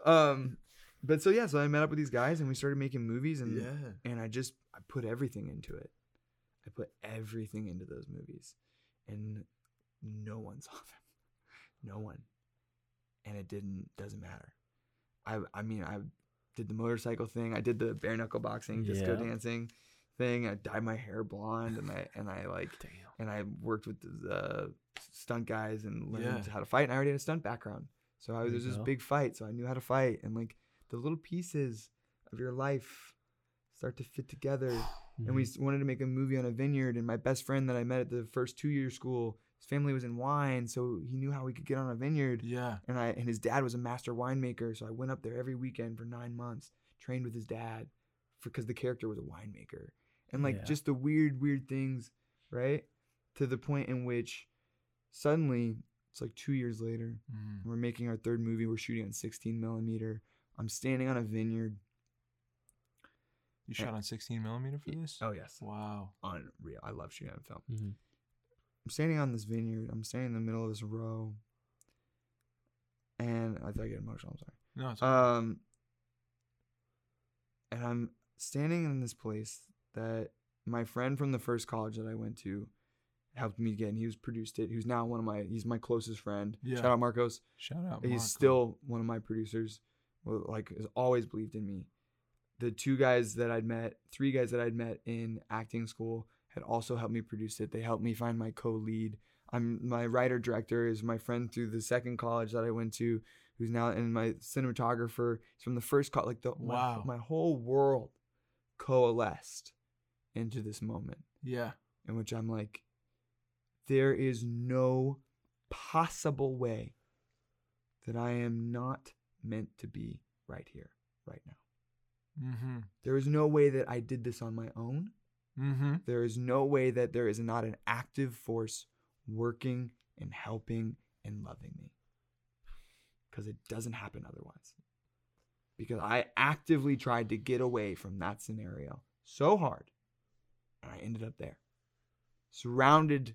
Speaker 1: Um, but so yeah, so I met up with these guys and we started making movies and
Speaker 2: Yeah.
Speaker 1: and I just I put everything into it. I put everything into those movies, and no one saw them, no one, and it didn't doesn't matter. I I mean I did the motorcycle thing, I did the bare knuckle boxing, disco
Speaker 3: Yeah.
Speaker 1: dancing thing. I dyed my hair blonde, and I and I like
Speaker 3: Damn.
Speaker 1: and I worked with the, the stunt guys and learned
Speaker 2: Yeah.
Speaker 1: how to fight. And I already had a stunt background, so I was
Speaker 3: There
Speaker 1: there's
Speaker 3: you
Speaker 1: this
Speaker 3: go.
Speaker 1: big fight, so I knew how to fight. And like the little pieces of your life start to fit together. And we s- wanted to make a movie on a vineyard, and my best friend that I met at the first two year school, his family was in wine, so he knew how we could get on a vineyard.
Speaker 2: Yeah.
Speaker 1: And I and his dad was a master winemaker, so I went up there every weekend for nine months, trained with his dad, because the character was a winemaker, and like
Speaker 3: Yeah.
Speaker 1: just the weird, weird things, right? To the point in which suddenly it's like two years later,
Speaker 2: Mm.
Speaker 1: we're making our third movie. We're shooting on 16 millimeter. I'm standing on a vineyard.
Speaker 2: You shot on 16 millimeter for this?
Speaker 1: Oh yes,
Speaker 2: Wow.
Speaker 1: unreal. I love shooting on film.
Speaker 3: Mm-hmm.
Speaker 1: I'm standing on this vineyard. I'm standing in the middle of this row. And I thought I get emotional. I'm sorry.
Speaker 2: No, it's
Speaker 1: Um, and I'm standing in this place that my friend from the first college that I went to helped me get, and he was produced it. Who's now one of my, he's my closest friend.
Speaker 2: Yeah.
Speaker 1: Shout out Marcos.
Speaker 2: shout out.
Speaker 1: He's
Speaker 2: Marco.
Speaker 1: still one of my producers. Well, like has always believed in me. The two guys that I'd met, three guys that I'd met in acting school had also helped me produce it. They helped me find my co-lead. I'm my writer director is my friend through the second college that I went to, who's now and my cinematographer is from the first college. Like the my-
Speaker 2: Wow.
Speaker 1: my, whole world coalesced into this moment
Speaker 2: Yeah.
Speaker 1: in which I'm like, there is no possible way that I am not meant to be right here, right now.
Speaker 2: Mm-hmm.
Speaker 1: There is no way that I did this on my own.
Speaker 2: Mm-hmm.
Speaker 1: There is no way that there is not an active force working and helping and loving me. Because it doesn't happen otherwise. Because I actively tried to get away from that scenario so hard, and I ended up there, surrounded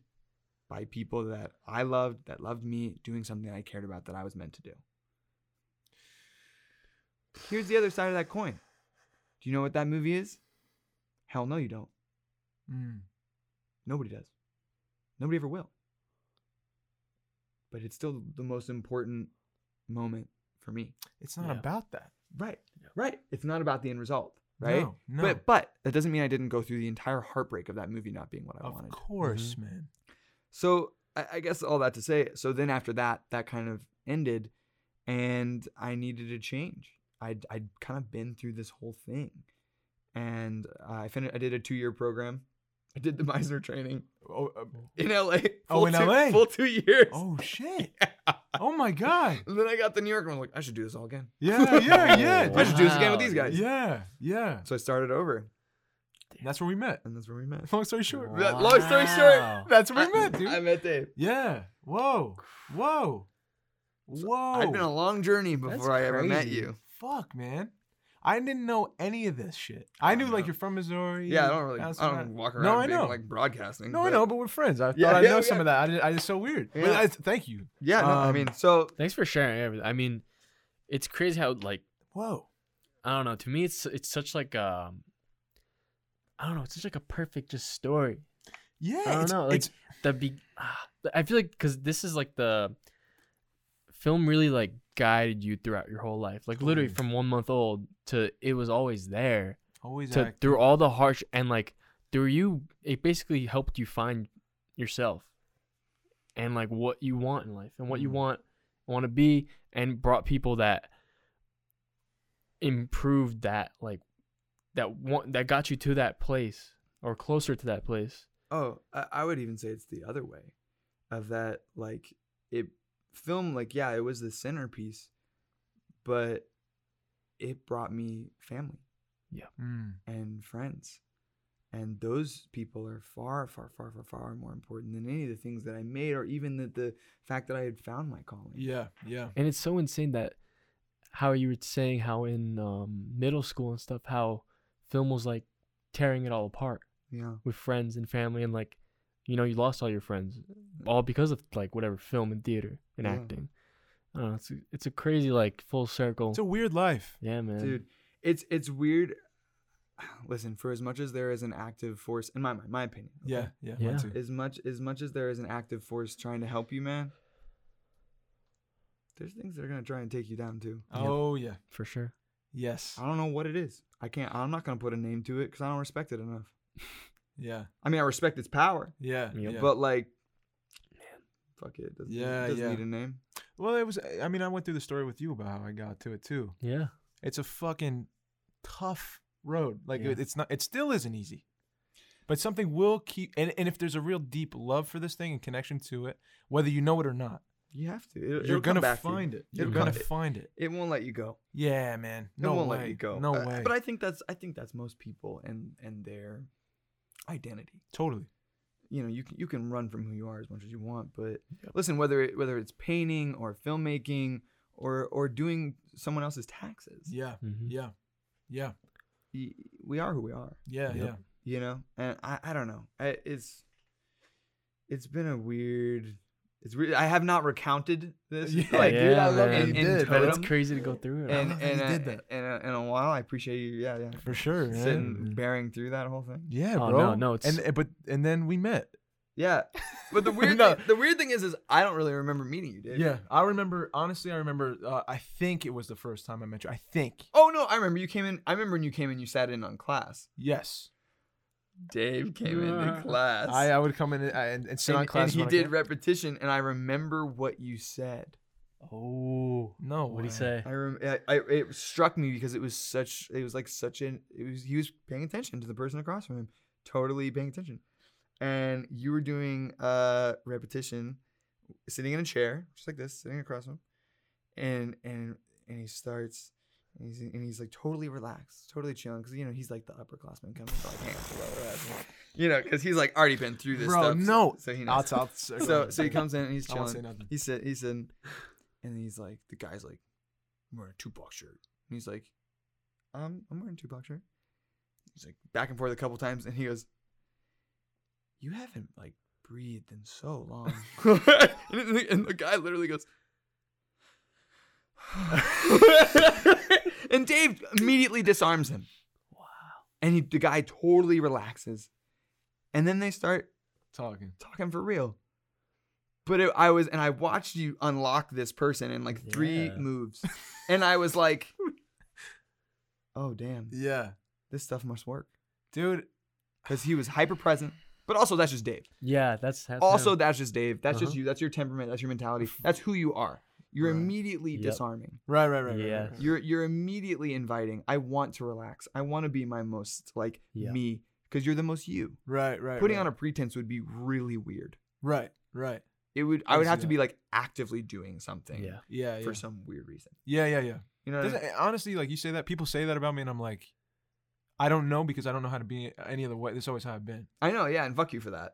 Speaker 1: by people that I loved, that loved me, doing something I cared about that I was meant to do. Here's the other side of that coin. Do you know what that movie is? Hell no, you don't.
Speaker 2: Mm.
Speaker 1: Nobody does. Nobody ever will. But it's still the most important moment for me.
Speaker 2: It's not
Speaker 3: Yeah.
Speaker 2: about that.
Speaker 1: Right. Right. It's not about the end result, right?
Speaker 2: No. no.
Speaker 1: But but that doesn't mean I didn't go through the entire heartbreak of that movie not being what I
Speaker 2: of
Speaker 1: wanted. Mm-hmm.
Speaker 2: course, man.
Speaker 1: So I, I guess all that to say, so then after that, that kind of ended, and I needed a change. I'd, I'd kind of been through this whole thing, and I finished. I did a two year program. I did the Meisner training
Speaker 2: Oh, uh,
Speaker 1: in LA.
Speaker 2: Oh,
Speaker 1: full
Speaker 2: in
Speaker 1: two-
Speaker 2: LA.
Speaker 1: full two years.
Speaker 2: oh shit. Oh my god.
Speaker 1: And then I got the New York one. Like I should do this all again.
Speaker 2: Yeah. Yeah. Yeah.
Speaker 1: I should do this again with
Speaker 3: Wow,
Speaker 1: these guys.
Speaker 2: Yeah. Yeah.
Speaker 1: So I started over,
Speaker 2: And that's where we met.
Speaker 1: and that's where we met.
Speaker 2: Long story short.
Speaker 3: Wow.
Speaker 1: That- Long story
Speaker 3: Wow.
Speaker 1: short,
Speaker 2: That's where
Speaker 1: I-
Speaker 2: we met, dude.
Speaker 1: I met Dave.
Speaker 2: yeah. Whoa. Whoa. Whoa.
Speaker 1: I'd been a long journey before I ever met
Speaker 3: crazy.
Speaker 1: you.
Speaker 2: Fuck, man. I didn't know any of this shit. I knew like
Speaker 1: know.
Speaker 2: you're from Missouri.
Speaker 1: Yeah, I don't really, I
Speaker 2: that's
Speaker 1: don't
Speaker 2: not-
Speaker 1: walk
Speaker 2: No,
Speaker 1: around
Speaker 2: I
Speaker 1: being,
Speaker 2: know.
Speaker 1: like broadcasting.
Speaker 2: No, I
Speaker 1: but-
Speaker 2: know, but we're friends. I
Speaker 1: Yeah,
Speaker 2: thought I
Speaker 1: yeah,
Speaker 2: know some
Speaker 1: yeah.
Speaker 2: of that. I, did, I just so weird. But
Speaker 1: Yeah.
Speaker 2: I, thank you.
Speaker 1: Yeah, no, I
Speaker 2: Um,
Speaker 1: mean, so
Speaker 3: Thanks for sharing everything. I mean, it's crazy how like
Speaker 2: Whoa.
Speaker 3: I don't know. To me, it's it's such like um I don't know. It's just like a perfect just story.
Speaker 2: Yeah,
Speaker 3: I don't
Speaker 2: it's,
Speaker 3: know, like-
Speaker 2: it's
Speaker 3: The be, ah, I feel like because this is like the film really like guided you throughout your whole life, like literally
Speaker 2: Totally.
Speaker 3: from one month old to it was always there
Speaker 2: always
Speaker 3: to
Speaker 2: act-
Speaker 3: through all the harsh and like through you. It basically helped you find yourself and like what you want in life and what you
Speaker 2: Mhm.
Speaker 3: want want to be, and brought people that improved that like that one that got you to that place or closer to that place.
Speaker 1: Oh, I, I would even say it's the other way of that like it film like yeah, it was the centerpiece, but it brought me family
Speaker 2: Mm.
Speaker 1: and friends. And those people are far, far, far, far, far more important than any of the things that I made or even the, the fact that I had found my calling.
Speaker 2: Yeah, yeah.
Speaker 3: and it's so insane that how you were saying how in um, middle school and stuff how film was like tearing it all apart
Speaker 1: Yeah.
Speaker 3: with friends and family and like you know you lost all your friends all because of like whatever film and theater and
Speaker 1: Yeah.
Speaker 3: acting i don't know it's a, it's a crazy like full circle
Speaker 2: It's a weird life.
Speaker 3: yeah man
Speaker 1: Dude, it's it's weird. Listen, for as much as there is an active force in my mind, my opinion. okay?
Speaker 2: Yeah, yeah.
Speaker 3: Yeah.
Speaker 2: mine too.
Speaker 1: as much as much as there is an active force trying to help you, man. There's things that are gonna try and take you down too.
Speaker 2: Oh yeah.
Speaker 3: for sure
Speaker 2: Yes.
Speaker 1: I don't know what it is. I can't. I'm not gonna put a name to it because I don't respect it enough.
Speaker 2: Yeah.
Speaker 1: I mean, I respect its power,
Speaker 2: Yeah.
Speaker 3: Yep.
Speaker 2: yeah.
Speaker 1: but like, fuck it. Doesn't,
Speaker 2: Yeah,
Speaker 1: yeah, doesn't
Speaker 2: yeah.
Speaker 1: need a name.
Speaker 2: well, it was. I mean, I went through the story with you about how I got to it too.
Speaker 3: yeah
Speaker 2: It's a fucking tough road. Like
Speaker 3: Yeah.
Speaker 2: it, it's not. It still isn't easy. But something will keep. And, and if there's a real deep love for this thing and connection to it, whether you know it or not,
Speaker 1: You have to. It,
Speaker 2: you're
Speaker 1: it'll come
Speaker 2: gonna
Speaker 1: back to you.
Speaker 2: find it. You're
Speaker 1: It'll
Speaker 2: gonna
Speaker 1: come-
Speaker 2: find it.
Speaker 1: It won't let you go.
Speaker 2: Yeah, man. No
Speaker 1: it won't
Speaker 2: way.
Speaker 1: let you go.
Speaker 2: No
Speaker 1: Uh,
Speaker 2: way.
Speaker 1: But I think that's. I think that's most people and and their identity.
Speaker 2: totally.
Speaker 1: you know you can, you can run from who you are as much as you want but listen whether it, whether it's painting or filmmaking or or doing someone else's taxes
Speaker 2: Yeah.
Speaker 3: Mhm.
Speaker 2: Yeah. Yeah.
Speaker 1: y- we are who we are
Speaker 2: Yeah.
Speaker 3: Yep.
Speaker 2: Yeah.
Speaker 1: you know and i i don't know I, it's it's been a weird it's weird i have not recounted this
Speaker 2: Yeah,
Speaker 1: like
Speaker 3: dude, I love
Speaker 1: that
Speaker 3: that
Speaker 1: you
Speaker 3: you
Speaker 1: did,
Speaker 3: but it's
Speaker 1: Totem.
Speaker 3: crazy to go through it
Speaker 1: and
Speaker 2: love
Speaker 1: and,
Speaker 2: that you
Speaker 1: uh,
Speaker 2: did that.
Speaker 1: and, uh, in a while i appreciate you yeah yeah
Speaker 2: For sure. Man.
Speaker 1: sitting
Speaker 3: Mhm.
Speaker 1: bearing through that whole thing
Speaker 2: Yeah,
Speaker 3: Oh,
Speaker 2: bro.
Speaker 3: no, no, it's-
Speaker 2: and eh, but and then we met.
Speaker 1: yeah but the weird
Speaker 2: No.
Speaker 1: thing, the weird thing is is i don't really remember meeting you dude
Speaker 2: Yeah, I remember. Honestly, I remember. Uh, I think it was the first time I met you. I think.
Speaker 1: Oh no, I remember you came in. I remember when you came in. You sat in on class.
Speaker 2: Yes,
Speaker 1: Dave came into class.
Speaker 2: I, I would come in and, and, and sit
Speaker 1: and,
Speaker 2: on class.
Speaker 1: and he
Speaker 2: when I
Speaker 1: did
Speaker 2: came-
Speaker 1: repetition, and I remember what you said.
Speaker 3: oh
Speaker 2: no.
Speaker 3: what do you
Speaker 2: way.
Speaker 3: say
Speaker 1: I, rem- I, I it struck me because it was such. It was like such an. It was he was paying attention to the person across from him, totally paying attention, and you were doing uh repetition, sitting in a chair just like this, sitting across from him, and and and he starts. And he's, and he's like totally relaxed, totally chilling, because you know he's like the upperclassman coming to like hands well, relaxed. you know, because he's like already been through this
Speaker 2: Bro,
Speaker 1: stuff. so-
Speaker 2: no.
Speaker 1: so, he
Speaker 2: I'll,
Speaker 1: knows.
Speaker 2: I'll,
Speaker 1: So so he comes in and he's
Speaker 2: I won't say
Speaker 1: chilling.
Speaker 2: nothing.
Speaker 1: He said he said, and he's like the guy's like, I'm wearing a Tupac shirt. And he's like, um, I'm wearing a Tupac shirt. He's like back and forth a couple times, and he goes, you haven't like breathed in so long. and, the, and the guy literally goes. and Dave immediately disarms him.
Speaker 3: wow
Speaker 1: And he, the guy totally relaxes. And then they start
Speaker 2: Talking.
Speaker 1: talking for real. But it, I was, and I watched you unlock this person in like three
Speaker 3: Yeah.
Speaker 1: moves, and I was like, "Oh damn,
Speaker 2: Yeah,
Speaker 1: this stuff must work,"
Speaker 2: dude.
Speaker 1: because he was hyper present. But also, that's just Dave.
Speaker 3: yeah that's, that's
Speaker 1: Also,
Speaker 3: him.
Speaker 1: that's just Dave. That's just
Speaker 3: Uh-huh.
Speaker 1: you. That's your temperament. That's your mentality. That's who you are. You're
Speaker 2: Right.
Speaker 1: immediately
Speaker 3: Yep.
Speaker 1: disarming.
Speaker 2: Right, right, right.
Speaker 3: Yeah.
Speaker 2: Right, right, right.
Speaker 1: You're you're immediately inviting. I want to relax. I want to be my most like
Speaker 3: Yeah.
Speaker 1: me because you're the most you.
Speaker 2: right, right.
Speaker 1: Putting
Speaker 2: right.
Speaker 1: on a pretense would be really weird.
Speaker 2: Right, right.
Speaker 1: It would.
Speaker 2: I
Speaker 1: I would
Speaker 2: see
Speaker 1: have to
Speaker 2: that.
Speaker 1: be like actively doing something.
Speaker 3: yeah
Speaker 2: Yeah, yeah.
Speaker 1: for some weird reason.
Speaker 2: yeah, yeah, yeah.
Speaker 1: You know, what I
Speaker 2: Doesn't- honestly, like you say that, people say that about me, and I'm like, I don't know because I don't know how to be any other way. That's always how I've been.
Speaker 1: I know, yeah, and fuck you for that.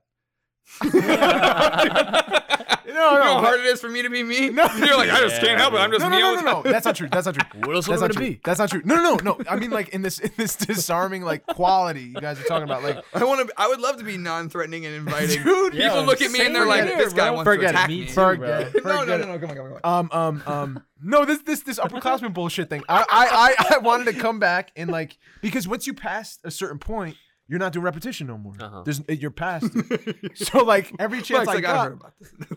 Speaker 2: No,
Speaker 1: you know
Speaker 2: no,
Speaker 1: how
Speaker 2: but-
Speaker 1: hard it is for me to be me.
Speaker 2: No.
Speaker 1: you're like I just can't help it. I'm just
Speaker 2: no,
Speaker 1: me.
Speaker 2: no,
Speaker 1: all
Speaker 2: no,
Speaker 1: the
Speaker 2: no, no.
Speaker 1: time."
Speaker 2: That's not true. That's not true.
Speaker 3: what else
Speaker 2: That's not
Speaker 3: would it
Speaker 2: true.
Speaker 3: be
Speaker 2: That's not true. No, no, no, no. I mean, like in this in this disarming like quality you guys are talking about. Like,
Speaker 1: I want to. I would love to be non-threating and inviting.
Speaker 2: dude,
Speaker 3: Yeah,
Speaker 1: People look at me and they're like,
Speaker 2: same
Speaker 1: "This guy
Speaker 2: here,
Speaker 1: wants
Speaker 3: Forget it,
Speaker 1: to attack
Speaker 3: me
Speaker 1: me."
Speaker 3: too,
Speaker 1: no,
Speaker 3: bro.
Speaker 2: Forget it.
Speaker 1: no, no,
Speaker 2: Forget it.
Speaker 1: no. Come on, come on, come on.
Speaker 2: Um, um, um. No, this this this upperclassman bullshit thing. I, I I I wanted to come back and like because once you pass a certain point, You're not doing repetition no more.
Speaker 5: Uh-huh.
Speaker 2: There's you're past it. So like every chance
Speaker 1: Mike's
Speaker 2: I
Speaker 1: like,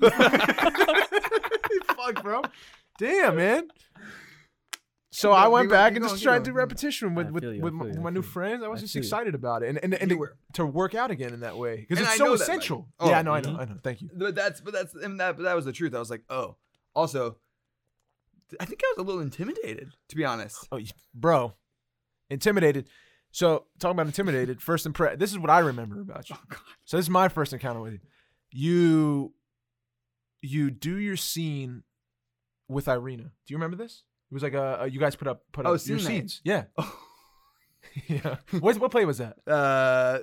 Speaker 2: got,
Speaker 1: I don't heard about this.
Speaker 2: fuck, bro. Damn, man. So I
Speaker 1: going,
Speaker 2: went
Speaker 1: keep
Speaker 2: back
Speaker 1: going,
Speaker 2: and
Speaker 1: keep going,
Speaker 2: just tried to
Speaker 1: keep
Speaker 2: do
Speaker 1: going.
Speaker 2: repetition with
Speaker 3: I
Speaker 2: with,
Speaker 3: feel you, I
Speaker 2: with my,
Speaker 3: feel you, I
Speaker 2: my new
Speaker 3: feel you.
Speaker 2: friends. I
Speaker 3: I
Speaker 2: was just
Speaker 3: feel you.
Speaker 2: excited about it, and and, and,
Speaker 1: You
Speaker 2: and
Speaker 1: were.
Speaker 2: to work out again in that way because
Speaker 1: And
Speaker 2: it's
Speaker 1: I
Speaker 2: so
Speaker 1: know that, like-
Speaker 2: essential.
Speaker 1: Oh,
Speaker 2: yeah, I know, I
Speaker 3: mhm.
Speaker 2: know, I know. Thank you.
Speaker 1: but that's but that's and that but that was the truth. I was like, oh. Also, I think I was a little intimidated, to be honest.
Speaker 2: Oh, you- bro, intimidated. So talking about intimidated, first impression. This is what I remember about you.
Speaker 1: Oh, God.
Speaker 2: So this is my first encounter with you. You, you do your scene with Irina. Do you remember this? It was like a, a- you guys put up put
Speaker 1: Oh,
Speaker 2: up your
Speaker 1: scene night. Oh.
Speaker 2: scenes. Yeah, yeah. What what play was that?
Speaker 1: uh,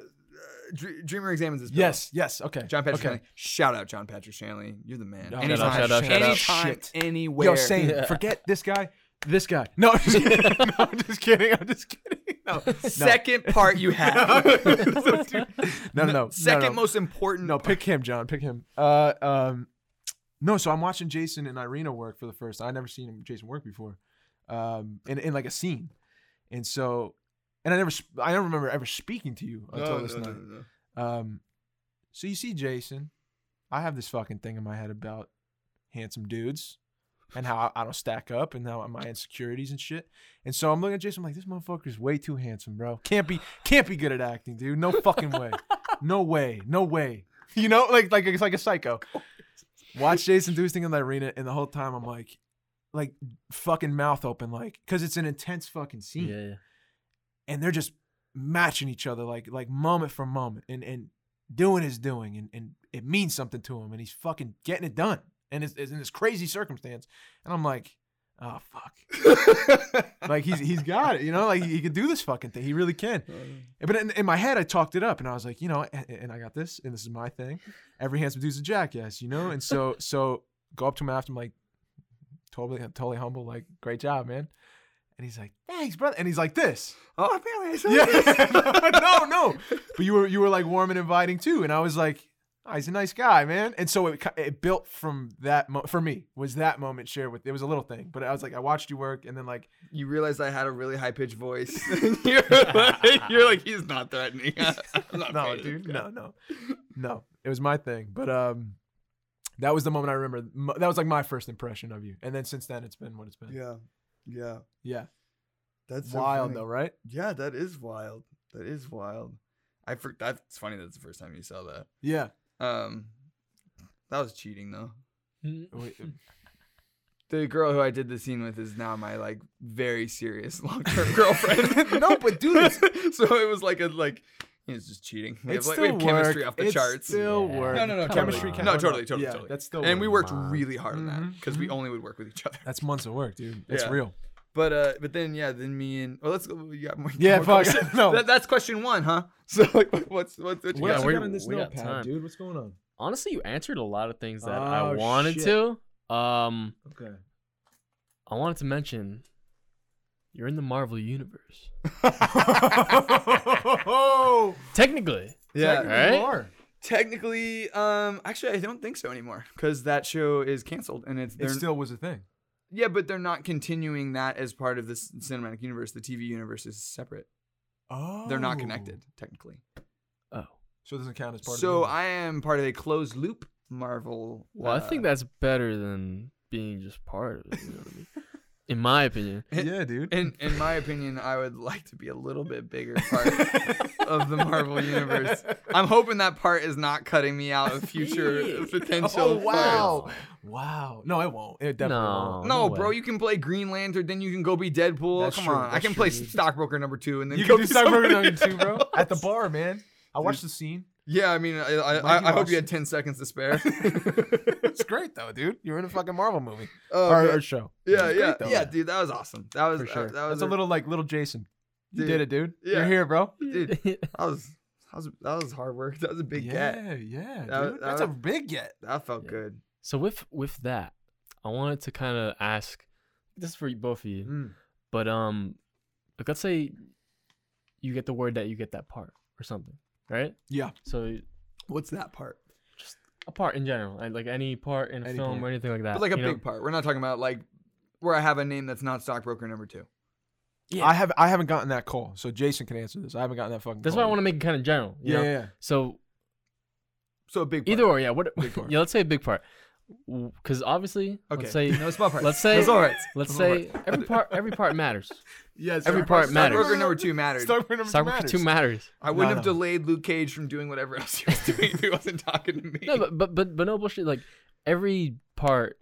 Speaker 1: Dr- Dreamer examines this. Bill.
Speaker 2: Yes, yes. Okay.
Speaker 1: John Patrick
Speaker 2: Okay.
Speaker 1: Shanley. Shout out John Patrick Shanley. You're the man.
Speaker 2: No,
Speaker 1: anytime,
Speaker 3: shout out, shout out,
Speaker 1: anytime,
Speaker 2: Shit.
Speaker 1: anywhere.
Speaker 2: Yo, same. Forget this guy. This guy. No, I'm just kidding. No, I'm just kidding. I'm just kidding. No,
Speaker 1: Second part you have.
Speaker 2: no, no, no.
Speaker 1: Second
Speaker 2: no, no.
Speaker 1: most important.
Speaker 2: No, pick him, John. Pick him. Uh, um, no. So I'm watching Jason and Irina work for the first. I never seen him Jason work before, um, in in like a scene, and so, and I never, sp- I don't remember ever speaking to you until this night. Um, so you see Jason, I have this fucking thing in my head about handsome dudes and how I don't stack up and how my insecurities and shit. And so I'm looking at Jason, I'm like, this motherfucker's way too handsome, bro. Can't be, can't be good at acting, dude. No fucking way. No way. No way. You know, like, like it's like a psycho. Watch Jason do his thing in the arena, and the whole time I'm like, like fucking mouth open, like, cause it's an intense fucking scene
Speaker 3: Yeah, yeah.
Speaker 2: and they're just matching each other like like moment for moment and and doing is doing and, and it means something to him and he's fucking getting it done and it's, it's in this crazy circumstance and i'm like oh fuck like he's he's got it you know like he, can do this fucking thing he really can but in, in my head i talked it up and i was like you know and, and i got this and this is my thing every handsome dude's a jackass you know and so so go up to him after i'm like totally totally humble like great job man and he's like thanks brother and he's like this
Speaker 1: oh, apparently I said
Speaker 2: yeah. no, no. But you were you were like warm and inviting too, and I was like, oh, he's a nice guy, man. And so it ki- it built from that mo- for me was that moment shared with. It was a little thing, but I was like, I watched you work, and then like,
Speaker 1: You realized I had a really high pitched voice. you're, like, you're like, he's not threatening. I'm not
Speaker 2: no,
Speaker 1: afraid of
Speaker 2: dude,
Speaker 1: this guy.
Speaker 2: no, no, no. It was my thing, but um. That was the moment I remember. M- That was like my first impression of you, and then since then it's been what it's been. Yeah,
Speaker 1: Yeah, yeah. That's so
Speaker 2: wild
Speaker 1: funny.
Speaker 2: though, right?
Speaker 1: Yeah, that is wild. That is wild. I for, that's funny. That's the first time you saw that.
Speaker 2: Yeah.
Speaker 1: Um, that was cheating though.
Speaker 5: Mm,
Speaker 2: Wait,
Speaker 1: The girl who I did the scene with is now my like very serious long term girlfriend.
Speaker 2: No, but dude,
Speaker 1: so it was like a like it's just cheating. We
Speaker 2: it
Speaker 1: have, like,
Speaker 2: still
Speaker 1: we have chemistry
Speaker 2: worked.
Speaker 1: off the
Speaker 2: It
Speaker 1: charts.
Speaker 2: Still
Speaker 3: Yeah.
Speaker 2: worked.
Speaker 1: No, no, no,
Speaker 2: Chemistry.
Speaker 3: totally.
Speaker 2: count-
Speaker 1: No, totally, totally,
Speaker 2: yeah,
Speaker 1: totally.
Speaker 2: That's still.
Speaker 1: and we
Speaker 2: worked.
Speaker 1: worked
Speaker 5: Wow.
Speaker 1: really hard on that
Speaker 2: Mhm,
Speaker 1: because we
Speaker 2: mhm.
Speaker 1: only would work with each other.
Speaker 2: That's months of work, dude. It's
Speaker 1: Yeah.
Speaker 2: real.
Speaker 1: But uh, but then yeah, then me and well, let's go. You got more.
Speaker 2: Yeah,
Speaker 1: more
Speaker 2: fuck,
Speaker 1: questions.
Speaker 2: no.
Speaker 1: That, that's question one, huh? So like, what- what's what's what you
Speaker 5: What
Speaker 1: got?
Speaker 5: else we- we got time.
Speaker 2: dude? What's going on?
Speaker 5: Honestly, you answered a lot of things that I
Speaker 2: Oh,
Speaker 5: wanted
Speaker 2: shit.
Speaker 5: to. Um,
Speaker 2: Okay.
Speaker 5: I wanted to mention you're in the Marvel universe. Technically,
Speaker 1: Yeah,
Speaker 5: Right?
Speaker 1: technically, um, actually, I don't think so anymore because that show is canceled and it's
Speaker 2: It
Speaker 1: they're
Speaker 2: still was a thing.
Speaker 1: yeah, but they're not continuing that as part of this cinematic universe. The TV universe is separate.
Speaker 2: Oh.
Speaker 1: They're not connected technically.
Speaker 5: oh
Speaker 2: So it doesn't count as part
Speaker 1: So
Speaker 2: of
Speaker 1: I am part of a closed loop Marvel. uh,
Speaker 5: well, I
Speaker 2: Uh.
Speaker 5: think that's better than being just part of it. You know what I mean? In my opinion,
Speaker 2: the Yeah, dude.
Speaker 1: In in my opinion, I would like to be a little bit bigger part of the Marvel universe. I'm hoping that part is not cutting me out of future
Speaker 5: Yeah.
Speaker 1: potential.
Speaker 2: oh,
Speaker 1: parts.
Speaker 2: wow. Wow. No, it won't. It definitely
Speaker 5: No.
Speaker 2: won't.
Speaker 1: No,
Speaker 5: Oh, No
Speaker 1: bro,
Speaker 5: way.
Speaker 1: you can play Green Lantern, then you can go be Deadpool.
Speaker 2: That's
Speaker 1: Come
Speaker 2: true,
Speaker 1: on, I
Speaker 2: that's
Speaker 1: can
Speaker 2: true,
Speaker 1: play
Speaker 2: dude.
Speaker 1: Stockbroker number two, and then
Speaker 2: You
Speaker 1: go
Speaker 2: can do
Speaker 1: be
Speaker 2: Cyber
Speaker 1: somebody
Speaker 2: Nugget too, bro.
Speaker 1: else.
Speaker 2: At the bar, man. I watched the scene.
Speaker 1: Yeah, I mean, I I,
Speaker 2: Mike,
Speaker 1: I, I
Speaker 2: you
Speaker 1: hope you
Speaker 2: watched
Speaker 1: had ten seconds to spare.
Speaker 2: It's great though, dude. You're in a fucking Marvel movie
Speaker 1: Oh,
Speaker 2: or,
Speaker 1: man.
Speaker 2: or show.
Speaker 1: yeah,
Speaker 2: It's
Speaker 1: yeah,
Speaker 2: great, though.
Speaker 1: yeah, dude, that was awesome. That was
Speaker 2: for sure.
Speaker 1: that, that was
Speaker 2: That's a little like little Jason. You
Speaker 1: Dude.
Speaker 2: did it, dude. You're
Speaker 1: Yeah.
Speaker 2: here, bro.
Speaker 1: dude. That was that was that was hard work. That was a big
Speaker 2: yeah,
Speaker 1: get.
Speaker 2: yeah, dude.
Speaker 1: That was- uh,
Speaker 2: That's
Speaker 1: that
Speaker 2: a
Speaker 1: was-
Speaker 2: big get.
Speaker 1: That felt
Speaker 5: Yeah.
Speaker 1: good.
Speaker 5: so with with that, I wanted to kind of ask this is for both of you,
Speaker 2: Mm.
Speaker 5: but um, like let's say you get the word that you get that part or something, right?
Speaker 2: Yeah.
Speaker 5: So
Speaker 1: What's that part?
Speaker 5: a part in general, like- like any part in a
Speaker 2: Any
Speaker 5: film
Speaker 2: part.
Speaker 5: or anything like that.
Speaker 1: But like a
Speaker 5: you know?
Speaker 1: big part. We're not talking about like where I have a name that's not Stockbroker number two.
Speaker 3: Yeah.
Speaker 2: I have I haven't gotten that call, so Jason can answer this. I haven't gotten that fucking.
Speaker 5: That's
Speaker 2: call
Speaker 5: why I
Speaker 2: yet.
Speaker 5: want to make it kind of general. You
Speaker 2: Yeah,
Speaker 5: know?
Speaker 2: yeah, yeah.
Speaker 5: So
Speaker 1: So a big part.
Speaker 5: either or, yeah. What?
Speaker 2: Big part.
Speaker 5: Yeah, let's say a big part, because obviously,
Speaker 1: Okay.
Speaker 5: let's say,
Speaker 1: no small part.
Speaker 5: let's say-
Speaker 1: That's all right.
Speaker 5: let's say every part, every part matters.
Speaker 2: Yes,
Speaker 5: Every part matters.
Speaker 1: Stockbroker number two mattered.
Speaker 2: Stockbroker number two
Speaker 5: Cyberpunk
Speaker 2: matters.
Speaker 5: two matters.
Speaker 1: I wouldn't
Speaker 2: No,
Speaker 1: have
Speaker 2: no.
Speaker 1: delayed Luke Cage from doing whatever else he was doing if he wasn't talking to me.
Speaker 5: No, but but but, but no bullshit. Like every part,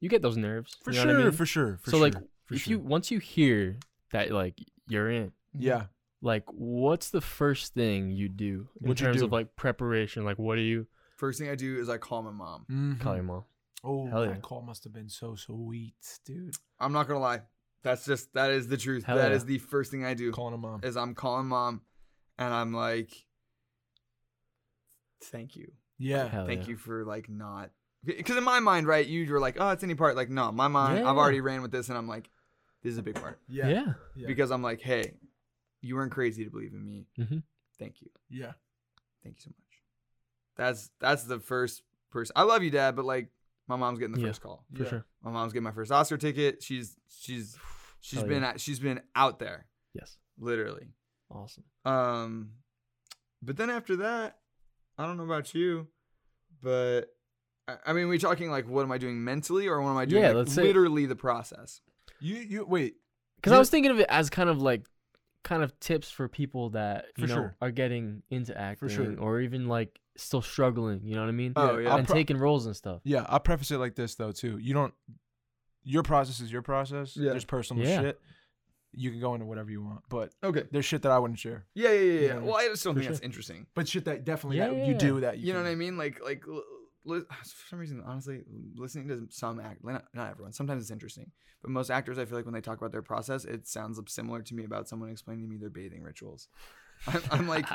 Speaker 5: you get those nerves.
Speaker 2: for
Speaker 5: you know
Speaker 2: sure,
Speaker 5: What I mean?
Speaker 2: for sure, for
Speaker 5: so
Speaker 2: sure.
Speaker 5: like,
Speaker 2: for
Speaker 5: if
Speaker 2: sure.
Speaker 5: you once you hear that like you're in,
Speaker 2: yeah,
Speaker 5: like what's the first thing you do in
Speaker 2: What'd you
Speaker 5: terms
Speaker 2: do?
Speaker 5: of like preparation? Like what do you
Speaker 1: First thing I do is I call my mom.
Speaker 3: Mm-hmm.
Speaker 5: call
Speaker 2: Mhm.
Speaker 5: your mom?
Speaker 2: Oh,
Speaker 5: Hell
Speaker 2: that
Speaker 5: yeah.
Speaker 2: call must have been so sweet, dude.
Speaker 1: I'm not gonna lie. That's just that is the truth. That
Speaker 5: Hell
Speaker 1: is
Speaker 5: yeah.
Speaker 1: the first thing I do
Speaker 2: Calling um, a mom.
Speaker 1: is I'm calling mom, and I'm like, "Thank you,
Speaker 2: Yeah,
Speaker 5: Hell
Speaker 1: thank
Speaker 5: yeah.
Speaker 1: you for like not." Because in my mind, right, you were like, "Oh, it's any part." Like, no, my mind,
Speaker 5: Yeah.
Speaker 1: I've already ran with this, and I'm like, "This is a big part."
Speaker 2: yeah,
Speaker 5: yeah.
Speaker 2: yeah,
Speaker 1: Because I'm like, "Hey, you weren't crazy to believe in me.
Speaker 5: Mhm.
Speaker 1: Thank you,
Speaker 2: yeah.
Speaker 1: thank you so much." That's that's the first person. I love you, Dad, but like, my mom's getting the
Speaker 5: Yeah.
Speaker 1: first call.
Speaker 5: for
Speaker 2: Yeah.
Speaker 5: sure.
Speaker 1: My mom's getting my first Oscar ticket. She's she's she's
Speaker 5: Hell
Speaker 1: been at, she's been out there
Speaker 5: Yes,
Speaker 1: literally.
Speaker 5: awesome.
Speaker 1: Um, but then after that, I don't know about you, but I, I mean, we talking like what am I doing mentally, or what am I doing?
Speaker 5: Yeah,
Speaker 1: like,
Speaker 5: let's say-
Speaker 1: literally the process.
Speaker 2: You you wait.
Speaker 5: Because
Speaker 2: Yeah.
Speaker 5: I was thinking of it as kind of like, kind of tips for people that you
Speaker 2: For
Speaker 5: know
Speaker 2: sure.
Speaker 5: are getting into acting
Speaker 2: sure.
Speaker 5: or even like still struggling. You know what I mean?
Speaker 1: Oh, yeah.
Speaker 2: I'll
Speaker 5: and
Speaker 2: pro-
Speaker 5: taking roles and stuff.
Speaker 2: Yeah, I'll preface it like this though too. You don't your process is your process.
Speaker 1: Yeah.
Speaker 2: There's personal
Speaker 5: Yeah.
Speaker 2: shit. You can go into whatever you want, but
Speaker 1: Okay.
Speaker 2: there's shit that I wouldn't share.
Speaker 1: Yeah, yeah, yeah. yeah.
Speaker 2: Yeah,
Speaker 1: Well, I just don't
Speaker 5: for
Speaker 1: think that's
Speaker 5: sure.
Speaker 1: interesting.
Speaker 2: But shit that definitely
Speaker 5: Yeah,
Speaker 2: that you
Speaker 5: yeah.
Speaker 2: do that you,
Speaker 1: You know what I
Speaker 2: can-
Speaker 1: mean? Like, like l- li- for some reason, honestly, listening to some act, not, not everyone. Sometimes it's interesting, but most actors, I feel like when they talk about their process, it sounds similar to me about someone explaining to me their bathing rituals. I'm, I'm like,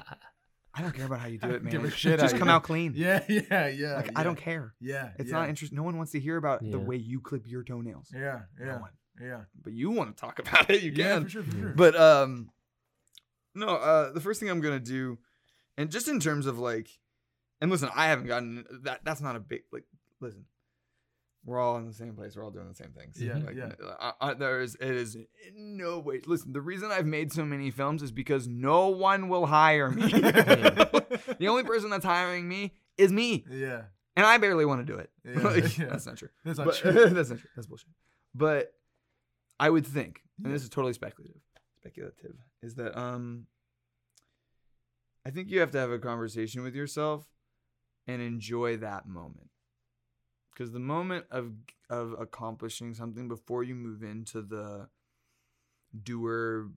Speaker 1: I don't care about how you do
Speaker 2: I
Speaker 1: it,
Speaker 2: don't
Speaker 1: man.
Speaker 2: give a shit
Speaker 1: Just
Speaker 2: how you
Speaker 1: come
Speaker 2: do
Speaker 1: out clean.
Speaker 2: Yeah, yeah, yeah.
Speaker 1: Like, I
Speaker 2: yeah,
Speaker 1: don't care.
Speaker 2: Yeah.
Speaker 1: It's
Speaker 2: yeah,
Speaker 1: not interesting. No one wants to hear about
Speaker 5: Yeah.
Speaker 1: the way you clip your toenails.
Speaker 2: Yeah,
Speaker 1: No
Speaker 2: yeah.
Speaker 1: one.
Speaker 2: Yeah.
Speaker 1: But you want to talk about it, you
Speaker 2: Yeah,
Speaker 1: can.
Speaker 2: for sure, for sure.
Speaker 1: But um, no. Uh, the first thing I'm gonna do, and just in terms of like, and listen, I haven't gotten that. That's not a big like. Listen, we're all in the same place. We're all doing the same things.
Speaker 2: Yeah,
Speaker 1: Like,
Speaker 2: yeah.
Speaker 1: I, I, there is it is in no way. Listen, the reason I've made so many films is because no one will hire me. the only person that's hiring me is me,
Speaker 2: yeah.
Speaker 1: and I barely want to do it.
Speaker 2: Yeah,
Speaker 1: Like,
Speaker 2: yeah.
Speaker 1: That's not true.
Speaker 2: That's not
Speaker 1: But-
Speaker 2: true.
Speaker 1: that's not true. That's bullshit. But I would think, and this is totally speculative, speculative, is that um, I think you have to have a conversation with yourself and enjoy that moment, because the moment of of accomplishing something before you move into the doer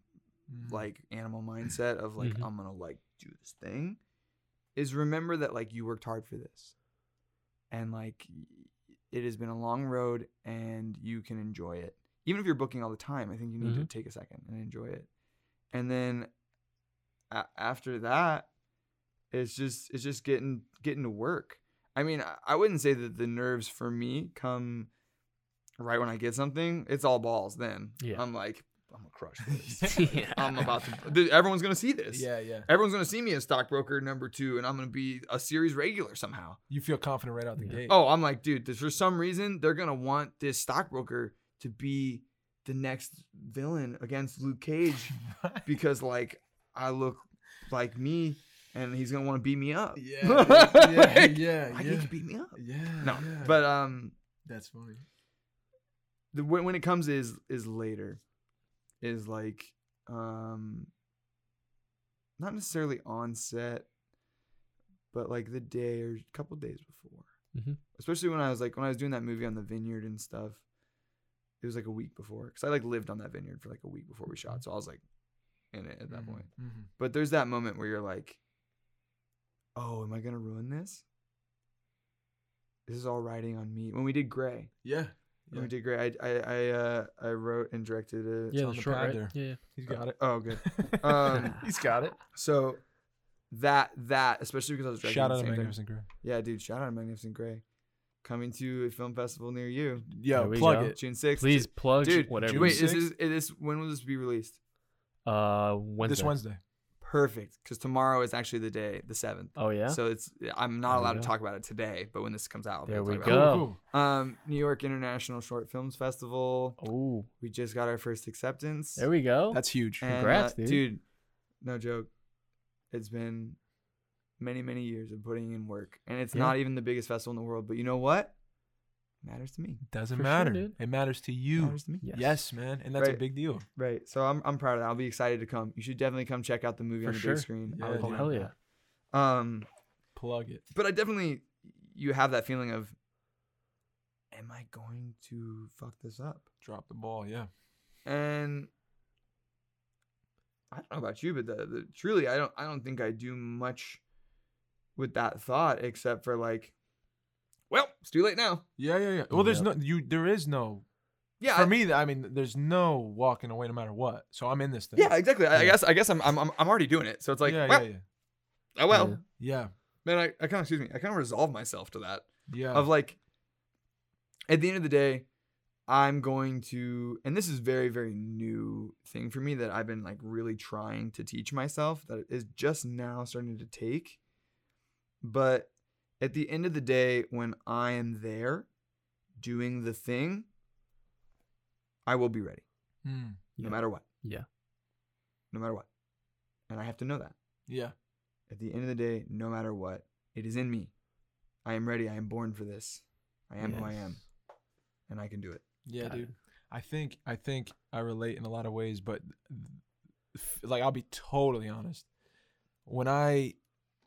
Speaker 2: Mhm.
Speaker 1: like animal mindset of like
Speaker 5: Mhm.
Speaker 1: I'm gonna like do this thing is remember that like you worked hard for this and like y- it has been a long road and you can enjoy it even if you're booking all the time I think you need to take a second and enjoy it and then a- after that it's just it's just getting getting to work I mean I, I wouldn't say that the nerves for me come right when I get something it's all balls then
Speaker 5: Yeah.
Speaker 1: I'm like I'm gonna crush this
Speaker 5: yeah.
Speaker 1: I'm about to. th- Everyone's gonna see this.
Speaker 2: Yeah, yeah.
Speaker 1: Everyone's gonna see me as stockbroker number two, and I'm gonna be a series regular somehow.
Speaker 2: You feel confident right out the
Speaker 5: Yeah.
Speaker 2: gate.
Speaker 1: Oh, I'm like, dude, this, for some reason they're gonna want this stockbroker to be the next villain against Luke Cage because like I look like me, and he's gonna want to beat me up.
Speaker 2: yeah. Yeah, yeah,
Speaker 1: Like,
Speaker 2: yeah.
Speaker 1: Why can't you beat me up?
Speaker 2: Yeah.
Speaker 1: No,
Speaker 2: yeah.
Speaker 1: but um,
Speaker 2: that's funny.
Speaker 1: the when, when it comes is is later is like um not necessarily on set but like the day or a couple days before
Speaker 5: Mhm.
Speaker 1: especially when i was like when i was doing that movie on the vineyard and stuff it was like a week before because i like lived on that vineyard for like a week before we shot so i was like in it at that point
Speaker 2: hmm
Speaker 1: but there's that moment where you're like, oh, am I going to ruin this? This is all riding on me. When we did Gray,
Speaker 2: Yeah.
Speaker 1: when
Speaker 2: Yeah.
Speaker 1: we did Gray, I I I, uh, I wrote and directed a
Speaker 5: yeah,
Speaker 2: on
Speaker 5: the
Speaker 2: the
Speaker 5: short,
Speaker 2: pad
Speaker 5: right?
Speaker 2: there.
Speaker 5: Yeah, yeah.
Speaker 2: He's got it.
Speaker 1: Oh, good. Um,
Speaker 2: Um, He's got it.
Speaker 1: So that that especially because I was directing
Speaker 2: Shout
Speaker 1: at
Speaker 2: out
Speaker 1: the
Speaker 2: to
Speaker 1: same time.
Speaker 2: Magnificent Gray.
Speaker 1: Yeah, dude. Shout out to Magnificent Gray, coming to a film festival near you,
Speaker 2: Yeah,
Speaker 5: There we
Speaker 2: plug
Speaker 5: go.
Speaker 2: it.
Speaker 1: June sixth.
Speaker 5: Please plug
Speaker 1: dude.
Speaker 5: whatever.
Speaker 1: Wait,
Speaker 5: you-
Speaker 1: is
Speaker 2: June
Speaker 1: this, is this when will this be released?
Speaker 5: uh, Wednesday.
Speaker 2: This Wednesday.
Speaker 1: perfect because tomorrow is actually the day, the seventh.
Speaker 5: Oh yeah.
Speaker 1: So it's I'm not
Speaker 5: There we
Speaker 1: allowed to
Speaker 5: go.
Speaker 1: talk about it today, but when this comes out, I'll be
Speaker 5: There
Speaker 1: able to
Speaker 5: we
Speaker 1: talk
Speaker 5: go.
Speaker 1: about
Speaker 5: Oh.
Speaker 2: cool.
Speaker 1: it. Um, New York International Short Films Festival.
Speaker 5: oh,
Speaker 1: We just got our first acceptance.
Speaker 5: there we go.
Speaker 2: That's huge.
Speaker 1: And, uh,
Speaker 5: Congrats, dude.
Speaker 1: No joke. It's been many, many years of putting in work, and it's
Speaker 5: Yeah.
Speaker 1: not even the biggest festival in the world. But you know what? matters to me.
Speaker 2: Doesn't
Speaker 5: For sure,
Speaker 2: matter.
Speaker 5: dude.
Speaker 2: it matters to you.
Speaker 1: matters to me.
Speaker 5: Yes.
Speaker 2: yes. man. And that's a
Speaker 1: Right.
Speaker 2: big deal.
Speaker 1: Right. So I'm, I'm proud of that. I'll be excited to come. You should definitely come check out the movie
Speaker 5: For
Speaker 1: on the
Speaker 5: sure.
Speaker 1: big screen. I
Speaker 2: Yeah,
Speaker 1: would
Speaker 5: oh
Speaker 1: love
Speaker 5: hell
Speaker 1: that.
Speaker 5: yeah.
Speaker 1: Um,
Speaker 2: Plug it.
Speaker 1: but I definitely you have that feeling of, am I going to fuck this up?
Speaker 2: Drop the ball. Yeah.
Speaker 1: and I don't know about you, but the, the truly, I don't I don't think I do much with that thought except for like, well, it's too late now.
Speaker 2: Yeah, yeah, yeah. Well, there's
Speaker 5: Yep.
Speaker 2: no you. There is no
Speaker 1: Yeah,
Speaker 2: for
Speaker 1: I-
Speaker 2: me. I mean, there's no walking away no matter what. So I'm in this thing.
Speaker 1: yeah, exactly. I, I
Speaker 2: Yeah.
Speaker 1: guess I guess I'm I'm I'm I'm already doing it, so it's like,
Speaker 2: yeah,
Speaker 1: well,
Speaker 2: yeah, yeah,
Speaker 1: oh well,
Speaker 5: Yeah.
Speaker 2: yeah,
Speaker 1: man. I, I kind of excuse me, I kind of resolve myself to that
Speaker 2: yeah.
Speaker 5: Oh.
Speaker 1: of like, at the end of the day. I'm going to, and this is very, very new thing for me that I've been like really trying to teach myself that is just now starting to take. But at the end of the day, when I am there doing the thing, I will be ready
Speaker 2: Mm,
Speaker 5: Yeah.
Speaker 1: no matter what.
Speaker 5: Yeah.
Speaker 1: No matter what. And I have to know that.
Speaker 2: yeah,
Speaker 1: At the end of the day, no matter what, it is in me. I am ready. I am born for this. I
Speaker 2: oh,
Speaker 1: am who I am,
Speaker 5: Yes.
Speaker 1: and I can do it.
Speaker 2: yeah,
Speaker 5: Got it.
Speaker 2: dude. I think I think I relate in a lot of ways, but f- like I'll be totally honest. When I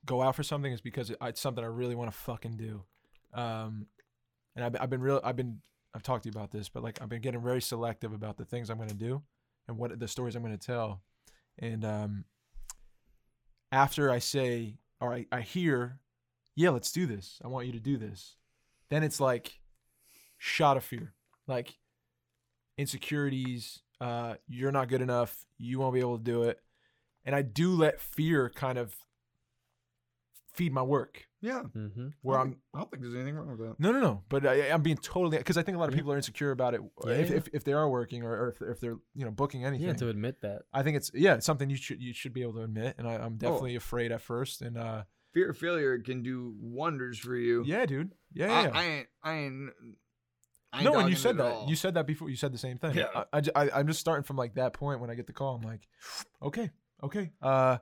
Speaker 2: go out for something, it's because it- it's something I really want to fucking do. Um, and I've, I've been real. I've been I've talked to you about this, but like I've been getting very selective about the things I'm gonna do and what the stories I'm gonna tell. And um, after I say or I, I hear, yeah, let's do this. I want you to do this. Then it's like shot of fear, like insecurities. Uh, you're not good enough. You won't be able to do it. And I do let fear kind of feed my work,
Speaker 1: Yeah.
Speaker 5: Mm-hmm.
Speaker 2: where
Speaker 1: I
Speaker 2: I'm
Speaker 1: don't think- I don't think there's anything wrong with that.
Speaker 2: no, no, no. But I, I'm being totally because I think a lot of
Speaker 5: Yeah.
Speaker 2: people are insecure about it
Speaker 5: Yeah,
Speaker 2: if,
Speaker 5: yeah.
Speaker 2: if if they are working or, or if, if they're you know booking anything.
Speaker 5: Yeah, to admit that.
Speaker 2: I think it's yeah, it's something you should you should be able to admit. And I, I'm
Speaker 5: Oh.
Speaker 2: definitely afraid at first. And uh,
Speaker 1: Fear of failure can do wonders for you.
Speaker 2: yeah, dude, yeah, yeah.
Speaker 1: I,
Speaker 2: yeah.
Speaker 1: I ain't. I ain't. I ain't
Speaker 2: no, and
Speaker 1: dogging
Speaker 2: you
Speaker 1: it
Speaker 2: said
Speaker 1: at
Speaker 2: that.
Speaker 1: all.
Speaker 2: You said that before. You said the same thing.
Speaker 1: Yeah.
Speaker 2: I, I, am just starting from like that point when I get the call. I'm like, okay, okay, uh,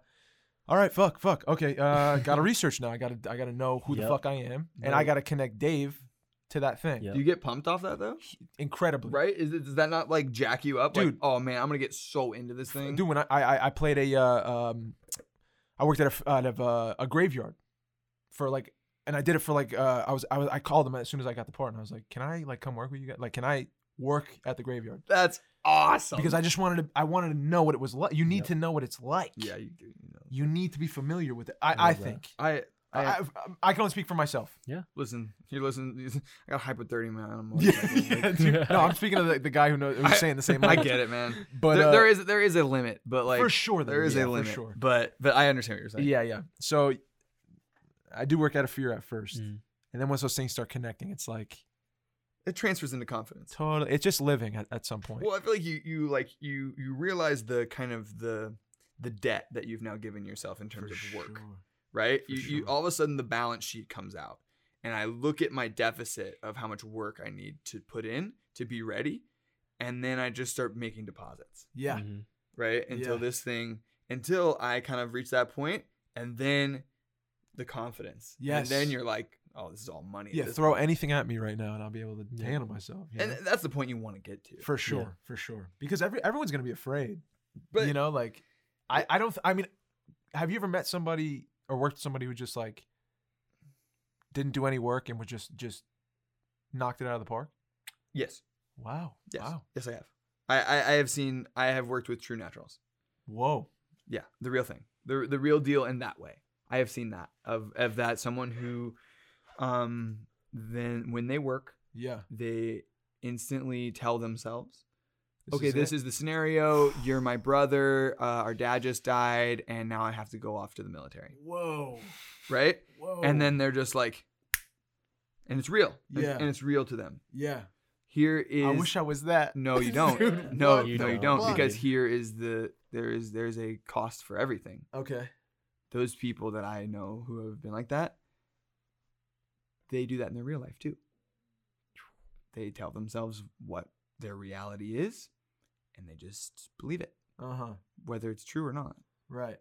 Speaker 2: all right, fuck, fuck, okay. Uh, gotta research now. I gotta, I gotta know who the
Speaker 5: Yep.
Speaker 2: fuck I am, and I
Speaker 1: Right.
Speaker 2: gotta connect Dave to that thing.
Speaker 5: Yeah.
Speaker 1: Do you get pumped off that though?
Speaker 2: Incredibly,
Speaker 1: Right? Is it, does that not like jack you up? Like,
Speaker 2: Dude.
Speaker 1: oh man, I'm gonna get so into this thing.
Speaker 2: Dude, when I I, I played a uh, um, I worked at a f- out of uh, a graveyard for like, and I did it for like uh, I was I was I called them as soon as I got the part, and I was like, can I like come work with you guys? Like, can I work at the graveyard?
Speaker 1: That's awesome.
Speaker 2: Because I just wanted to I wanted to know what it was like. You need
Speaker 5: Yep.
Speaker 2: to know what it's like.
Speaker 1: yeah, you do. You know.
Speaker 2: You need to be familiar with it.
Speaker 5: I
Speaker 2: I I,
Speaker 5: love that.
Speaker 2: think.
Speaker 1: I
Speaker 2: I, I um, I can only speak for myself.
Speaker 1: listen. You listen. I got hype with thirty man. I'm like-
Speaker 2: Yeah, dude. No, I'm speaking of the, the guy who knows who's
Speaker 1: I-
Speaker 2: saying the same.
Speaker 1: I
Speaker 2: language.
Speaker 1: get it, man.
Speaker 2: but
Speaker 1: there,
Speaker 2: uh,
Speaker 1: there is there is a limit, but like
Speaker 2: for sure though.
Speaker 1: there is
Speaker 2: Yeah,
Speaker 1: a limit.
Speaker 2: For sure.
Speaker 1: But but I understand what you're saying.
Speaker 2: Yeah, yeah. So I do work out of fear at first.
Speaker 5: Mm.
Speaker 2: And then once those things start connecting, it's like
Speaker 1: it transfers into confidence.
Speaker 2: totally it's just living at, at some point.
Speaker 1: Well, I feel like you you like you you realize the kind of the the debt that you've now given yourself in terms of work.
Speaker 2: sure.
Speaker 1: right?
Speaker 2: For
Speaker 1: You, you
Speaker 2: sure.
Speaker 1: all of a sudden the balance sheet comes out, and I look at my deficit of how much work I need to put in to be ready, and then I just start making deposits,
Speaker 2: Yeah.
Speaker 5: Mhm.
Speaker 1: right? Until
Speaker 2: Yeah.
Speaker 1: this thing, until I kind of reach that point, and then the confidence. And then
Speaker 2: Yes.
Speaker 1: you're like, oh, this is all money. at
Speaker 2: Yeah.
Speaker 1: this
Speaker 2: Throw anything at me right now and I'll be able to
Speaker 5: Yeah.
Speaker 2: handle myself. you
Speaker 1: point."
Speaker 2: know?
Speaker 1: and that's the point you want to get to.
Speaker 2: for sure. For sure. Because every everyone's gonna be afraid.
Speaker 1: but
Speaker 2: you know, like I, I don't th- I mean have you ever met somebody or worked with somebody who just like didn't do any work and was just just knocked it out of the park?
Speaker 1: yes,
Speaker 2: Wow.
Speaker 1: yes,
Speaker 2: Wow.
Speaker 1: yes, I have. I, I I have seen. I have worked with True Naturals.
Speaker 2: Whoa.
Speaker 1: Yeah, the real thing, the the real deal in that way. I have seen that of of that someone who, um, then when they work,
Speaker 2: Yeah.
Speaker 1: they instantly tell themselves, "Okay,
Speaker 2: is
Speaker 1: this
Speaker 2: it.
Speaker 1: is the scenario. You're my brother. Uh, our dad just died, and now I have to go off to the military."
Speaker 2: Whoa.
Speaker 1: Right,
Speaker 2: Whoa.
Speaker 1: and then they're just like, and it's real. And-
Speaker 2: Yeah.
Speaker 1: and, it's real to them.
Speaker 2: yeah,
Speaker 1: Here is
Speaker 2: I wish I was that.
Speaker 1: no, you don't.
Speaker 5: Dude,
Speaker 1: no,
Speaker 5: what
Speaker 1: no,
Speaker 5: the
Speaker 1: you don't.
Speaker 5: fuck?
Speaker 1: Because here is the there is there's a cost for everything.
Speaker 2: Okay.
Speaker 1: Those people that I know who have been like that, they do that in their real life too. They tell themselves what their reality is, and they just believe it,
Speaker 2: Uh huh.
Speaker 1: whether it's true or not.
Speaker 2: Right.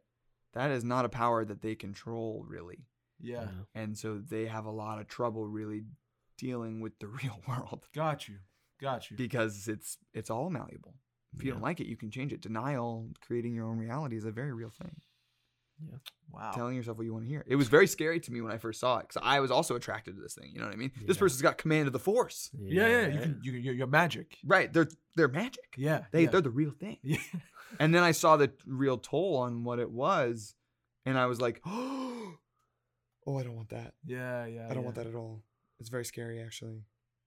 Speaker 1: That is not a power that they control really,
Speaker 2: Yeah.
Speaker 1: and so they have a lot of trouble really dealing with the real world
Speaker 2: Got you. Got you.
Speaker 1: because it's it's all malleable. If you don't like it, you can change it. Denial, creating your own reality, is a very real thing.
Speaker 2: wow.
Speaker 1: telling yourself what you want to hear. It was very scary to me when I first saw it because I was also attracted to this thing. You know what I mean? This
Speaker 3: Yeah.
Speaker 1: person's got command of the force.
Speaker 2: yeah, yeah. You can. You, you're, you're magic.
Speaker 1: Right? They're they're magic.
Speaker 2: Yeah.
Speaker 1: They
Speaker 2: yeah.
Speaker 1: they're the real thing.
Speaker 2: Yeah.
Speaker 1: And then I saw the real toll on what it was, and I was like, oh, I don't want that.
Speaker 2: Yeah. Yeah.
Speaker 1: I don't want that at all. It's very scary actually.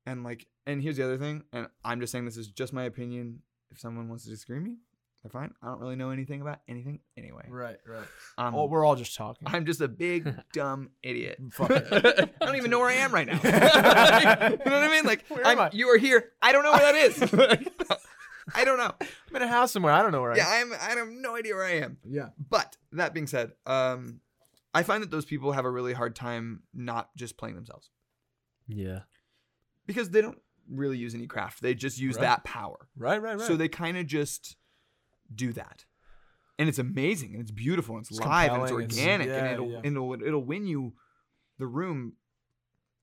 Speaker 1: And like, and here's the other thing, and I'm just saying this is just my opinion. If someone wants to disagree with me, they're fine. I don't really know anything about anything anyway.
Speaker 2: Right. Right.
Speaker 1: Um,
Speaker 2: oh, we're all just talking.
Speaker 1: I'm just a big dumb idiot.
Speaker 2: Fuck
Speaker 1: I
Speaker 2: it.
Speaker 1: don't even know where I am right now. you know what I mean? Like,
Speaker 2: Where
Speaker 1: I'm,
Speaker 2: am I?
Speaker 1: you are here. I don't know where that is. I don't know.
Speaker 2: I'm in a house somewhere. I don't know where
Speaker 1: Yeah, I'm. I have no idea where I am.
Speaker 2: I am.
Speaker 1: But that being said, um, I find that those people have a really hard time not just playing themselves
Speaker 3: Yeah.
Speaker 1: because they don't really use any craft. They just use
Speaker 2: Right.
Speaker 1: that power.
Speaker 2: Right. Right. Right.
Speaker 1: So they kind of just do that. And it's amazing and it's beautiful and it's,
Speaker 2: It's
Speaker 1: live and it's
Speaker 2: compelling, it's-
Speaker 1: organic
Speaker 2: yeah,
Speaker 1: and it'll,
Speaker 2: yeah.
Speaker 1: it'll it'll win you the room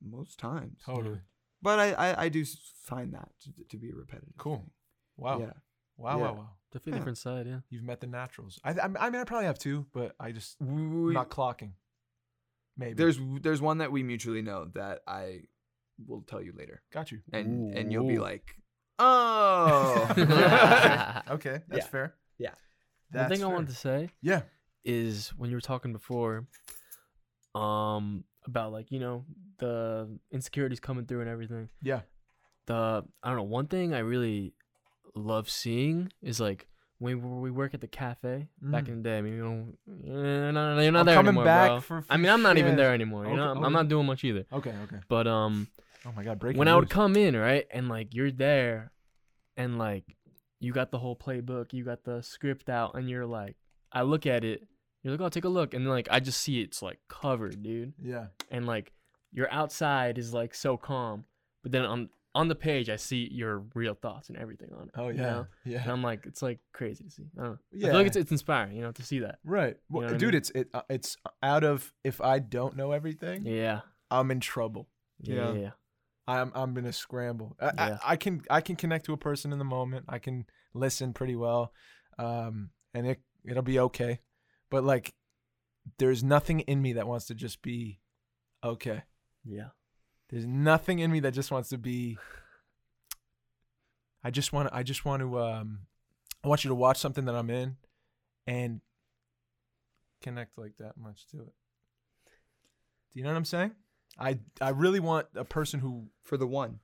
Speaker 1: most times.
Speaker 2: totally.
Speaker 1: But I, I, I do s- find that to, to be a repetitive.
Speaker 2: Cool.
Speaker 1: thing.
Speaker 2: Wow.
Speaker 1: Yeah.
Speaker 2: Wow.
Speaker 1: Yeah.
Speaker 2: Wow. Wow.
Speaker 3: Definitely
Speaker 1: Yeah.
Speaker 3: different side. Yeah.
Speaker 2: You've met the naturals. I, I, I mean, I probably have two, but I just not clocking. Maybe
Speaker 1: There's there's one that we mutually know that I will tell you later,
Speaker 2: got you.
Speaker 1: and and you'll be
Speaker 3: Ooh.
Speaker 1: like, oh,
Speaker 2: Okay, that's
Speaker 1: Yeah.
Speaker 2: fair.
Speaker 1: Yeah.
Speaker 2: That's
Speaker 3: One thing I
Speaker 2: fair.
Speaker 3: wanted to say
Speaker 2: Yeah.
Speaker 3: is when you were talking before, um, about like you know the insecurities coming through and everything.
Speaker 2: Yeah.
Speaker 3: The I don't know. One thing I really love seeing is like when we, we work at the cafe back
Speaker 2: Mm.
Speaker 3: in the day. I mean, you know, you're not, you're not
Speaker 2: I'm
Speaker 3: there
Speaker 2: coming
Speaker 3: anymore,
Speaker 2: back
Speaker 3: bro.
Speaker 2: for
Speaker 3: I mean, I'm not even
Speaker 2: shit.
Speaker 3: there anymore. You know,
Speaker 2: Okay,
Speaker 3: I'm, I'm
Speaker 2: okay.
Speaker 3: not doing much either.
Speaker 2: Okay. Okay.
Speaker 3: But um,
Speaker 2: Oh my God. Breaking.
Speaker 3: when I would
Speaker 2: news.
Speaker 3: come in, right, and like you're there, and like you got the whole playbook, you got the script out, and you're like, I look at it, you're like, oh, take a look, and like I just see it's like covered, dude,
Speaker 2: Yeah.
Speaker 3: and like your outside is like so calm, but then on on the page I see your real thoughts and everything on it.
Speaker 2: Oh
Speaker 3: you
Speaker 2: yeah.
Speaker 3: know?
Speaker 2: Yeah.
Speaker 3: And I'm like, it's like crazy to see. I don't know. I
Speaker 2: yeah.
Speaker 3: feel like it's, it's inspiring, you know, to see that.
Speaker 2: right.
Speaker 3: know
Speaker 2: Well,
Speaker 3: what I
Speaker 2: dude,
Speaker 3: mean?
Speaker 2: it's it uh, it's out of if I don't know everything,
Speaker 3: Yeah.
Speaker 2: I'm in trouble.
Speaker 1: Yeah.
Speaker 3: Yeah. yeah.
Speaker 2: I'm I'm gonna scramble. I,
Speaker 3: Yeah.
Speaker 2: I, I can I can connect to a person in the moment. I can listen pretty well, um, and it it'll be okay. But like, there's nothing in me that wants to just be okay.
Speaker 3: Yeah.
Speaker 2: There's nothing in me that just wants to be. I just want to. I just want to. Um, I want you to watch something that I'm in, and connect like that much to it. Do you know what I'm saying? I I really want a person who
Speaker 1: for the one,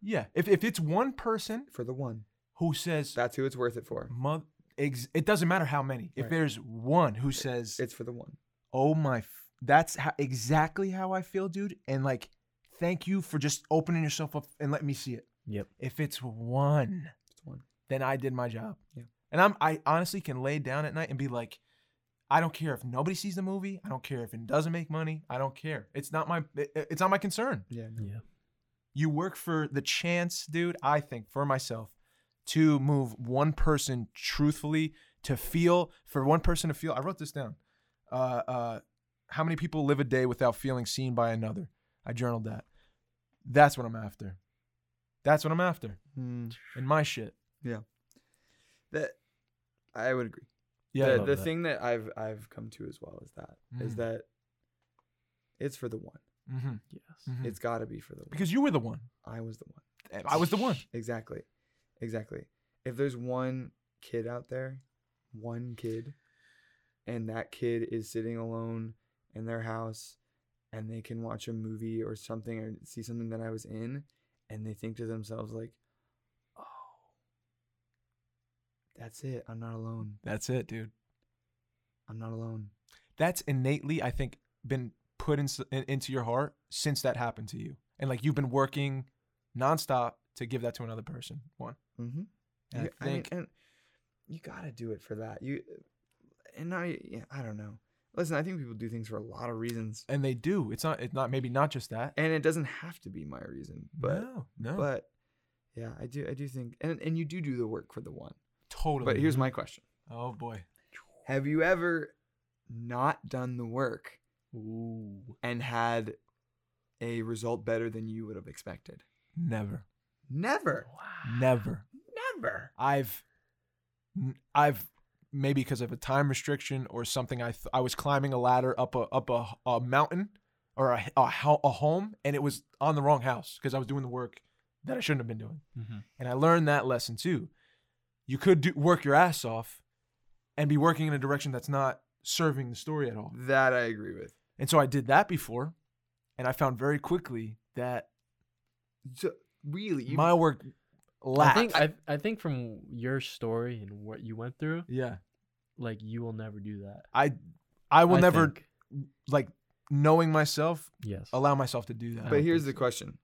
Speaker 2: yeah. If if it's one person
Speaker 1: for the one.
Speaker 2: who says
Speaker 1: That's who it's worth it for.
Speaker 2: mother, ex, it doesn't matter how many. If
Speaker 1: Right.
Speaker 2: there's one who says
Speaker 1: It's for the one.
Speaker 2: oh my f- that's how, exactly how i feel dude and like thank you for just opening yourself up and letting me see it
Speaker 3: Yep.
Speaker 2: if it's one
Speaker 1: It's one.
Speaker 2: then i did my job
Speaker 1: Yeah.
Speaker 2: and i'm i honestly can lay down at night and be like i don't care if nobody sees the movie i don't care if it doesn't make money i don't care it's not my it- it's not my concern
Speaker 1: Yeah. no.
Speaker 3: Yeah.
Speaker 2: you work for the chance, dude, I think for myself to move one person truthfully to feel for one person to feel. I wrote this down. Uh, uh, how many people live a day without feeling seen by another? I journaled that. That's what I'm after. That's what I'm after
Speaker 1: Hmm.
Speaker 2: in my shit.
Speaker 1: That I would agree.
Speaker 2: Yeah.
Speaker 1: the,
Speaker 3: love
Speaker 1: the
Speaker 3: that.
Speaker 1: thing that I've I've come to as well is that is
Speaker 2: Mm.
Speaker 1: that it's for the one.
Speaker 2: Mm-hmm.
Speaker 3: Yes.
Speaker 2: Mhm.
Speaker 1: It's got to be for the one.
Speaker 2: Because you were the one.
Speaker 1: I was the one.
Speaker 2: I was the one.
Speaker 1: Exactly. Exactly. If there's one kid out there, one kid, and that kid is sitting alone in their house and they can watch a movie or something or see something that I was in and they think to themselves like, "Oh, that's it. I'm not alone.
Speaker 2: That's it, dude.
Speaker 1: I'm not alone."
Speaker 2: That's innately, I think, been put in, in, into your heart since that happened to you. And like you've been working nonstop to give that to another person. One.
Speaker 1: Mhm.
Speaker 2: And
Speaker 1: Yeah,
Speaker 2: I think
Speaker 1: mean, and you gotta do it for that. You and I, yeah, I don't know. Listen, I think people do things for a lot of reasons,
Speaker 2: and they do. It's not. It's not. Maybe not just that.
Speaker 1: and it doesn't have to be my reason. But
Speaker 2: no, no,
Speaker 1: but yeah, I do I do think and and you do do the work for the one.
Speaker 2: totally.
Speaker 1: But here's my question:
Speaker 2: Oh boy.
Speaker 1: Have you ever not done the work
Speaker 3: Ooh.
Speaker 1: and had a result better than you would have expected?
Speaker 2: Never.
Speaker 1: Never,
Speaker 2: Never.
Speaker 1: never.
Speaker 2: I've, I've maybe because of a time restriction or something. I th- I was climbing a ladder up a up a, a mountain or a a, ho- a home, and it was on the wrong house because I was doing the work that I shouldn't have been doing.
Speaker 3: Mhm.
Speaker 2: And I learned that lesson too. You could do, work your ass off, and be working in a direction that's not serving the story at all.
Speaker 1: That I agree with.
Speaker 2: And so I did that before, and I found very quickly that
Speaker 1: So, really, you,
Speaker 2: my work
Speaker 3: I
Speaker 2: lacked.
Speaker 3: think I, I think from your story and what you went through,
Speaker 2: yeah,
Speaker 3: like you will never do that.
Speaker 2: I I will never
Speaker 3: think.
Speaker 2: like knowing myself
Speaker 3: Yes.
Speaker 2: allow myself to do that.
Speaker 1: but
Speaker 3: don't
Speaker 1: here's
Speaker 3: think
Speaker 1: the
Speaker 3: so.
Speaker 1: question: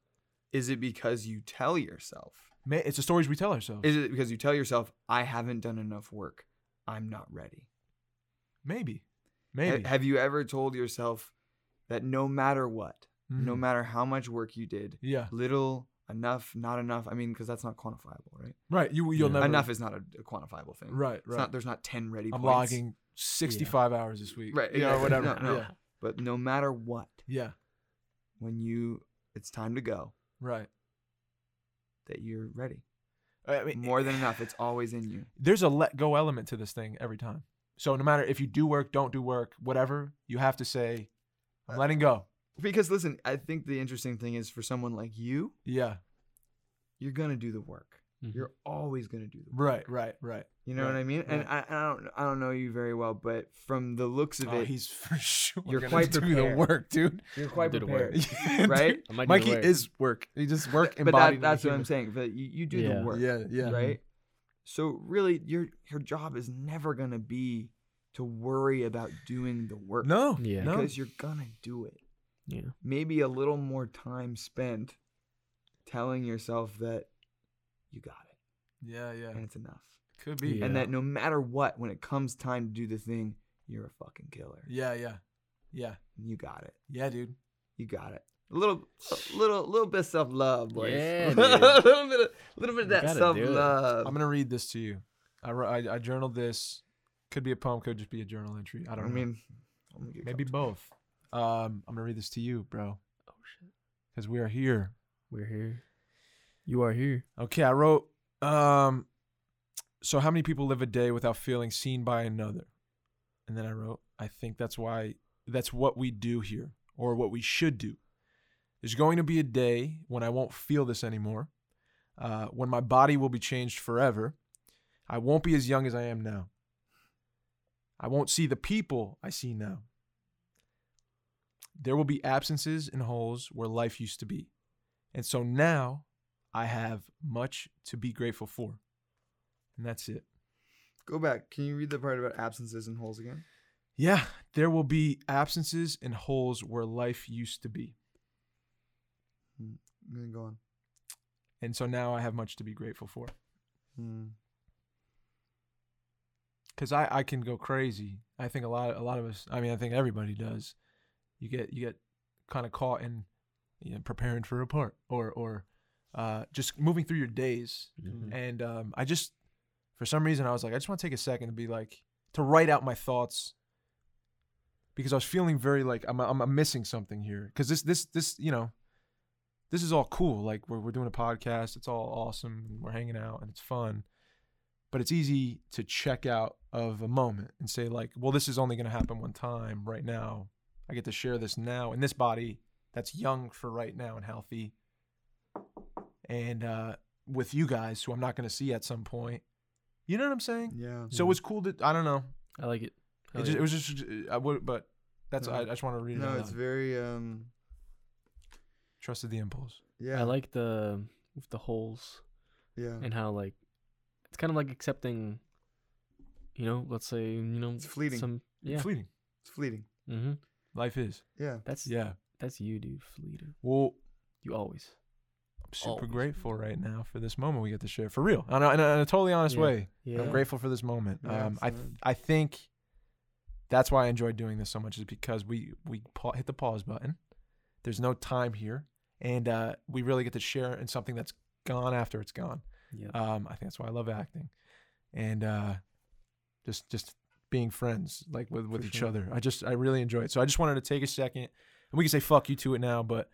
Speaker 1: Is it because you tell yourself?
Speaker 2: Ma- It's the stories we tell ourselves.
Speaker 1: Is it because you tell yourself, I haven't done enough work? I'm not ready.
Speaker 2: maybe,
Speaker 1: Ha-
Speaker 2: maybe.
Speaker 1: Have you ever told yourself that no matter what, no
Speaker 2: Mhm.
Speaker 1: matter how much work you did,
Speaker 2: Yeah,
Speaker 1: little, enough, not enough? I mean, because that's not quantifiable, right?
Speaker 2: right. You you'll
Speaker 3: Yeah.
Speaker 2: never
Speaker 1: Enough is not a, a quantifiable thing.
Speaker 2: Right,
Speaker 1: It's
Speaker 2: right.
Speaker 1: not, there's not 10 ready
Speaker 2: I'm
Speaker 1: points.
Speaker 2: logging 65 hours this week.
Speaker 1: Right,
Speaker 2: You know,
Speaker 1: exactly.
Speaker 2: whatever.
Speaker 1: No, no.
Speaker 2: Yeah.
Speaker 1: But no matter what,
Speaker 2: yeah,
Speaker 1: when you, it's time to go,
Speaker 2: right.
Speaker 1: that you're ready.
Speaker 2: I mean,
Speaker 1: More than enough. It's always in you.
Speaker 2: there's a let go element to this thing every time. So no matter if you do work, don't do work, whatever, you have to say, I'm letting go.
Speaker 1: Because listen, I think the interesting thing is for someone like you,
Speaker 2: Yeah,
Speaker 1: you're going to do the work.
Speaker 3: Mhm.
Speaker 1: You're always going to do the work.
Speaker 2: right, right, right.
Speaker 1: You know what
Speaker 2: Right,
Speaker 1: I mean? And I, I don't I don't know you very well, but from the looks of
Speaker 2: Oh,
Speaker 1: it,
Speaker 2: he's for sure.
Speaker 1: You're
Speaker 2: gonna
Speaker 1: quite
Speaker 2: do the
Speaker 1: prepared.
Speaker 2: work, dude.
Speaker 1: you're quite
Speaker 3: did it work.
Speaker 1: prepared. Right?
Speaker 3: I might do
Speaker 2: Mikey
Speaker 3: work.
Speaker 2: is work. He just work
Speaker 1: but
Speaker 2: embodied.
Speaker 1: that,
Speaker 2: in a
Speaker 1: that's what I'm
Speaker 2: human.
Speaker 1: saying. But you, you do
Speaker 3: Yeah.
Speaker 1: the work,
Speaker 2: Yeah, yeah.
Speaker 1: right? So really, your your job is never gonna be to worry about doing the work.
Speaker 2: No.
Speaker 3: Yeah.
Speaker 2: No.
Speaker 1: because you're gonna do it.
Speaker 3: yeah.
Speaker 1: Maybe a little more time spent telling yourself that you got it
Speaker 2: Yeah, yeah.
Speaker 1: and it's enough,
Speaker 2: Could be.
Speaker 3: Yeah.
Speaker 1: Mm. and that no matter what, when it comes time to do the thing, you're a fucking killer.
Speaker 2: Yeah, yeah. Yeah.
Speaker 1: You got it.
Speaker 2: Yeah, dude.
Speaker 1: You got it. A little, a little, little bit self love, boys.
Speaker 3: Yeah, dude.
Speaker 1: a little bit, of, little bit of
Speaker 3: You
Speaker 1: that
Speaker 3: gotta
Speaker 1: self
Speaker 3: do it.
Speaker 2: I'm
Speaker 1: love.
Speaker 2: going to read this to you. I, wr- I, I journaled this. Could be a poem, could just be a journal entry. I
Speaker 1: I
Speaker 2: don't know.
Speaker 1: mean, I'm gonna get
Speaker 2: maybe
Speaker 1: comfortable.
Speaker 2: both. Um, I'm going to read this to you, bro,
Speaker 3: Oh shit.
Speaker 2: because we are here.
Speaker 3: We're here. You are here.
Speaker 2: Okay, I wrote. Um, so how many people live a day without feeling seen by another? And then I wrote, I think that's why that's what we do here, or what we should do. There's going to be a day when I won't feel this anymore, uh, when my body will be changed forever. I won't be as young as I am now. I won't see the people I see now. There will be absences and holes where life used to be. And so now I have much to be grateful for. And that's it.
Speaker 1: Go back. Can you read the part about absences and holes again?
Speaker 2: Yeah, there will be absences and holes where life used to be.
Speaker 1: And then go on.
Speaker 2: And so now I have much to be grateful for.
Speaker 1: Hmm.
Speaker 2: Cause I, I can go crazy. I think a lot a lot of us I mean, I think everybody does. You get you get kind of caught in you know, preparing for a part or or uh, just moving through your days. And um, I just for some reason I was like, I just want to take a second to be like to write out my thoughts because I was feeling very like I'm I'm, I'm missing something here because this this this you know this is all cool like we're we're doing a podcast it's all awesome and we're hanging out and it's fun but it's easy to check out of a moment and say like well this is only going to happen one time right now I get to share this now in this body that's young for right now and healthy and uh with you guys who I'm not going to see at some point you know what I'm saying
Speaker 1: Yeah.
Speaker 2: so it's cool to I don't know
Speaker 3: I like it. I
Speaker 2: it,
Speaker 3: like
Speaker 2: just,
Speaker 3: it.
Speaker 2: it was just uh, I would, but that's I,
Speaker 1: No.
Speaker 2: I just want to read it.
Speaker 1: No,
Speaker 2: out
Speaker 1: it's
Speaker 2: loud.
Speaker 1: very um.
Speaker 2: trusted the impulse.
Speaker 1: Yeah.
Speaker 3: I like the with the holes
Speaker 1: Yeah.
Speaker 3: and how like it's kind of like accepting. You know, let's say you know
Speaker 1: It's fleeting.
Speaker 3: Some yeah.
Speaker 2: fleeting.
Speaker 1: It's fleeting.
Speaker 3: Mm-hmm.
Speaker 2: Life is.
Speaker 1: Yeah.
Speaker 3: That's yeah.
Speaker 2: Yeah.
Speaker 3: That's you, dude. Fleeting.
Speaker 2: Well,
Speaker 3: You always.
Speaker 2: super
Speaker 3: Always.
Speaker 2: grateful right now for this moment we get to share for real, in a, in a, in a totally honest
Speaker 3: Yeah.
Speaker 2: way.
Speaker 3: Yeah.
Speaker 2: I'm grateful for this moment.
Speaker 1: Yeah,
Speaker 2: um, I th-
Speaker 1: absolutely.
Speaker 2: I think that's why I enjoy doing this so much is because we we pa- hit the pause button. There's no time here, and uh, we really get to share in something that's gone after it's gone.
Speaker 3: Yeah.
Speaker 2: Um, I think that's why I love acting, and uh, just just being friends like with with
Speaker 1: For
Speaker 2: each
Speaker 1: sure.
Speaker 2: other. I just I really enjoy it. So I just wanted to take a second, and we can say fuck you to it now, but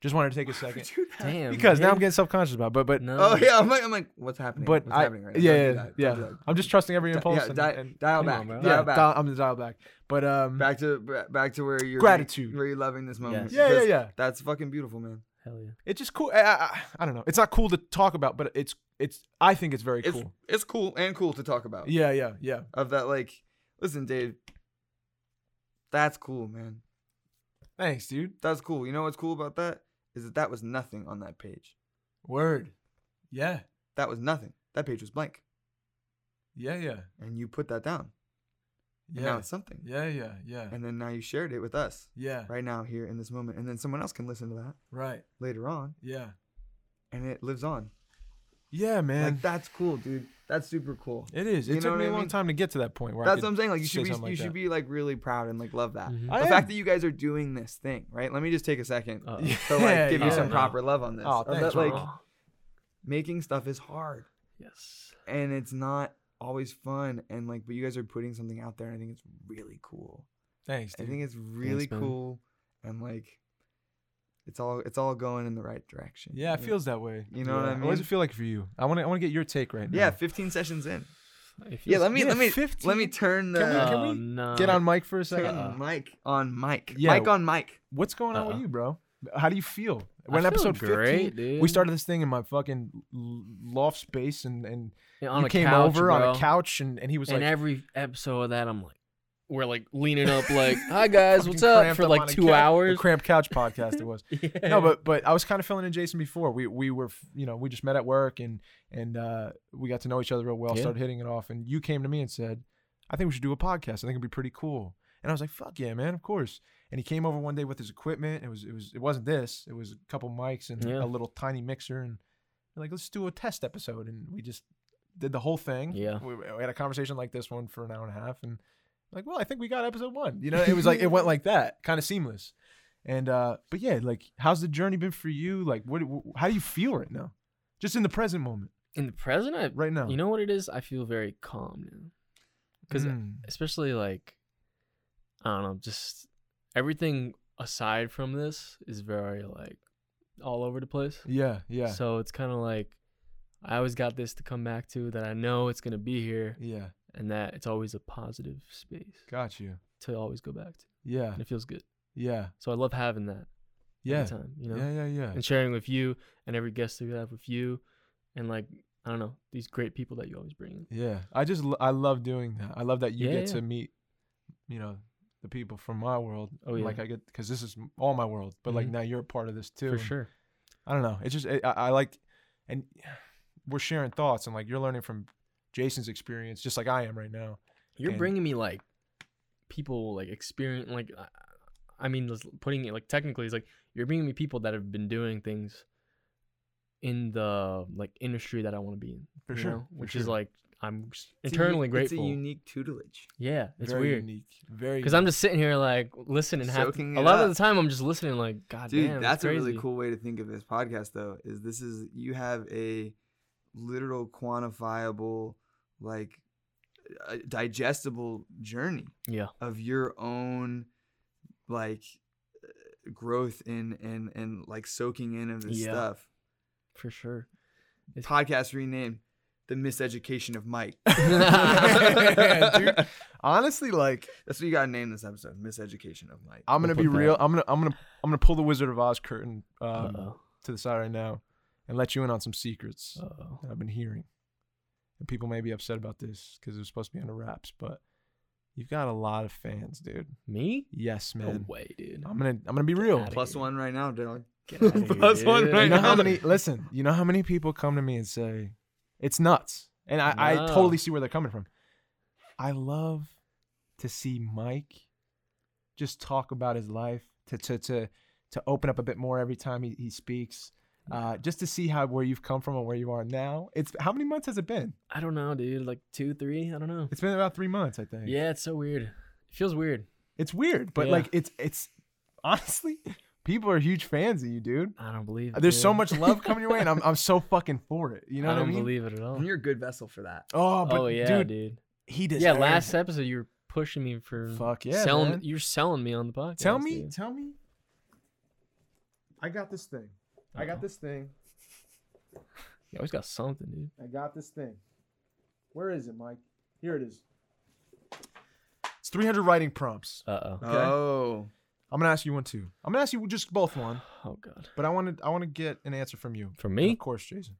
Speaker 2: just wanted to take a second
Speaker 3: Damn.
Speaker 2: because now I'm
Speaker 3: man.
Speaker 2: getting self conscious about. It, but but
Speaker 3: No.
Speaker 1: Oh yeah, I'm like, I'm like, what's happening?
Speaker 2: but
Speaker 1: what's
Speaker 2: I
Speaker 1: happening right now?
Speaker 2: yeah
Speaker 1: Don't do
Speaker 2: yeah,
Speaker 1: that.
Speaker 2: yeah.
Speaker 1: Don't do that.
Speaker 2: I'm just trusting every
Speaker 1: Di-
Speaker 2: impulse.
Speaker 1: yeah,
Speaker 2: and-
Speaker 1: di-
Speaker 2: and-
Speaker 1: dial
Speaker 3: Come
Speaker 1: back.
Speaker 3: on, bro.
Speaker 1: dial
Speaker 2: yeah,
Speaker 1: back.
Speaker 2: dial- I'm the dial back. But um,
Speaker 1: back to ba- back to where you're
Speaker 2: Gratitude.
Speaker 1: where you're loving this moment.
Speaker 3: Yes.
Speaker 2: yeah, yeah,
Speaker 1: Because
Speaker 2: yeah.
Speaker 1: That's fucking beautiful, man.
Speaker 3: Hell yeah.
Speaker 2: It's just cool. I, I, I- I don't know. It's not cool to talk about, but it's it's. I think it's very
Speaker 1: It's
Speaker 2: cool.
Speaker 1: it's cool and cool to talk about.
Speaker 2: Yeah, yeah, yeah.
Speaker 1: Of that, like, listen, Dave. That's cool, man.
Speaker 2: Thanks, dude.
Speaker 1: That's cool. You know what's cool about that is that that was nothing on that page.
Speaker 2: Word. Yeah,
Speaker 1: That was nothing. That page was blank,
Speaker 2: yeah, yeah,
Speaker 1: and you put that down. And now
Speaker 2: yeah,
Speaker 1: it's something.
Speaker 2: yeah, yeah, yeah,
Speaker 1: And then now you shared it with us
Speaker 2: yeah.
Speaker 1: right now here in this moment, and then someone else can listen to that
Speaker 2: Right.
Speaker 1: later on,
Speaker 2: Yeah.
Speaker 1: and it lives on.
Speaker 2: Yeah, man.
Speaker 1: Like that's cool, dude. That's super cool.
Speaker 2: it is.
Speaker 1: you
Speaker 2: It
Speaker 1: know
Speaker 2: took
Speaker 1: what
Speaker 2: me
Speaker 1: I
Speaker 2: a long
Speaker 1: mean?
Speaker 2: time to get to that point where
Speaker 1: That's
Speaker 2: I
Speaker 1: what I'm saying. Like you
Speaker 2: say
Speaker 1: should be,
Speaker 2: something like
Speaker 1: you
Speaker 2: that. Mm.
Speaker 1: should be like really proud and like love that.
Speaker 3: Mhm.
Speaker 2: I
Speaker 1: the
Speaker 2: am.
Speaker 1: fact that you guys are doing this thing, right? Let me just take a second
Speaker 3: Uh,
Speaker 2: Yeah,
Speaker 1: to like give
Speaker 2: yeah.
Speaker 1: you some
Speaker 3: yeah.
Speaker 1: proper love on this.
Speaker 2: Aw,
Speaker 1: Of
Speaker 2: thanks,
Speaker 1: that, like
Speaker 3: Aw.
Speaker 1: making stuff is hard
Speaker 3: yes.
Speaker 1: and it's not always fun and like but you guys are putting something out there and I think it's really cool.
Speaker 2: Thanks,
Speaker 1: I
Speaker 2: dude.
Speaker 1: think it's really
Speaker 3: Thanks, man.
Speaker 1: cool and like it's all it's all going in the right direction.
Speaker 2: yeah, it feels that way.
Speaker 1: You know what I
Speaker 2: What does it
Speaker 1: mean?
Speaker 2: feel like for you? I want to. I want to get your take right now.
Speaker 1: Yeah, 15 sessions in.
Speaker 3: It
Speaker 1: Yeah,
Speaker 3: feels-
Speaker 1: let me uh,
Speaker 2: yeah,
Speaker 1: let me
Speaker 2: 15?
Speaker 1: let me turn the
Speaker 2: Can we- can
Speaker 3: Oh,
Speaker 2: we
Speaker 3: no.
Speaker 2: Get
Speaker 1: uh,
Speaker 2: on mic for a
Speaker 1: turn
Speaker 2: uh, second.
Speaker 1: the mic on mic.
Speaker 2: Yeah.
Speaker 1: Mic on mic.
Speaker 2: What's going on with
Speaker 3: Uh-oh.
Speaker 2: you, bro? How do you feel?
Speaker 3: Uh-uh. I
Speaker 2: We're in
Speaker 3: feel
Speaker 2: episode
Speaker 3: great,
Speaker 2: 15.
Speaker 3: dude.
Speaker 2: We started this thing in my fucking l- loft space, and and
Speaker 3: Yeah, on
Speaker 2: you
Speaker 3: a
Speaker 2: came
Speaker 3: couch,
Speaker 2: over
Speaker 3: bro.
Speaker 2: on a couch, and, and he was
Speaker 3: and
Speaker 2: like,
Speaker 3: every episode of that, I'm like, we're like leaning up, like, hi guys, what's
Speaker 2: fucking
Speaker 3: up?
Speaker 2: cramped
Speaker 3: For
Speaker 2: up
Speaker 3: like
Speaker 2: on a
Speaker 3: two
Speaker 2: couch-
Speaker 3: hours.
Speaker 2: The cramped couch podcast it was.
Speaker 3: Yeah.
Speaker 2: No, but but I was kind of filling in Jason before. We we were f- you know we just met at work, and and uh, we got to know each other real well,
Speaker 3: Yeah.
Speaker 2: started hitting it off, and you came to me and said, I think we should do a podcast. I think it'd be pretty cool. And I was like, fuck yeah, man, of course. And he came over one day with his equipment. It was it was it wasn't this. It was a couple mics and
Speaker 3: Yeah.
Speaker 2: a little tiny mixer and we're like let's do a test episode and we just did the whole thing.
Speaker 3: Yeah.
Speaker 2: We, we had a conversation like this one for an hour and a half and like, well, I think we got episode 1. You know, it was like it went like that, kind of seamless. And uh but yeah, like how's the journey been for you? Like what wh- how do you feel right now? Just in the present moment,
Speaker 3: in the present, I,
Speaker 2: right now.
Speaker 3: you know uh, what it is? I feel very calm now. Because
Speaker 2: Mm.
Speaker 3: especially like I don't know, just everything aside from this is very like all over the place.
Speaker 2: yeah, yeah.
Speaker 3: So it's kind of like I always got this to come back to that I know it's gonna be here
Speaker 2: yeah.
Speaker 3: and that it's always a positive space
Speaker 2: Got you.
Speaker 3: to always go back to,
Speaker 2: Yeah.
Speaker 3: and it feels good.
Speaker 2: Yeah.
Speaker 3: So I love having that
Speaker 2: Yeah.
Speaker 3: every time, you know,
Speaker 2: Yeah, yeah, yeah.
Speaker 3: and sharing with you and every guest that we have with you, and like I don't know these great people that you always bring in.
Speaker 2: Yeah, I just lo- I love doing that. I love that you
Speaker 3: Yeah,
Speaker 2: get
Speaker 3: yeah.
Speaker 2: to meet, you know, the people from my world.
Speaker 3: Oh,
Speaker 2: and,
Speaker 3: yeah.
Speaker 2: like I get because this is m- all my world, but like
Speaker 3: Mhm.
Speaker 2: now you're a part of this too.
Speaker 3: For
Speaker 2: and
Speaker 3: sure.
Speaker 2: I don't know. It's just I, I I like, and we're sharing thoughts and like you're learning from Jason's experience, just like I am right now.
Speaker 3: You're
Speaker 2: And-
Speaker 3: bringing me like people like experience like I- I mean just putting it like technically it's like you're bringing me people that have been doing things in the like industry that I want to be in,
Speaker 2: For
Speaker 3: you
Speaker 2: sure,
Speaker 3: know?
Speaker 2: for
Speaker 3: which is
Speaker 2: sure.
Speaker 3: like I'm s-
Speaker 1: It's a u-
Speaker 3: eternally grateful.
Speaker 1: It's a unique tutelage.
Speaker 3: yeah, it's
Speaker 2: very
Speaker 3: weird
Speaker 2: unique. Very
Speaker 3: because I'm just sitting here like listening. Half, a
Speaker 1: Soaking it
Speaker 3: lot of
Speaker 1: up.
Speaker 3: the time I'm just listening like God
Speaker 1: Dude,
Speaker 3: Ah, damn,
Speaker 1: that's
Speaker 3: it's
Speaker 1: a
Speaker 3: crazy.
Speaker 1: really cool way to think of this podcast though, is this is you have a literal quantifiable like uh, digestible journey
Speaker 3: Yeah,
Speaker 1: of your own like uh, growth in and and like soaking in of this
Speaker 3: Yeah.
Speaker 1: stuff.
Speaker 3: for sure. It's-
Speaker 1: Podcast renamed The Miseducation of Mike.
Speaker 2: Dude. honestly like
Speaker 1: That's what you gotta name this episode, Miseducation of Mike.
Speaker 2: I'm gonna
Speaker 3: We'll
Speaker 2: be
Speaker 3: put that-
Speaker 2: real. I'm gonna I'm gonna I'm gonna pull the Wizard of Oz curtain
Speaker 3: Uh
Speaker 2: um,
Speaker 3: oh.
Speaker 2: to the side right now, and let you in on some secrets.
Speaker 3: Uh oh.
Speaker 2: that I've been hearing. And people may be upset about this because it was supposed to be under wraps, but you've got a lot of fans, dude.
Speaker 3: Me?
Speaker 2: Yes,
Speaker 3: No
Speaker 2: man.
Speaker 3: way, dude.
Speaker 2: I'm gonna I'm gonna be real.
Speaker 3: outta
Speaker 1: Plus
Speaker 3: here.
Speaker 1: one right now, dog.
Speaker 3: Get outta here,
Speaker 1: Plus one
Speaker 3: dude.
Speaker 1: right
Speaker 2: You know
Speaker 1: now.
Speaker 2: how many listen, you know how many people come to me and say, It's nuts. And I, I
Speaker 3: No.
Speaker 2: totally see where they're coming from. I love to see Mike just talk about his life, to to to to open up a bit more every time he, he speaks. uh, just to see how where you've come from and where you are now. It's how many months has it been?
Speaker 3: I don't know, dude. Like two, three. I don't know.
Speaker 2: It's been about three months, I think.
Speaker 3: Yeah, it's so weird. It feels weird.
Speaker 2: It's weird, but
Speaker 3: Yeah.
Speaker 2: like it's it's honestly, people are huge fans of you, dude.
Speaker 3: I don't believe it.
Speaker 2: There's so
Speaker 3: dude.
Speaker 2: much love coming your way, and I'm I'm so fucking for it. You know
Speaker 3: I
Speaker 2: what
Speaker 3: don't
Speaker 2: I mean?
Speaker 3: believe it at all.
Speaker 1: And you're a good vessel for that.
Speaker 2: oh, but
Speaker 3: oh yeah,
Speaker 2: dude,
Speaker 3: dude.
Speaker 2: he does.
Speaker 3: Yeah, last episode you were pushing me for
Speaker 2: Fuck yeah,
Speaker 3: selling.
Speaker 2: man.
Speaker 3: You're selling me on the podcast.
Speaker 2: Tell me,
Speaker 3: dude.
Speaker 2: tell me. I got this thing. I
Speaker 3: Uh-huh.
Speaker 2: got this thing.
Speaker 3: You always got something, dude.
Speaker 2: I got this thing. Where is it, Mike? Here it is. It's 300 writing prompts.
Speaker 3: Uh oh.
Speaker 1: Oh,
Speaker 2: I'm gonna ask you one too. I'm gonna ask you just both one,
Speaker 3: Oh god.
Speaker 2: but I want to I want to get an answer from you.
Speaker 3: For
Speaker 2: And
Speaker 3: me?
Speaker 2: of course, Jason.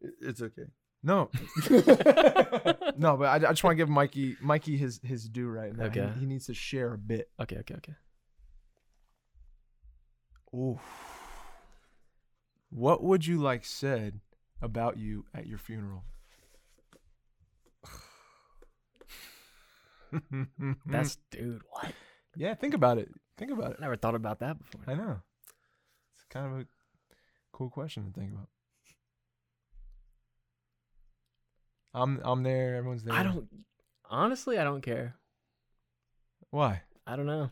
Speaker 1: It- it's okay.
Speaker 2: No, no, but I, I just want to give Mikey Mikey his his due right now. He-
Speaker 3: Okay.
Speaker 2: He, needs to share a bit.
Speaker 3: Okay, okay, okay.
Speaker 2: Ooh. What would you like said about you at your funeral? Mm.
Speaker 3: That's dude. What?
Speaker 2: yeah. Think about it. Think about it.
Speaker 3: I never thought about that before.
Speaker 2: I know. It's kind of a cool question to think about. I'm I'm there. Everyone's there.
Speaker 3: I don't. Honestly, I don't care.
Speaker 2: Why?
Speaker 3: I don't know.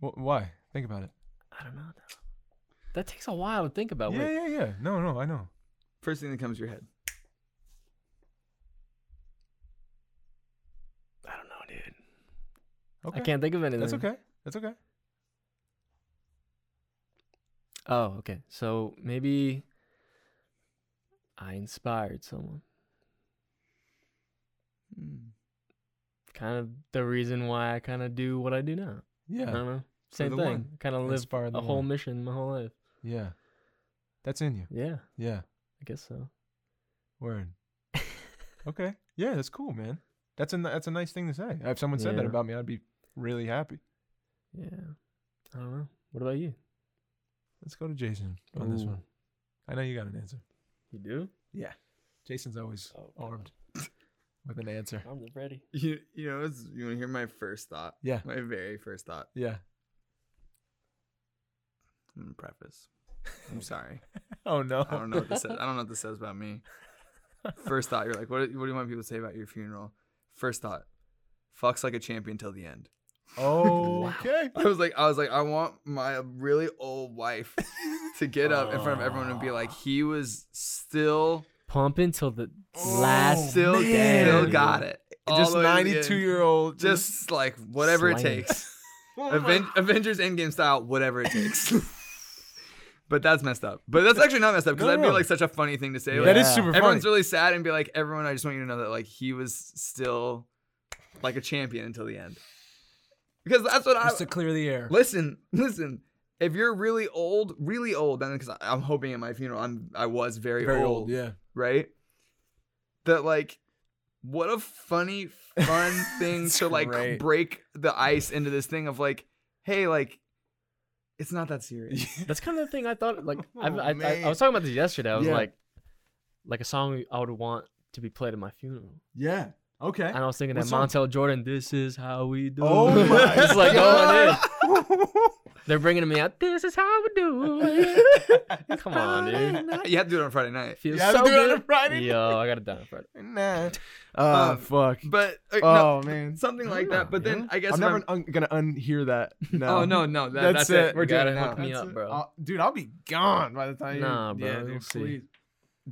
Speaker 2: Wh- why? Think about it.
Speaker 3: I don't know. though. That takes a while to think about.
Speaker 2: yeah,
Speaker 3: Uh, Wait,
Speaker 2: yeah, yeah. No, no, I know.
Speaker 1: First thing that comes to your head.
Speaker 3: I don't know, dude.
Speaker 2: Okay.
Speaker 3: I can't think of anything.
Speaker 2: That's okay. That's okay.
Speaker 3: Oh, okay. So maybe I inspired someone.
Speaker 2: Hmm.
Speaker 3: Kind of the reason why I kind of do what I do now. I
Speaker 2: Yeah.
Speaker 3: don't know. Same
Speaker 1: the
Speaker 3: thing.
Speaker 1: one.
Speaker 3: Kind of live
Speaker 2: Inspire the
Speaker 3: a whole
Speaker 2: one.
Speaker 3: mission my whole life.
Speaker 2: Yeah. That's in you.
Speaker 3: Yeah,
Speaker 2: Yeah.
Speaker 3: I guess so.
Speaker 2: Word. okay. Yeah, that's cool, man. That's a n- that's a nice thing to say. If someone said that
Speaker 3: Yeah.
Speaker 2: about me, I'd be really happy.
Speaker 3: Yeah. I don't know. What about you?
Speaker 2: Let's go to Jason on this
Speaker 3: Ooh.
Speaker 2: one. I know you got an answer.
Speaker 3: You do?
Speaker 2: Jason's always
Speaker 3: Oh, God.
Speaker 2: armed with an answer.
Speaker 3: I'm ready.
Speaker 1: You, you know, it's, you want to hear my first thought?
Speaker 2: Yeah.
Speaker 1: My very first thought.
Speaker 2: Yeah.
Speaker 1: I'm gonna preface. I'm sorry.
Speaker 2: Oh no.
Speaker 1: I don't know what this says. I don't know what this says about me. First thought, you're like, what? do- What do you want people to say about your funeral? First thought, fucks like a champion till the end.
Speaker 2: Oh, okay.
Speaker 1: I was like, I was like, I want my really old wife to get up in front of everyone and be like, he was still,
Speaker 3: Pump until the
Speaker 2: Oh,
Speaker 3: last
Speaker 1: still,
Speaker 2: man.
Speaker 1: still got it. All
Speaker 2: Just
Speaker 1: the way to the end.
Speaker 2: 92 year old.
Speaker 1: just like whatever it
Speaker 3: Slaying.
Speaker 1: takes.
Speaker 2: Oh
Speaker 1: Aven- Avengers Endgame style, whatever it takes. but that's messed up. But that's actually not messed up because
Speaker 2: No,
Speaker 1: that'd
Speaker 2: no.
Speaker 1: be like such a funny thing to say.
Speaker 2: That
Speaker 1: like,
Speaker 2: is
Speaker 3: Yeah.
Speaker 2: super funny.
Speaker 1: everyone's really sad and be like, everyone, I just want you to know that like he was still like a champion until the end. Because that's what I
Speaker 2: Just to clear the air.
Speaker 1: listen, listen. If you're really old, really old, and because I'm hoping at my funeral, I'm I was very, old,
Speaker 2: Yeah.
Speaker 1: right? That like, what a funny, fun thing
Speaker 2: It's
Speaker 1: to like
Speaker 2: great.
Speaker 1: break the ice into this thing of like, hey, like, it's not that serious.
Speaker 3: That's kind of the thing I thought. Like I,
Speaker 2: Oh,
Speaker 3: I, I,
Speaker 2: man.
Speaker 3: I was talking about this yesterday. I was
Speaker 2: Yeah.
Speaker 3: like, like a song I would want to be played at my funeral.
Speaker 2: Yeah. Okay.
Speaker 3: And I was thinking
Speaker 2: What
Speaker 3: that
Speaker 2: song?
Speaker 3: Montel Jordan. This is how we do.
Speaker 2: Oh
Speaker 3: it."
Speaker 2: my
Speaker 3: it's like going in.
Speaker 2: God.
Speaker 3: They're bringing me out. This is how we do. it." Come on, dude.
Speaker 1: you have to do it on Friday night.
Speaker 3: Feels
Speaker 2: You have to
Speaker 3: so
Speaker 2: do it on a
Speaker 3: good.
Speaker 2: Friday
Speaker 3: Yo, I got it done. Friday.
Speaker 2: nah.
Speaker 1: Um,
Speaker 2: fuck.
Speaker 1: But uh,
Speaker 2: Oh
Speaker 1: no,
Speaker 2: man.
Speaker 1: something like
Speaker 3: know,
Speaker 1: that. But then
Speaker 3: yeah.
Speaker 1: I guess
Speaker 2: I'm
Speaker 1: if
Speaker 2: never
Speaker 1: I'm-
Speaker 2: un- gonna unhear that. No.
Speaker 1: Oh no, no, that,
Speaker 2: That's
Speaker 1: that's,
Speaker 2: it.
Speaker 1: it. We're
Speaker 3: You
Speaker 1: doing
Speaker 3: gotta
Speaker 1: it
Speaker 3: hook
Speaker 1: now,
Speaker 3: me
Speaker 2: That's
Speaker 3: up,
Speaker 2: it.
Speaker 3: bro.
Speaker 2: I'll- dude, I'll be gone by the time.
Speaker 3: Nah,
Speaker 2: you
Speaker 3: bro,
Speaker 2: Yeah, dude,
Speaker 3: we'll see.
Speaker 2: please.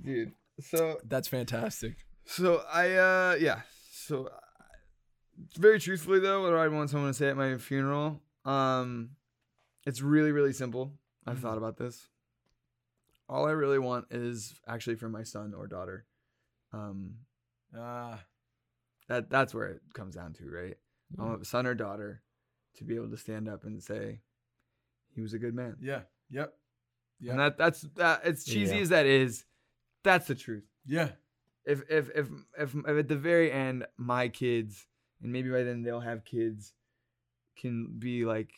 Speaker 1: dude. So
Speaker 2: That's fantastic.
Speaker 1: So I uh yeah. So uh, very truthfully though, what do I want someone to say at my funeral? Um it's really really simple. I've
Speaker 2: Mm-hmm.
Speaker 1: thought about this. All I really want is actually from my son or daughter. Um
Speaker 2: Uh,
Speaker 1: that that's where it comes down to, right? I want son or daughter to be able to stand up and say he was a good man.
Speaker 2: yeah. Yep. Yeah.
Speaker 1: And that that's that as cheesy
Speaker 3: Yeah.
Speaker 1: as that is, that's the truth.
Speaker 2: Yeah.
Speaker 1: if if if if, if at the very end my kids and maybe by then they'll have kids can be like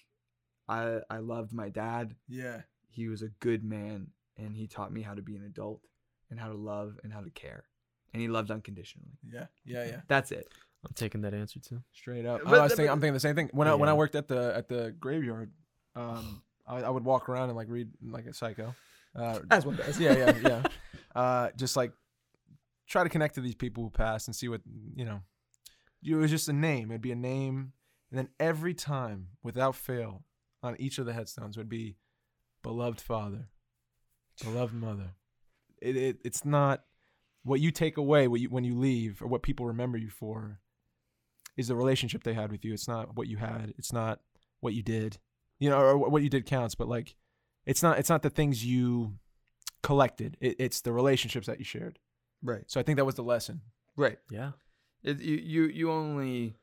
Speaker 1: i i loved my dad
Speaker 2: Yeah.
Speaker 1: he was a good man and he taught me how to be an adult and how to love and how to care and he loved unconditionally
Speaker 2: Yeah. Yeah. Yeah.
Speaker 1: that's it
Speaker 3: I'm taking that answer too.
Speaker 2: Straight up. Oh,
Speaker 1: But
Speaker 2: I was
Speaker 1: the-
Speaker 2: thinking, I'm thinking the same thing. When I when I
Speaker 3: Yeah.
Speaker 2: worked at the at the graveyard, um, I, I would walk around and like read like a psycho, uh,
Speaker 1: As one does.
Speaker 2: yeah, yeah, yeah. Uh, just like try to connect to these people who passed and see what you know. It was just a name. It'd be a name, and then every time, without fail, on each of the headstones would be beloved father, beloved mother. It, it it's not what you take away what you, when you leave or what people remember you for is the relationship they had with you. It's not what you had. It's not what you did. You know, or what you did counts, but like it's not it's not the things you collected. It, it's the relationships that you shared.
Speaker 1: Right.
Speaker 2: So I think that was the lesson.
Speaker 1: Right.
Speaker 3: Yeah.
Speaker 1: It, you, you you only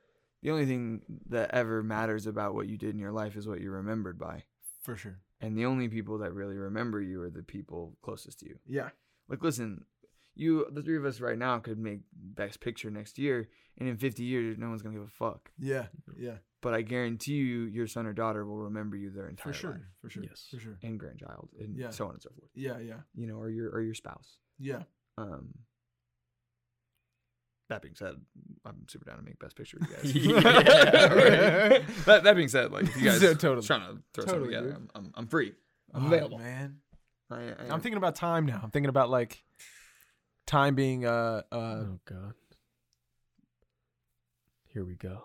Speaker 1: the only thing that ever matters about what you did in your life is what you're remembered by.
Speaker 2: For sure.
Speaker 1: And the only people that really remember you are the people closest to you.
Speaker 2: Yeah.
Speaker 1: Like listen, you the three of us right now could make best picture next year and in 50 years no one's going to give a fuck.
Speaker 2: Yeah. Yeah.
Speaker 1: But I guarantee you your son or daughter will remember you their entire
Speaker 2: For sure.
Speaker 1: life
Speaker 2: For sure.
Speaker 3: Yes.
Speaker 2: For sure.
Speaker 1: and grandchild and
Speaker 2: Yeah.
Speaker 1: so on and so forth.
Speaker 2: Yeah. Yeah.
Speaker 1: You know, or your or your spouse.
Speaker 2: Yeah.
Speaker 1: Um that being said, I'm super down to make best picture, you guys.
Speaker 3: Yeah,
Speaker 2: right.
Speaker 1: That, that being said, like if you guys
Speaker 2: Yeah, totally.
Speaker 1: trying to throw
Speaker 2: Totally,
Speaker 1: something together,
Speaker 2: dude.
Speaker 1: I'm, I'm, I'm free.
Speaker 2: Oh,
Speaker 1: Available.
Speaker 2: man.
Speaker 1: I, I am.
Speaker 2: I'm thinking about time now. I'm thinking about like time being uh uh
Speaker 3: oh God. Here we go.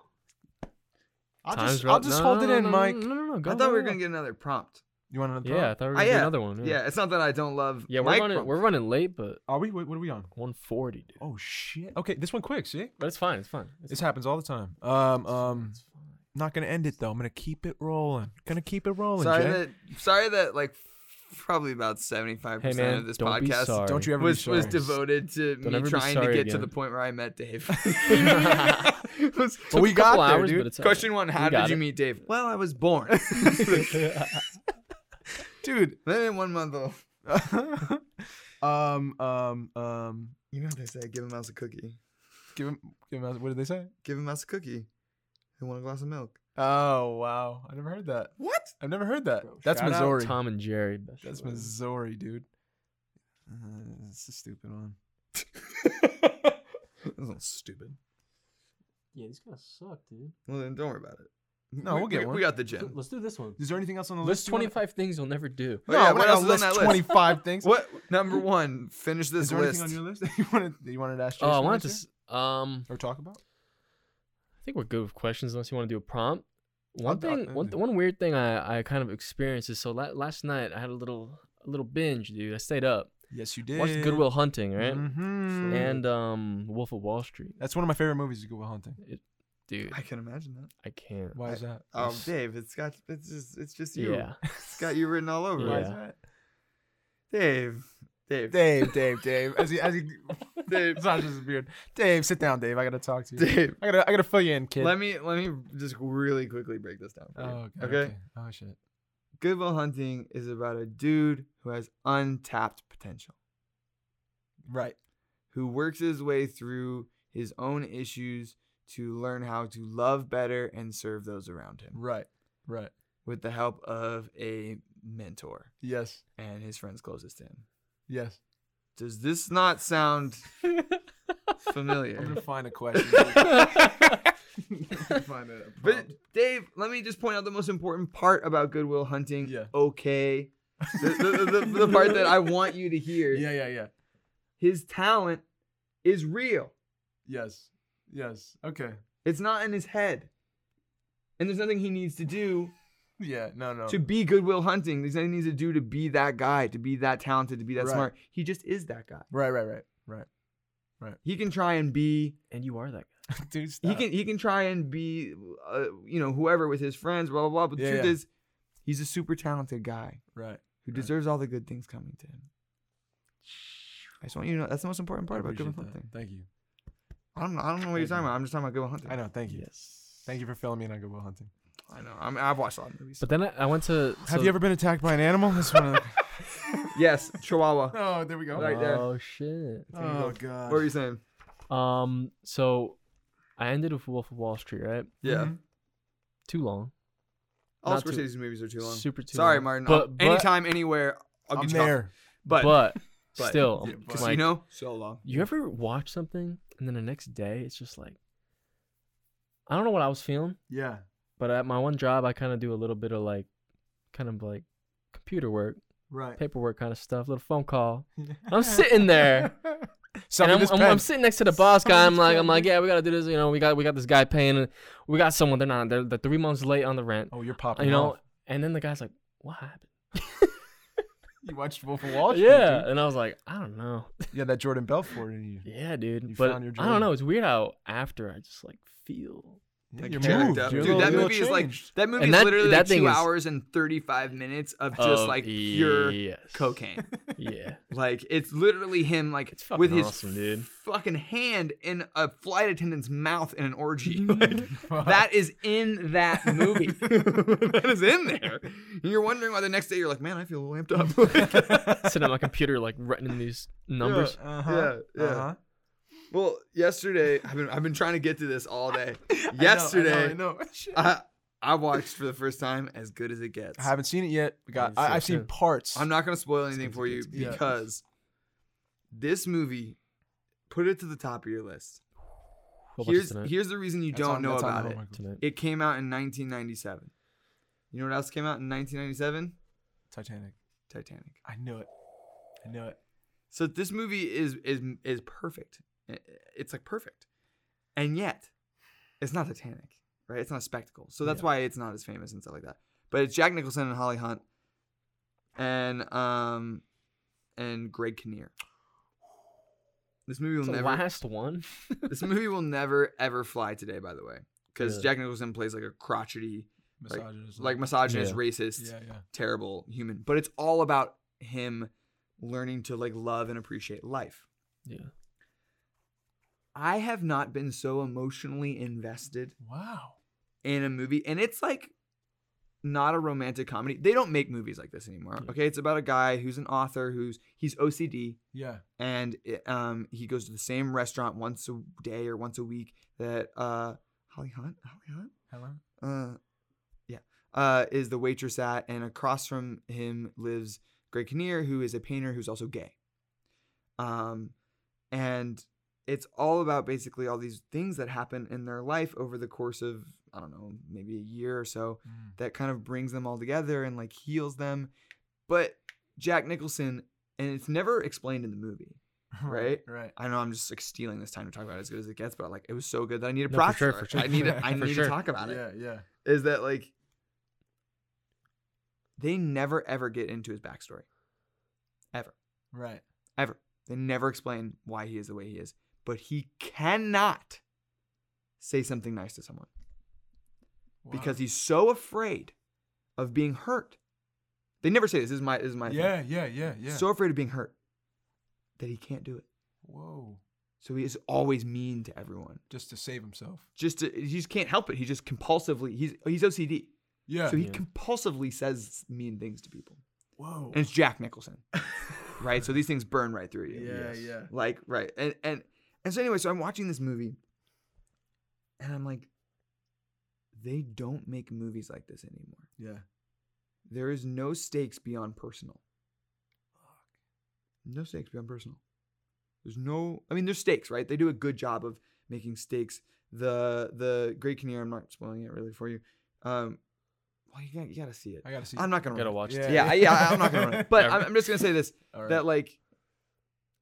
Speaker 2: I'll
Speaker 3: Time's
Speaker 2: just,
Speaker 3: right-
Speaker 2: I'll just
Speaker 3: no,
Speaker 2: hold
Speaker 3: no,
Speaker 2: it
Speaker 3: no,
Speaker 2: in,
Speaker 3: no,
Speaker 2: Mike.
Speaker 3: No, no, no.
Speaker 1: I
Speaker 3: Go,
Speaker 1: thought
Speaker 3: go,
Speaker 1: we were
Speaker 3: go.
Speaker 1: gonna get another prompt.
Speaker 2: You want another
Speaker 3: Yeah, I
Speaker 2: prompt?
Speaker 3: thought we were
Speaker 1: Ah,
Speaker 3: gonna do
Speaker 1: yeah.
Speaker 3: another one.
Speaker 1: Yeah, it's not that I don't love.
Speaker 3: Yeah, we're
Speaker 1: Mike
Speaker 3: running.
Speaker 1: prompts.
Speaker 3: We're running late, but
Speaker 2: Are we what, what are we on?
Speaker 3: 140, dude.
Speaker 2: Oh shit. Okay, this one quick, see?
Speaker 3: But it's fine. It's fine. It's
Speaker 2: This
Speaker 3: fine.
Speaker 2: happens all the time. Um um
Speaker 3: It's fine.
Speaker 2: not gonna end it though. I'm gonna keep it rolling. Gonna keep it rolling,
Speaker 1: sorry
Speaker 2: Jay.
Speaker 1: that sorry that like probably about seventy five
Speaker 3: Hey
Speaker 1: percent
Speaker 3: man,
Speaker 1: of this
Speaker 3: don't be
Speaker 1: podcast
Speaker 3: sorry.
Speaker 2: Don't you ever be
Speaker 1: was
Speaker 2: sorry.
Speaker 1: was devoted to
Speaker 3: Don't ever
Speaker 1: me
Speaker 3: be
Speaker 1: trying to
Speaker 3: sorry
Speaker 1: get to
Speaker 3: again.
Speaker 1: the point where I met Dave.
Speaker 3: was,
Speaker 2: But we got there, dude.
Speaker 1: Question one: How did
Speaker 3: got
Speaker 1: you
Speaker 3: it.
Speaker 1: meet Dave? Well, I was born.
Speaker 2: Dude.
Speaker 1: then in one month, old.
Speaker 2: um um um
Speaker 1: you know what they say: give a mouse a cookie,
Speaker 2: give him give him a- what did they say?
Speaker 1: give a mouse a cookie, and want a glass of milk.
Speaker 2: Oh wow. I never heard that.
Speaker 1: What?
Speaker 2: I've never heard that.
Speaker 3: Bro,
Speaker 2: That's
Speaker 3: shout out
Speaker 2: Missouri.
Speaker 3: Tom and Jerry.
Speaker 2: That's Missouri, dude. Uh, it's a stupid one.
Speaker 1: That's a little stupid.
Speaker 3: Yeah, these guys suck, dude.
Speaker 1: Well, then don't worry about it.
Speaker 2: No,
Speaker 1: we,
Speaker 2: we'll get
Speaker 1: we,
Speaker 2: one.
Speaker 1: We got the gem.
Speaker 3: Let's do this one.
Speaker 2: Is there anything else on the
Speaker 3: List
Speaker 2: list? you wanna-
Speaker 3: 25 things you'll never do.
Speaker 1: Oh,
Speaker 2: No,
Speaker 1: yeah,
Speaker 2: we're
Speaker 1: what
Speaker 2: not
Speaker 1: else is on
Speaker 2: list
Speaker 1: that list?
Speaker 2: 25 things.
Speaker 1: What number one? Finish this
Speaker 2: Is there
Speaker 1: list.
Speaker 2: anything on your list that you wanted, that you wanted to ask
Speaker 3: Oh, I
Speaker 2: Jason
Speaker 3: wanted to.
Speaker 2: next
Speaker 3: s- Um,
Speaker 2: year? or talk about?
Speaker 3: I think we're good with questions unless you want to do a prompt. One
Speaker 2: do- I'll
Speaker 3: thing, one,
Speaker 2: do-
Speaker 3: one weird thing I, I kind of experienced is so la- last night I had a little a little binge, dude. I stayed up,
Speaker 2: Yes, you did.
Speaker 3: watched Goodwill Hunting, right,
Speaker 2: Mhm.
Speaker 3: and um Wolf of Wall Street,
Speaker 2: that's one of my favorite movies, Goodwill Hunting.
Speaker 3: dude.
Speaker 1: I can imagine that.
Speaker 3: I can't.
Speaker 2: Why is that?
Speaker 1: Oh,
Speaker 3: Yes.
Speaker 1: Dave, it's got it's just it's just you.
Speaker 3: Yeah,
Speaker 1: It's got you written all over.
Speaker 2: Why
Speaker 1: it.
Speaker 2: is
Speaker 3: Yeah.
Speaker 2: that?
Speaker 1: Dave, Dave, Dave,
Speaker 2: Dave, Dave, Dave. As he, as he,
Speaker 1: Dave.
Speaker 2: Sasha's beard. Dave, sit down, Dave. I gotta talk to you.
Speaker 1: Dave.
Speaker 2: I gotta, I gotta fill you in, kid.
Speaker 1: Let me let me just really quickly break this down. For
Speaker 2: Oh,
Speaker 1: you. okay?
Speaker 2: okay, okay. Oh shit.
Speaker 1: Goodwill Hunting is about a dude who has untapped potential,
Speaker 2: Right.
Speaker 1: who works his way through his own issues to learn how to love better and serve those around him
Speaker 2: Right. Right.
Speaker 1: with the help of a mentor
Speaker 2: Yes.
Speaker 1: and his friends closest to him.
Speaker 2: Yes.
Speaker 1: Does this not sound familiar?
Speaker 2: I'm gonna find a question. find a
Speaker 1: But Dave, let me just point out the most important part about Goodwill Hunting.
Speaker 2: Yeah.
Speaker 1: Okay. the, the, the, the part that I want you to hear.
Speaker 2: Yeah. Yeah. Yeah.
Speaker 1: His talent is real.
Speaker 2: Yes. Yes. Okay.
Speaker 1: It's not in his head. And there's nothing he needs to do
Speaker 2: Yeah. No. No.
Speaker 1: to be Goodwill Hunting. There's nothing he needs to do to be that guy, to be that talented, to be that
Speaker 2: Right.
Speaker 1: smart. He just is that guy.
Speaker 2: Right. Right. Right. Right.
Speaker 1: He can try and be
Speaker 3: and you are that guy.
Speaker 2: Dude,
Speaker 1: he
Speaker 2: stop.
Speaker 1: can he can try and be uh, you know whoever with his friends blah blah blah but the
Speaker 2: Yeah,
Speaker 1: truth
Speaker 2: yeah.
Speaker 1: is he's a super talented guy
Speaker 2: Right.
Speaker 1: who
Speaker 2: Right.
Speaker 1: deserves all the good things coming to him i just want you to know that's the most important part
Speaker 2: I
Speaker 1: about good
Speaker 2: appreciate that.
Speaker 1: hunting
Speaker 2: Thank you.
Speaker 1: I don't, I don't know what you're
Speaker 2: Thank
Speaker 1: talking about i'm just talking about good hunting
Speaker 2: I know. Thank you.
Speaker 3: Yes.
Speaker 2: Thank you for filling me in on Goodwill Hunting.
Speaker 1: i know I mean, i've watched a lot of movies
Speaker 3: But then I, I went to.
Speaker 2: Have
Speaker 3: so-
Speaker 2: you ever been attacked by an animal? That's one of the...
Speaker 1: yes chihuahua
Speaker 2: Oh, there we go.
Speaker 1: Right there.
Speaker 3: Oh shit.
Speaker 2: Oh
Speaker 1: what
Speaker 2: god.
Speaker 1: were you saying
Speaker 3: Um. So, I ended with Wolf of Wall Street, right?
Speaker 1: yeah
Speaker 2: Mhm.
Speaker 3: Too long.
Speaker 1: all
Speaker 3: Not too-
Speaker 1: scorsese's movies are too long
Speaker 3: Super too.
Speaker 1: sorry
Speaker 3: long.
Speaker 1: martin
Speaker 3: But,
Speaker 1: I'll-
Speaker 3: but
Speaker 1: anytime anywhere i'll
Speaker 2: I'm
Speaker 1: get you off.
Speaker 2: there.
Speaker 1: but,
Speaker 3: but,
Speaker 1: but-
Speaker 3: still,
Speaker 2: Yeah,
Speaker 3: I'm
Speaker 2: but-
Speaker 3: like,
Speaker 1: casino so long
Speaker 3: you ever watch something and then the next day it's just like, I don't know what I was feeling,
Speaker 2: Yeah.
Speaker 3: but at my one job I kind of do a little bit of like, kind of like, computer work,
Speaker 2: Right.
Speaker 5: paperwork kind of stuff, little phone call. I'm sitting there. And
Speaker 2: Something
Speaker 5: I'm,
Speaker 2: this
Speaker 5: I'm,
Speaker 2: pen.
Speaker 5: I'm sitting next to the boss
Speaker 2: Suck me
Speaker 5: guy. I'm
Speaker 2: this
Speaker 5: like,
Speaker 2: pen,
Speaker 5: I'm like,
Speaker 2: dude.
Speaker 5: yeah, we gotta do this. You know, we got we got this guy paying. uh, We got someone. They're not. They're, they're three months late on the rent.
Speaker 2: oh, you're popping.
Speaker 5: You know.
Speaker 2: off.
Speaker 5: And then the guy's like, what happened?
Speaker 2: you watched Wolf of Wall Street.
Speaker 5: Yeah.
Speaker 2: dude.
Speaker 5: And I was like, I don't know.
Speaker 2: yeah, that Jordan Belfort in you.
Speaker 5: Yeah, dude.
Speaker 2: You
Speaker 5: but
Speaker 2: found your
Speaker 5: I don't
Speaker 2: dream.
Speaker 5: know. It's weird how after I just like feel.
Speaker 2: Yeah,
Speaker 1: Like
Speaker 2: you're
Speaker 1: jacked
Speaker 2: moved.
Speaker 1: up.
Speaker 2: You're a
Speaker 1: Dude,
Speaker 2: little-
Speaker 1: that
Speaker 2: you're a
Speaker 1: movie is
Speaker 2: little
Speaker 1: like
Speaker 2: changed.
Speaker 1: that movie
Speaker 5: And
Speaker 1: is
Speaker 5: that-
Speaker 1: literally
Speaker 5: that
Speaker 1: like
Speaker 5: thing
Speaker 1: two
Speaker 5: is-
Speaker 1: hours and thirty five minutes of just
Speaker 5: of-
Speaker 1: like pure
Speaker 5: yes.
Speaker 1: cocaine.
Speaker 5: Yeah.
Speaker 1: Like it's literally him like
Speaker 5: It's
Speaker 1: with
Speaker 5: fucking
Speaker 1: his
Speaker 5: awesome, dude.
Speaker 1: fucking hand in a flight attendant's mouth in an orgy. Like,
Speaker 2: Wow.
Speaker 1: that is in that movie. that is in there. And you're wondering why the next day you're like, man, I feel lamped up.
Speaker 5: Sitting on my computer, like writing these numbers.
Speaker 2: Uh-huh.
Speaker 1: Yeah, yeah.
Speaker 2: Uh-huh.
Speaker 1: well, yesterday I've been I've been trying to get to this all day.
Speaker 2: I know, I know, I,
Speaker 1: yesterday,
Speaker 2: know. Shit.
Speaker 1: I, I watched for the first time as good as it gets.
Speaker 2: I haven't seen it yet. We got.
Speaker 5: I haven't
Speaker 2: I, I've
Speaker 5: seen it
Speaker 2: seen
Speaker 5: too.
Speaker 2: parts.
Speaker 1: I'm not going to spoil anything
Speaker 5: good,
Speaker 1: for you
Speaker 5: it's
Speaker 2: good. Yeah.
Speaker 1: because this movie put it to the top of your list.
Speaker 5: We'll watch it
Speaker 1: Here's
Speaker 5: tonight.
Speaker 1: here's the reason you
Speaker 2: That's
Speaker 1: don't
Speaker 2: on-
Speaker 1: know
Speaker 2: that's on
Speaker 1: about
Speaker 2: the
Speaker 1: it.
Speaker 2: homework.
Speaker 5: Tonight.
Speaker 1: It came out in 1997. You know what else came out in 1997?
Speaker 2: Titanic.
Speaker 1: Titanic.
Speaker 2: I knew it. I knew it.
Speaker 1: So this movie is is is perfect. I- It's like perfect, and yet it's not Titanic, right? It's not a spectacle. So that's why it's not as famous and stuff like that. But it's Jack Nicholson and Holly Hunt, and um, and Greg Kinnear. This movie will
Speaker 5: It's the
Speaker 1: never.
Speaker 5: last one.
Speaker 1: This movie will never ever fly today. By the way, because
Speaker 5: Yeah.
Speaker 1: Jack Nicholson plays like a crotchety,
Speaker 2: Misogynist.
Speaker 1: like misogynist,
Speaker 5: Yeah.
Speaker 1: racist,
Speaker 2: Yeah, yeah.
Speaker 1: terrible human. But it's all about him learning to like love and appreciate life.
Speaker 5: Yeah.
Speaker 1: I have not been so emotionally invested
Speaker 2: Wow.
Speaker 1: in a movie, and it's like not a romantic comedy. They don't make movies like this anymore.
Speaker 5: Yeah.
Speaker 1: Okay, it's about a guy who's an author who's he's OCD
Speaker 2: Yeah.
Speaker 1: and it, um he goes to the same restaurant once a day or once a week that uh Holly Hunt Holly Hunt
Speaker 2: Hello.
Speaker 1: uh, yeah, uh, is the waitress at, and across from him lives Greg Kinnear, who is a painter who's also gay. Um, and it's all about basically all these things that happen in their life over the course of I don't know, maybe a year or so
Speaker 2: Mm.
Speaker 1: that kind of brings them all together and like heals them. But Jack Nicholson, and it's never explained in the movie. Right?
Speaker 2: Right.
Speaker 1: I know I'm just like stealing this time to talk about it as good as it gets, but like it was so good that I need a
Speaker 5: No, for
Speaker 1: props
Speaker 5: sure,
Speaker 1: for
Speaker 5: for
Speaker 1: it.
Speaker 5: sure.
Speaker 1: I need to, I
Speaker 5: For
Speaker 1: need
Speaker 5: sure.
Speaker 1: to talk about it
Speaker 2: Yeah, yeah.
Speaker 1: is that like they never ever get into his backstory.
Speaker 2: Right.
Speaker 1: Ever. They never explain why he is the way he is. But he cannot say something nice to someone
Speaker 2: Wow.
Speaker 1: because he's so afraid of being hurt. They never say this, this is my this is my thing.
Speaker 2: Yeah, yeah, yeah, yeah.
Speaker 1: so afraid of being hurt that he can't do it.
Speaker 2: Whoa.
Speaker 1: So he is always mean to everyone.
Speaker 2: Just to save himself.
Speaker 1: Just to, he just can't help it. He just compulsively he's he's OCD.
Speaker 2: Yeah.
Speaker 1: so he
Speaker 5: Yeah.
Speaker 1: compulsively says mean things to people.
Speaker 2: Whoa.
Speaker 1: and it's Jack Nicholson, right? So these things burn right through you.
Speaker 2: yeah, yeah.
Speaker 1: Like right, and and and so anyway, so I'm watching this movie, and I'm like, they don't make movies like this anymore.
Speaker 2: Yeah.
Speaker 1: There is no stakes beyond personal. No stakes beyond personal. There's no. I mean, there's stakes, right? They do a good job of making stakes. The the Great Kinnear. I'm not spoiling it really for you. Um, well, you gotta, you gotta see it.
Speaker 2: I gotta see.
Speaker 1: I'm not gonna.
Speaker 5: Gotta
Speaker 1: ruin
Speaker 5: watch.
Speaker 1: it.
Speaker 2: Yeah.
Speaker 5: Yeah.
Speaker 1: Yeah, I, yeah, I- I'm not gonna. Run it. But I'm, I'm just gonna say this
Speaker 2: All right.
Speaker 1: that like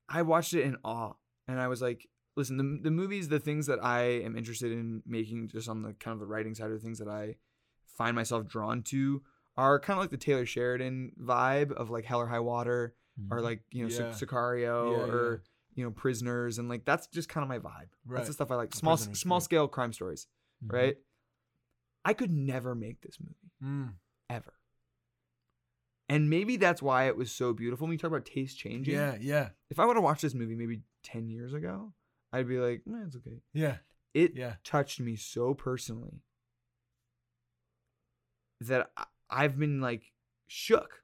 Speaker 1: I watched it in awe and I was like, listen, the the movies, the things that I am interested in making just on the kind of the writing side of things that I find myself drawn to are kind of like the Taylor Sheridan vibe of like Hell or High Water or like, you know,
Speaker 2: Mm-hmm. Yeah.
Speaker 1: Sic- Sicario
Speaker 2: Yeah,
Speaker 1: or you know, prisoners and like that's just kind of my vibe.
Speaker 2: Right.
Speaker 1: That's the stuff I like. Small
Speaker 2: Prisoner's
Speaker 1: small
Speaker 2: great.
Speaker 1: scale crime stories,
Speaker 2: Mhm.
Speaker 1: right? I could never make this movie
Speaker 2: Mm.
Speaker 1: ever. And maybe that's why it was so beautiful. When you talk about taste changing,
Speaker 2: Yeah, yeah,
Speaker 1: if I would have watched this movie maybe 10 years ago, I'd be like, man, it's okay.
Speaker 2: yeah,
Speaker 1: It
Speaker 2: Yeah.
Speaker 1: touched me so personally that I- I've been like shook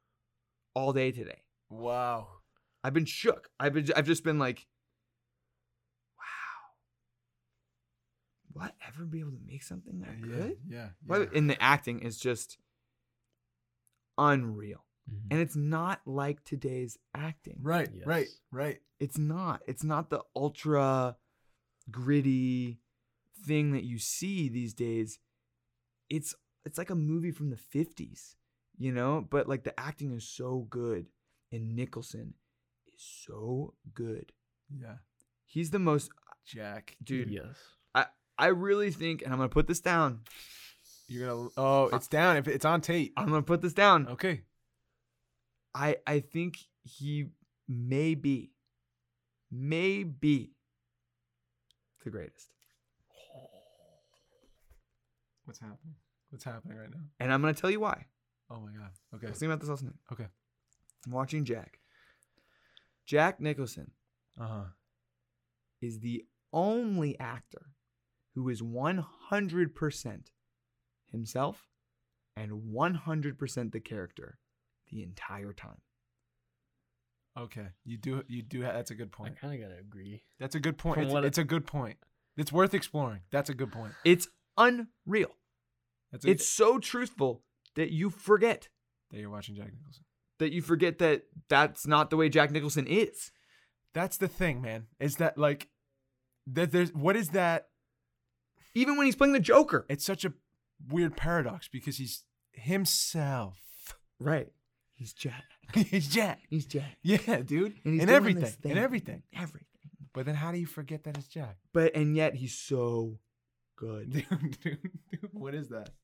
Speaker 1: all day today.
Speaker 2: Wow.
Speaker 1: I've been shook. I've been, I've just been like, wow, will I ever be able to make something that
Speaker 2: yeah,
Speaker 1: good?
Speaker 2: Yeah. yeah.
Speaker 1: Well, And the acting is just unreal. And it's not like today's acting.
Speaker 2: right, right,
Speaker 5: Yes.
Speaker 2: right.
Speaker 1: It's not. It's not the ultra gritty thing that you see these days. It's it's like a movie from the 50s. you know. But like the acting is so good, and Nicholson is so good.
Speaker 2: Yeah.
Speaker 1: He's the most
Speaker 2: Jack.
Speaker 1: dude.
Speaker 5: Yes.
Speaker 1: I really think, and I'm gonna put this down.
Speaker 2: You're gonna. Oh, it's down. If it's on tape.
Speaker 1: I'm gonna put this down.
Speaker 2: Okay.
Speaker 1: I I think he may be, may be the greatest.
Speaker 2: What's happening? What's happening right now?
Speaker 1: And I'm gonna tell you why.
Speaker 2: Oh my god.
Speaker 1: I
Speaker 2: Okay.
Speaker 1: was thinking about this last night.
Speaker 2: Okay.
Speaker 1: I'm watching Jack. Jack Nicholson
Speaker 2: Uh huh.
Speaker 5: Uh-huh.
Speaker 1: is the only actor who is 100% himself and 100% the character the entire time.
Speaker 2: Okay. You do. You do. ha- That's a good
Speaker 5: I
Speaker 2: point.
Speaker 5: kind of gotta agree.
Speaker 2: That's a good point.
Speaker 5: From
Speaker 2: It's,
Speaker 5: what I-
Speaker 2: it's a good point. It's worth exploring. That's a good point.
Speaker 1: It's unreal.
Speaker 2: That's a,
Speaker 1: It's so truthful that you forget
Speaker 2: that you're watching Jack Nicholson.
Speaker 1: that you forget that that's not the way Jack Nicholson is.
Speaker 2: That's the thing, man. Is that like that? There's what is that?
Speaker 1: Even when he's playing the Joker.
Speaker 2: It's such a weird paradox because he's himself.
Speaker 1: Right. He's Jack.
Speaker 2: he's Jack.
Speaker 1: He's Jack.
Speaker 2: Yeah, dude.
Speaker 1: And he's
Speaker 2: in
Speaker 1: doing
Speaker 2: everything.
Speaker 1: this thing.
Speaker 2: In everything.
Speaker 1: Everything.
Speaker 2: But then how do you forget that it's Jack?
Speaker 1: But and yet he's so good.
Speaker 2: Dude, dude, dude, what is that?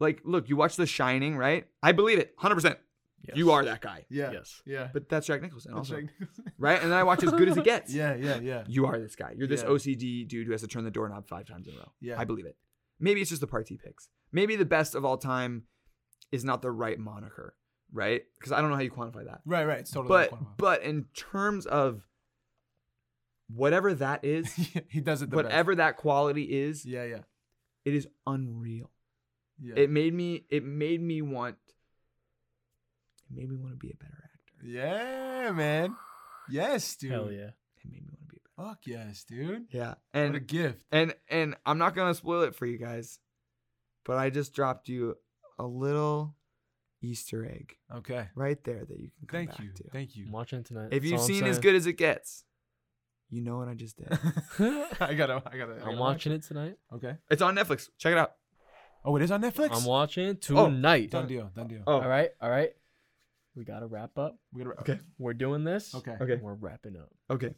Speaker 1: Like, look, you watch The Shining, right? I believe it, hundred percent.
Speaker 5: Yes.
Speaker 1: You are that guy.
Speaker 2: Yeah.
Speaker 5: Yes.
Speaker 2: Yeah.
Speaker 1: But that's Jack Nicholson,
Speaker 2: That's
Speaker 1: also,
Speaker 2: Jack Nicholson.
Speaker 1: right? And then I watch as good as it gets.
Speaker 2: yeah, yeah, yeah.
Speaker 1: You are this guy. You're this
Speaker 2: Yeah.
Speaker 1: OCD dude who has to turn the doorknob five times in a row.
Speaker 2: Yeah.
Speaker 1: I believe it. Maybe it's just the parts he picks. Maybe the best of all time is not the right moniker, right? Because I don't know how you quantify that.
Speaker 2: Right, right. It's totally
Speaker 1: but
Speaker 2: like one of
Speaker 1: but in terms of whatever that is,
Speaker 2: them. Yeah, he does it the
Speaker 1: whatever that quality is,
Speaker 2: best. Yeah, yeah.
Speaker 1: it is unreal.
Speaker 2: Yeah.
Speaker 1: It made me it made me want it made me want to be a better actor.
Speaker 2: yeah, man. Yes, dude.
Speaker 5: Hell yeah.
Speaker 1: It made me want to be a
Speaker 2: Fuck yes, dude.
Speaker 1: better. Yeah.
Speaker 2: what a
Speaker 1: And
Speaker 2: gift.
Speaker 1: and and I'm not going to spoil it for you guys, but I just dropped you a little Easter egg
Speaker 2: Okay.
Speaker 1: right there that you can come
Speaker 2: Thank
Speaker 1: back
Speaker 2: you.
Speaker 1: to.
Speaker 2: Thank you.
Speaker 5: I'm watching it tonight.
Speaker 1: if
Speaker 5: that's
Speaker 1: you've
Speaker 5: all I'm
Speaker 1: seen as
Speaker 5: saying.
Speaker 1: good as it gets, you know what I just did.
Speaker 2: I gotta, I gotta. I
Speaker 5: I'm
Speaker 2: gotta watch
Speaker 5: watching it tonight.
Speaker 2: it. Okay.
Speaker 1: it's on Netflix. Check it out.
Speaker 2: Oh, it is on Netflix.
Speaker 5: I'm watching it tonight.
Speaker 2: Oh, Done deal. Done deal.
Speaker 1: Oh,
Speaker 5: All right. All right. We gotta wrap up.
Speaker 2: We gotta,
Speaker 1: Okay.
Speaker 5: We're doing this.
Speaker 2: Okay.
Speaker 1: Okay.
Speaker 5: We're wrapping up.
Speaker 1: Okay.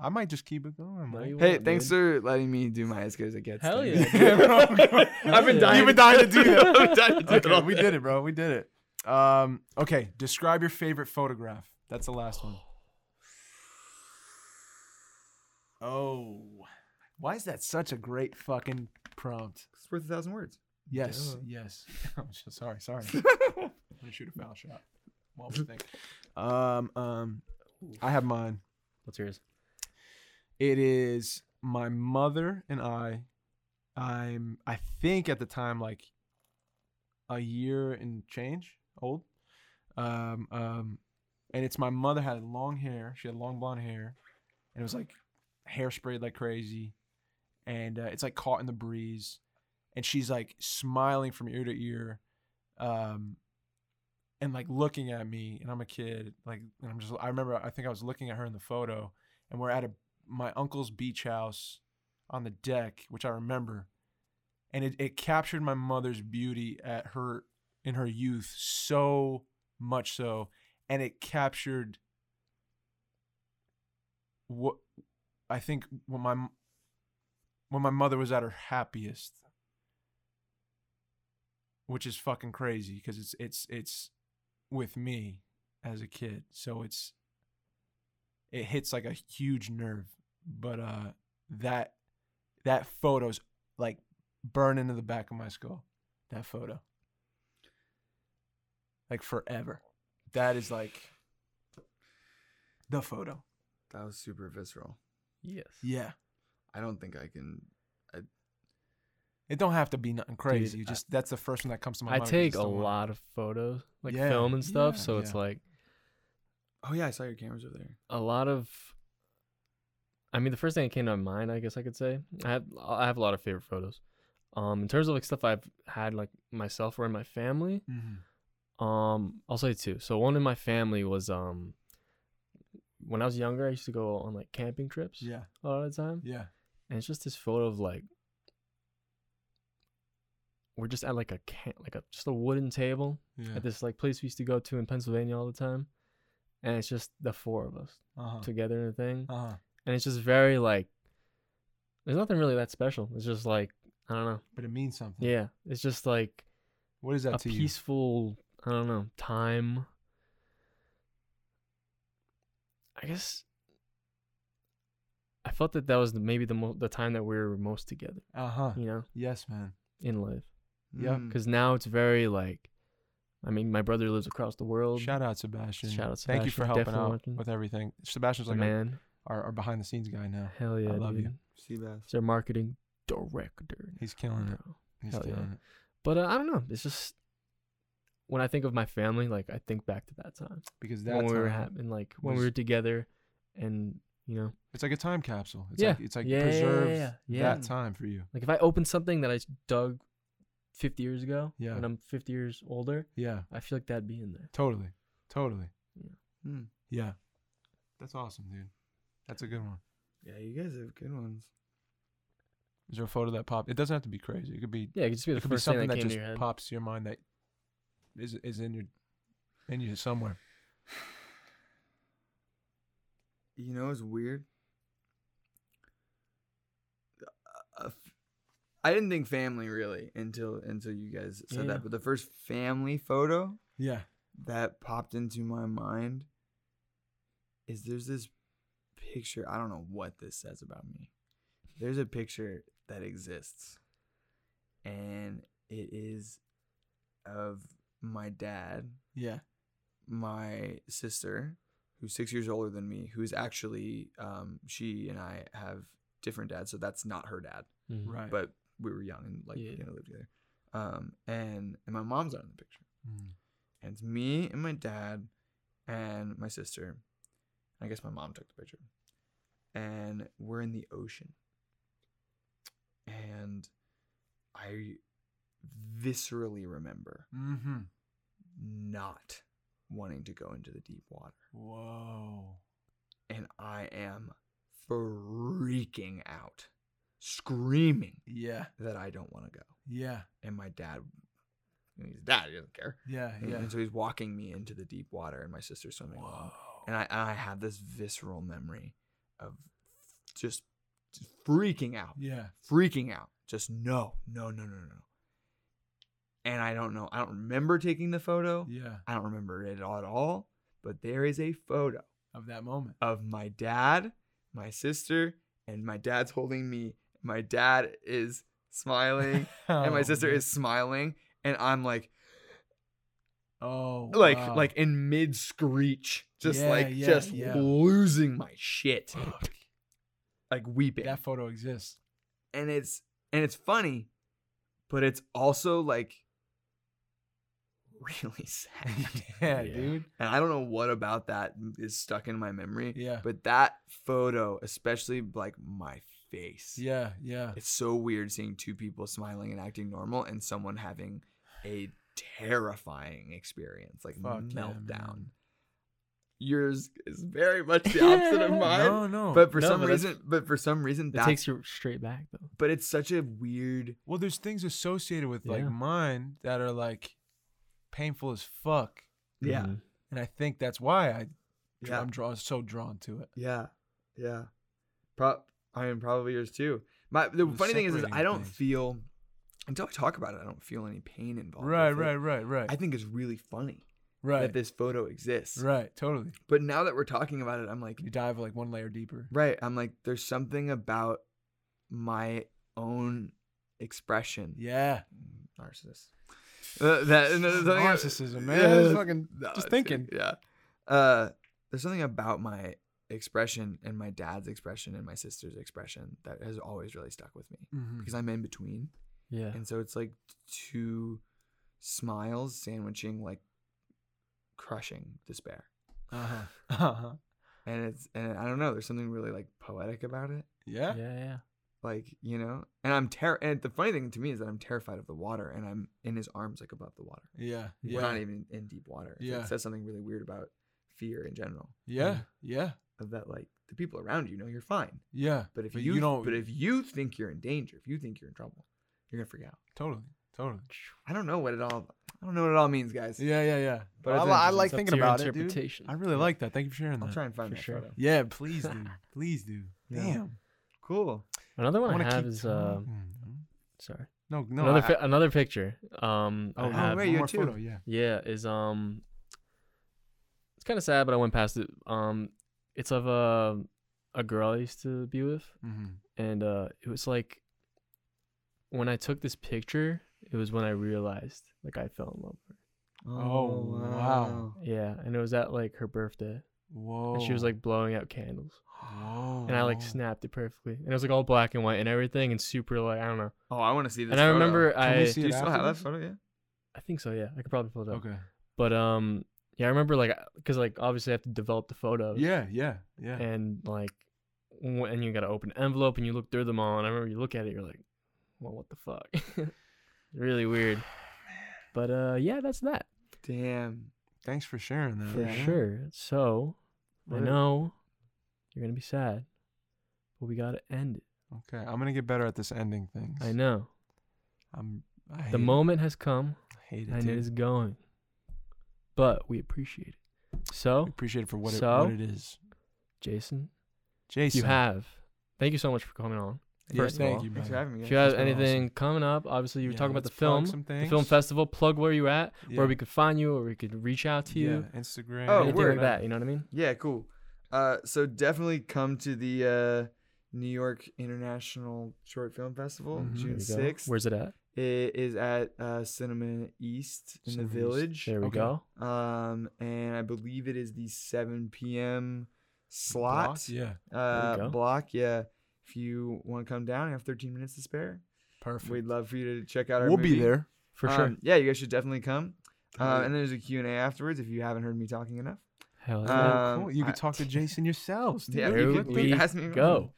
Speaker 2: I might just keep it going.
Speaker 5: No,
Speaker 2: Mike.
Speaker 5: you
Speaker 1: Hey,
Speaker 5: won't,
Speaker 1: thanks
Speaker 5: dude.
Speaker 1: for letting me do my as good as it gets.
Speaker 5: Hell
Speaker 1: thing.
Speaker 5: yeah.
Speaker 2: Yeah, bro.
Speaker 5: I've been dying.
Speaker 2: You've been dying to do that.
Speaker 1: I'm dying to do it
Speaker 2: Okay,
Speaker 1: all
Speaker 2: we
Speaker 1: day.
Speaker 2: did it, bro. We did it. Um, okay, describe your favorite photograph. That's the last one. Oh, why is that such a great fucking prompt?
Speaker 1: It's worth a thousand words.
Speaker 2: Yes,
Speaker 1: Duh.
Speaker 2: yes. I'm so sorry, sorry. I'm gonna shoot a foul shot. What would you think? Um, um, I have mine.
Speaker 5: What's yours?
Speaker 2: It is my mother and I. I'm I think at the time like a year and change old. Um, um, and it's my mother had long hair. She had long blonde hair, and it was like hairsprayed like crazy, and uh, it's like caught in the breeze, and she's like smiling from ear to ear, um, and like looking at me, and I'm a kid, like, and I'm just I remember I think I was looking at her in the photo, and we're at a my uncle's beach house on the deck, which I remember, and it, it captured my mother's beauty at her in her youth so much so, and it captured what I think when my m- when my mother was at her happiest, which is fucking crazy because it's it's it's with me as a kid, so it's it hits like a huge nerve. But uh that that photo's like burned into the back of my skull. That photo. Like forever. That is like the photo.
Speaker 1: That was super visceral.
Speaker 5: Yes.
Speaker 2: Yeah.
Speaker 1: I don't think I can.
Speaker 2: It don't have to be nothing crazy.
Speaker 5: Dude,
Speaker 2: you just that's the first one that comes to my
Speaker 5: I
Speaker 2: mind.
Speaker 5: take
Speaker 2: It's
Speaker 5: a
Speaker 2: the one.
Speaker 5: lot of photos, like
Speaker 2: Yeah,
Speaker 5: film and stuff.
Speaker 2: yeah,
Speaker 5: so it's
Speaker 2: yeah.
Speaker 5: like
Speaker 1: Oh yeah, I saw your cameras over there.
Speaker 5: a lot of. I mean, the first thing that came to my mind, I guess I could say, I have I have a lot of favorite photos. Um, in terms of like stuff I've had like myself or in my family,
Speaker 2: Mhm.
Speaker 5: Um, I'll say two. So one in my family was um, when I was younger, I used to go on like camping trips
Speaker 2: Yeah.
Speaker 5: a lot of the time,
Speaker 2: Yeah.
Speaker 5: and it's just this photo of like
Speaker 3: we're just at like a can like a just a wooden table
Speaker 2: Yeah.
Speaker 3: at this like place we used to go to in Pennsylvania all the time, and it's just the four of us
Speaker 2: Uh-huh.
Speaker 3: together in a thing,
Speaker 2: Uh-huh.
Speaker 3: and it's just very like. There's nothing really that special. It's just like I don't know.
Speaker 2: But it means something.
Speaker 3: Yeah, it's just like
Speaker 2: What is that
Speaker 3: a
Speaker 2: to
Speaker 3: peaceful i don't know time i guess i felt that that was the, maybe the mo- the time that we were most together
Speaker 2: you? Uh huh.
Speaker 3: you know
Speaker 2: Yes, man.
Speaker 3: in life
Speaker 2: Yeah,
Speaker 1: Mm.
Speaker 3: because now it's very like i mean my brother lives across the world
Speaker 2: Shout out Sebastian.
Speaker 3: Shout out
Speaker 2: Thank you for
Speaker 3: Sebastian,
Speaker 2: helping
Speaker 3: definitely
Speaker 2: out
Speaker 3: watching.
Speaker 2: with everything. Sebastian's
Speaker 3: the
Speaker 2: like our,
Speaker 3: man
Speaker 2: our, our behind the scenes guy now.
Speaker 3: hell yeah
Speaker 2: love you.
Speaker 3: dude.
Speaker 1: sea bass.
Speaker 3: he's our marketing director
Speaker 2: He's killing it.
Speaker 3: bro.
Speaker 2: He's
Speaker 3: Mm. Hell yeah.
Speaker 2: killing it.
Speaker 3: but uh, i don't know it's just when i think of my family like i think back to that time
Speaker 2: Because that
Speaker 3: when we were
Speaker 2: time-
Speaker 3: hap- and like when we
Speaker 2: was-
Speaker 3: were together and you know
Speaker 2: it's like a time capsule. It's
Speaker 3: Yeah.
Speaker 2: like it's like
Speaker 3: Yeah, yeah, yeah,
Speaker 2: preserves
Speaker 3: yeah, yeah.
Speaker 2: that time for you.
Speaker 3: Like if I open something that I s- dug 50 years ago,
Speaker 2: Yeah.
Speaker 3: when I'm 50 years older,
Speaker 2: Yeah.
Speaker 3: I feel like that'd be in there.
Speaker 2: Totally. Totally.
Speaker 1: Hmm.
Speaker 2: Yeah. That's awesome, dude. That's a good one.
Speaker 1: Yeah, you guys have good ones.
Speaker 2: Is there a photo that popped? It doesn't have to be crazy. It could be
Speaker 3: Yeah, it could just be the
Speaker 2: it could be
Speaker 3: first thing
Speaker 2: something
Speaker 3: that,
Speaker 2: that,
Speaker 3: came to
Speaker 2: just
Speaker 3: your head.
Speaker 2: pops to your mind that is is in your in you somewhere.
Speaker 1: You know, it's weird. Uh, f- I didn't think family really until until you guys said
Speaker 3: Yeah.
Speaker 1: that. But the first family photo
Speaker 2: Yeah.
Speaker 1: that popped into my mind is there's this picture. I don't know what this says about me. There's a picture that exists, and it is of my dad
Speaker 2: Yeah.
Speaker 1: my sister, who's six years older than me, who's actually um, she and I have different dads, so that's not her dad,
Speaker 3: Mhm.
Speaker 2: Right.
Speaker 1: but we were young and like
Speaker 3: Yeah.
Speaker 1: you know lived together. Um, and and my mom's not in the picture,
Speaker 2: Mm.
Speaker 1: and it's me and my dad and my sister. I guess my mom took the picture, and we're in the ocean, and I viscerally remember
Speaker 2: Mm-hmm.
Speaker 1: not wanting to go into the deep water.
Speaker 2: Whoa.
Speaker 1: and I am freaking out, screaming
Speaker 2: Yeah.
Speaker 1: that I don't want to go.
Speaker 2: Yeah.
Speaker 1: And my dad, he's a dad, he doesn't care.
Speaker 2: Yeah.
Speaker 1: And, and so he's walking me into the deep water, and my sister's swimming along. And I, and I have this visceral memory of just freaking out,
Speaker 2: Yeah.
Speaker 1: freaking out. Just no, no, no, no, no, no. And I don't know. I don't remember taking the photo.
Speaker 2: Yeah.
Speaker 1: I don't remember it at all. But there is a photo
Speaker 2: Of that moment.
Speaker 1: of my dad, my sister, and my dad's holding me. My dad is smiling, and my
Speaker 2: Oh,
Speaker 1: sister
Speaker 2: man.
Speaker 1: is smiling, and I'm like,
Speaker 2: Oh.
Speaker 1: like,
Speaker 2: wow.
Speaker 1: like in mid screech, just
Speaker 2: Yeah,
Speaker 1: like,
Speaker 2: yeah,
Speaker 1: just
Speaker 2: yeah.
Speaker 1: losing my shit, like weeping.
Speaker 2: that photo exists.
Speaker 1: and it's and it's funny, but it's also like really sad.
Speaker 2: yeah,
Speaker 3: Yeah.
Speaker 2: dude.
Speaker 1: and I don't know what about that is stuck in my memory.
Speaker 2: Yeah.
Speaker 1: But that photo, especially like my face.
Speaker 2: Yeah. Yeah.
Speaker 1: It's so weird seeing two people smiling and acting normal and someone having a terrifying experience, like
Speaker 2: Fuck yeah,
Speaker 1: meltdown.
Speaker 2: man.
Speaker 1: Yours is very much the opposite of mine.
Speaker 2: No, no.
Speaker 1: But for
Speaker 3: No,
Speaker 1: some
Speaker 3: but that's-
Speaker 1: reason, but for some reason,
Speaker 3: It
Speaker 1: that's
Speaker 3: takes you straight back though.
Speaker 1: but it's such a weird.
Speaker 2: Well, there's things associated with like
Speaker 3: Yeah.
Speaker 2: mine that are like painful as fuck,
Speaker 1: Yeah,
Speaker 3: Mhm.
Speaker 2: and I think that's why I
Speaker 1: Yeah.
Speaker 2: I'm drawn so drawn to it.
Speaker 1: yeah, yeah. Pro- I mean, probably yours too. My the
Speaker 2: The
Speaker 1: funny thing is, is
Speaker 2: separating
Speaker 1: I don't
Speaker 2: things.
Speaker 1: feel until I talk about it, I don't feel any pain involved.
Speaker 2: Right,
Speaker 1: with it.
Speaker 2: right, right, right,
Speaker 1: I think it's really funny that
Speaker 2: right,
Speaker 1: this photo exists.
Speaker 2: right. Totally.
Speaker 1: But now that we're talking about it, I'm like,
Speaker 2: You dive like one layer deeper.
Speaker 1: Right. I'm like, there's something about my own expression.
Speaker 2: Yeah.
Speaker 1: Narcissist. Uh, that, and there's something-
Speaker 2: Narcissism, man. It's fucking-
Speaker 1: No,
Speaker 2: just
Speaker 1: it's-
Speaker 2: thinking.
Speaker 1: Yeah. Uh, there's something about my expression and my dad's expression and my sister's expression that has always really stuck with me
Speaker 2: Mhm.
Speaker 1: because I'm in between.
Speaker 3: Yeah.
Speaker 1: And so it's like two smiles sandwiching like crushing despair.
Speaker 2: Uh-huh. Uh-huh.
Speaker 1: And it's, and I don't know, there's something really like poetic about it.
Speaker 2: Yeah.
Speaker 3: Yeah, yeah.
Speaker 1: like you know and i'm ter and the funny thing to me is that i'm terrified of the water and i'm in his arms like above the water
Speaker 2: Yeah.
Speaker 1: we're
Speaker 2: Yeah.
Speaker 1: not even in deep water So
Speaker 2: Yeah.
Speaker 1: it says something really weird about fear in general
Speaker 2: Yeah. Yeah.
Speaker 1: of that like the people around you know you're fine
Speaker 2: Yeah.
Speaker 1: but if
Speaker 2: But
Speaker 1: you,
Speaker 2: you don't-
Speaker 1: but if you think you're in danger if you think you're in trouble you're gonna freak out
Speaker 2: Totally. Totally.
Speaker 1: I don't know what it all. I don't know what it all means, guys.
Speaker 2: Yeah, yeah, yeah.
Speaker 1: But
Speaker 2: But I,
Speaker 1: it's
Speaker 2: li- I
Speaker 1: interesting.
Speaker 2: like
Speaker 1: It's up
Speaker 2: thinking
Speaker 3: to your
Speaker 2: about it, dude.
Speaker 3: interpretation.
Speaker 2: I really like that. Thank you for sharing
Speaker 1: I'll
Speaker 2: that.
Speaker 1: try and find
Speaker 3: For
Speaker 1: that
Speaker 3: sure.
Speaker 1: photo.
Speaker 2: Yeah, please do. please do.
Speaker 1: Yeah.
Speaker 2: Damn.
Speaker 1: Cool.
Speaker 3: Another one
Speaker 2: wanna
Speaker 3: I, have
Speaker 2: keep
Speaker 3: is um
Speaker 2: talking.
Speaker 3: sorry.
Speaker 2: no, no.
Speaker 3: another
Speaker 2: I-
Speaker 3: fi- another picture. Um
Speaker 2: I-
Speaker 3: I
Speaker 2: oh,
Speaker 3: have-
Speaker 1: wait,
Speaker 2: one
Speaker 1: you
Speaker 2: more
Speaker 1: too.
Speaker 2: photo, yeah.
Speaker 3: Yeah, is um it's kind of sad, but I went past it. Um it's of a a girl I used to be with
Speaker 2: Mm-hmm.
Speaker 3: and uh it was like when I took this picture, it was when I realized like I fell in love with
Speaker 2: Oh, wow.
Speaker 3: her. Yeah, and it was at like her birthday.
Speaker 2: Whoa.
Speaker 3: And she was like blowing out candles.
Speaker 2: Whoa.
Speaker 3: And I like snapped it perfectly. And it was like all black and white and everything and super like I don't know.
Speaker 1: Oh, I want to see this.
Speaker 3: and I
Speaker 1: photo.
Speaker 3: remember
Speaker 2: Can we
Speaker 3: I
Speaker 2: see
Speaker 1: Do
Speaker 2: it
Speaker 1: you still have
Speaker 2: after
Speaker 1: that
Speaker 2: this?
Speaker 1: photo? Yeah.
Speaker 3: I think so, yeah. I could probably pull it up.
Speaker 2: Okay.
Speaker 3: But um yeah, I remember like cuz like obviously I have to develop the photos.
Speaker 2: Yeah, yeah, yeah.
Speaker 3: And like wh- and you got to open an envelope and you look through them all and I remember you look at it you're like, "Well, what the fuck?" really weird. But uh yeah, that's that.
Speaker 1: Damn.
Speaker 2: Thanks for sharing that.
Speaker 3: For
Speaker 1: Yeah.
Speaker 3: sure. So, I
Speaker 1: What a-
Speaker 3: know you're going to be sad, but we got to end it.
Speaker 2: Okay, I'm gonna get better at this ending thing.
Speaker 3: I know.
Speaker 2: I'm. I hate
Speaker 3: The
Speaker 2: it.
Speaker 3: moment has come
Speaker 2: I hate it.
Speaker 3: and it
Speaker 2: dude.
Speaker 3: is going. But we appreciate it. So,
Speaker 2: I appreciate it for what,
Speaker 3: So?
Speaker 2: it, what it is.
Speaker 3: Jason, if
Speaker 2: Jason,
Speaker 3: you have, thank you so much for coming on.
Speaker 2: Yeah,
Speaker 3: first of
Speaker 2: thank
Speaker 3: all,
Speaker 2: you,
Speaker 1: Thanks for
Speaker 2: brother.
Speaker 1: having me.
Speaker 3: if you
Speaker 1: guys.
Speaker 3: have
Speaker 2: it's been awesome.
Speaker 3: anything coming up, obviously you were
Speaker 2: Yeah,
Speaker 3: talking about the
Speaker 2: let's plug
Speaker 3: film,
Speaker 2: some
Speaker 3: the film
Speaker 2: things.
Speaker 3: festival. Plug where you're at,
Speaker 2: Yeah.
Speaker 3: where we could find you, or we could reach out to you,
Speaker 2: Yeah, Instagram.
Speaker 1: Oh,
Speaker 3: anything
Speaker 1: word.
Speaker 3: like that. You know what I mean?
Speaker 1: Yeah, cool. Uh, so definitely come to the uh, New York International Short Film Festival,
Speaker 2: Mhm.
Speaker 1: June
Speaker 3: Mm-hmm. There you go.
Speaker 1: sixth.
Speaker 3: Where's it at?
Speaker 1: It is at uh, Cinema East in
Speaker 2: Cinema East.
Speaker 1: the Village.
Speaker 3: There we
Speaker 2: Okay.
Speaker 3: go.
Speaker 1: Um, and I believe it is the 7 p.m. slot
Speaker 2: Block? Yeah,
Speaker 1: uh,
Speaker 3: go.
Speaker 1: block. Yeah, if you want to come down, you have 13 minutes to spare.
Speaker 2: perfect.
Speaker 1: We'd love for you to check out our.
Speaker 2: we'll be
Speaker 1: movie.
Speaker 2: there.
Speaker 3: For sure.
Speaker 1: Um, yeah, you guys should definitely come.
Speaker 2: Hell
Speaker 1: Uh,
Speaker 2: yeah.
Speaker 1: and there's a Q and A afterwards if you haven't heard me talking enough.
Speaker 3: Hell
Speaker 2: Oh,
Speaker 3: yeah.
Speaker 1: um,
Speaker 2: cool. You could
Speaker 1: I-
Speaker 2: talk to Jason yourselves. dude.
Speaker 1: Yeah,
Speaker 3: There
Speaker 1: you could
Speaker 3: we
Speaker 1: you ask me around.
Speaker 3: go.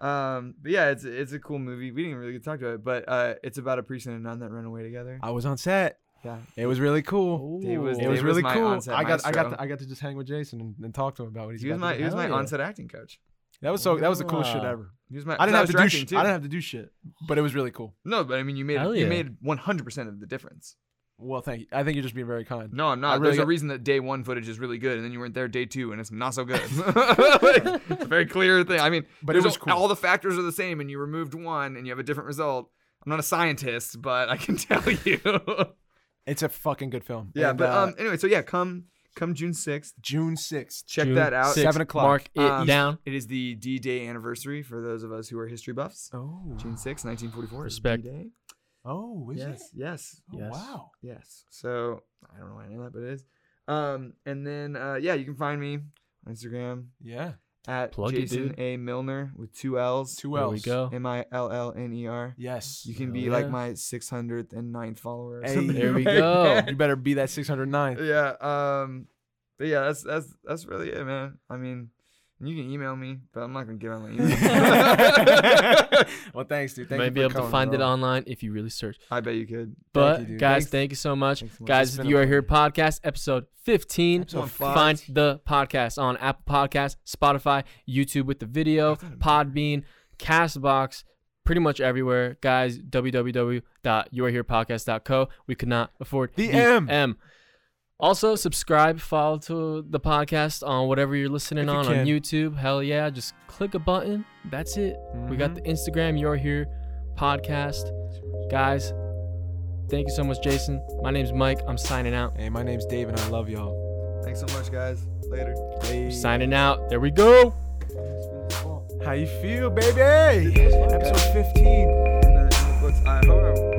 Speaker 1: Um, but yeah, it's it's a cool movie. We didn't really get to talk about it, but uh, it's about a priest and a nun that run away together.
Speaker 2: I was on set.
Speaker 1: Yeah,
Speaker 2: It was really cool.
Speaker 3: Ooh.
Speaker 1: It was-
Speaker 2: It
Speaker 1: Dave
Speaker 2: was really
Speaker 1: my
Speaker 2: cool.
Speaker 1: on-set
Speaker 2: I got, I got,
Speaker 1: maestro.
Speaker 2: to, I got to just hang with Jason and, and talk to him about what he's.
Speaker 1: he was
Speaker 2: about
Speaker 1: my
Speaker 2: to do.
Speaker 1: he was my
Speaker 3: Hell yeah.
Speaker 1: on-set acting coach.
Speaker 2: That was so. That was the coolest shit
Speaker 3: Wow.
Speaker 2: ever.
Speaker 1: He was my.
Speaker 2: I didn't
Speaker 1: no,
Speaker 2: have
Speaker 1: was
Speaker 2: to do.
Speaker 1: directing,
Speaker 2: Sh-
Speaker 1: too.
Speaker 2: I didn't have to do shit, but it was really cool.
Speaker 1: No, but I mean, you made
Speaker 3: Hell
Speaker 1: you
Speaker 3: yeah.
Speaker 1: made one hundred percent of the difference.
Speaker 2: Well, thank you. I think you're just being very kind.
Speaker 1: No, I'm not.
Speaker 2: I really
Speaker 1: There's a
Speaker 2: got-
Speaker 1: reason that day one footage is really good, and then you weren't there day two, and it's not so good. Like, it's a very clear thing. I mean,
Speaker 2: But it
Speaker 1: there's
Speaker 2: was
Speaker 1: a-
Speaker 2: cool.
Speaker 1: All the factors are the same, and you removed one, and you have a different result. I'm not a scientist, but I can tell you.
Speaker 2: It's a fucking good film.
Speaker 1: yeah,
Speaker 2: And,
Speaker 1: but
Speaker 2: uh,
Speaker 1: um, anyway, so yeah, come come June sixth.
Speaker 2: June sixth.
Speaker 1: Check
Speaker 3: June
Speaker 1: that out.
Speaker 3: 6th.
Speaker 2: Seven o'clock.
Speaker 3: Mark it
Speaker 1: Um,
Speaker 3: down.
Speaker 1: It is the D-Day anniversary for those of us who are history buffs.
Speaker 2: Oh.
Speaker 1: June 6th, 1944. is
Speaker 3: Respect.
Speaker 1: D-Day.
Speaker 2: Oh, is
Speaker 1: Yes,
Speaker 2: it?
Speaker 1: yes,
Speaker 2: Oh,
Speaker 3: Yes.
Speaker 2: Wow.
Speaker 1: Yes. So I don't know why I know that, but it is. Um, and then uh, yeah, you can find me on Instagram
Speaker 2: Yeah.
Speaker 1: at
Speaker 3: Plug it,
Speaker 1: Jason
Speaker 3: dude.
Speaker 1: A Milner with two L's.
Speaker 2: Two
Speaker 3: There
Speaker 2: L's.
Speaker 3: we go.
Speaker 1: M I L L N E R.
Speaker 2: Yes.
Speaker 1: You can
Speaker 3: Hell
Speaker 1: be like
Speaker 3: yeah.
Speaker 1: my 609th follower. or
Speaker 2: Hey,
Speaker 1: something
Speaker 3: there we
Speaker 1: like
Speaker 3: go.
Speaker 1: that.
Speaker 2: You better be that 609.
Speaker 1: Yeah. Um. But yeah, that's that's that's really it, man. I mean, you can email me, but I'm not gonna give out my email.
Speaker 2: well, thanks, dude.
Speaker 3: You
Speaker 2: Thank
Speaker 3: might
Speaker 2: you
Speaker 3: be
Speaker 2: for
Speaker 3: able to
Speaker 2: coming,
Speaker 3: find it
Speaker 2: bro.
Speaker 3: online if you really search.
Speaker 1: I bet you could.
Speaker 3: But
Speaker 2: you, dude.
Speaker 3: guys,
Speaker 1: Thanks.
Speaker 3: thank you so much.
Speaker 1: Thanks, Mike.
Speaker 3: guys,
Speaker 2: It's
Speaker 3: the
Speaker 2: been
Speaker 3: you
Speaker 2: a
Speaker 3: are here
Speaker 2: pleasure.
Speaker 3: podcast episode 15.
Speaker 2: Episode
Speaker 3: find the podcast on Apple Podcasts, Spotify, YouTube with the video, Podbean, Castbox, pretty much everywhere. Guys, www.youareherepodcast.co. We could not afford
Speaker 2: The M.
Speaker 3: M. Also, subscribe, follow to the podcast on whatever you're listening
Speaker 2: If you
Speaker 3: on on
Speaker 2: can.
Speaker 3: YouTube. Hell yeah, just click a button. That's it. We got the Instagram You're Here podcast. Guys, thank you so much, Jason. My name's Mike. I'm signing out.
Speaker 2: Hey, my name's Dave, and I love y'all.
Speaker 1: Thanks so much, guys. Later.
Speaker 2: Hey.
Speaker 3: Signing out. There we go.
Speaker 2: How you feel, baby? Episode 15.
Speaker 1: In the, in the books. I hope. I-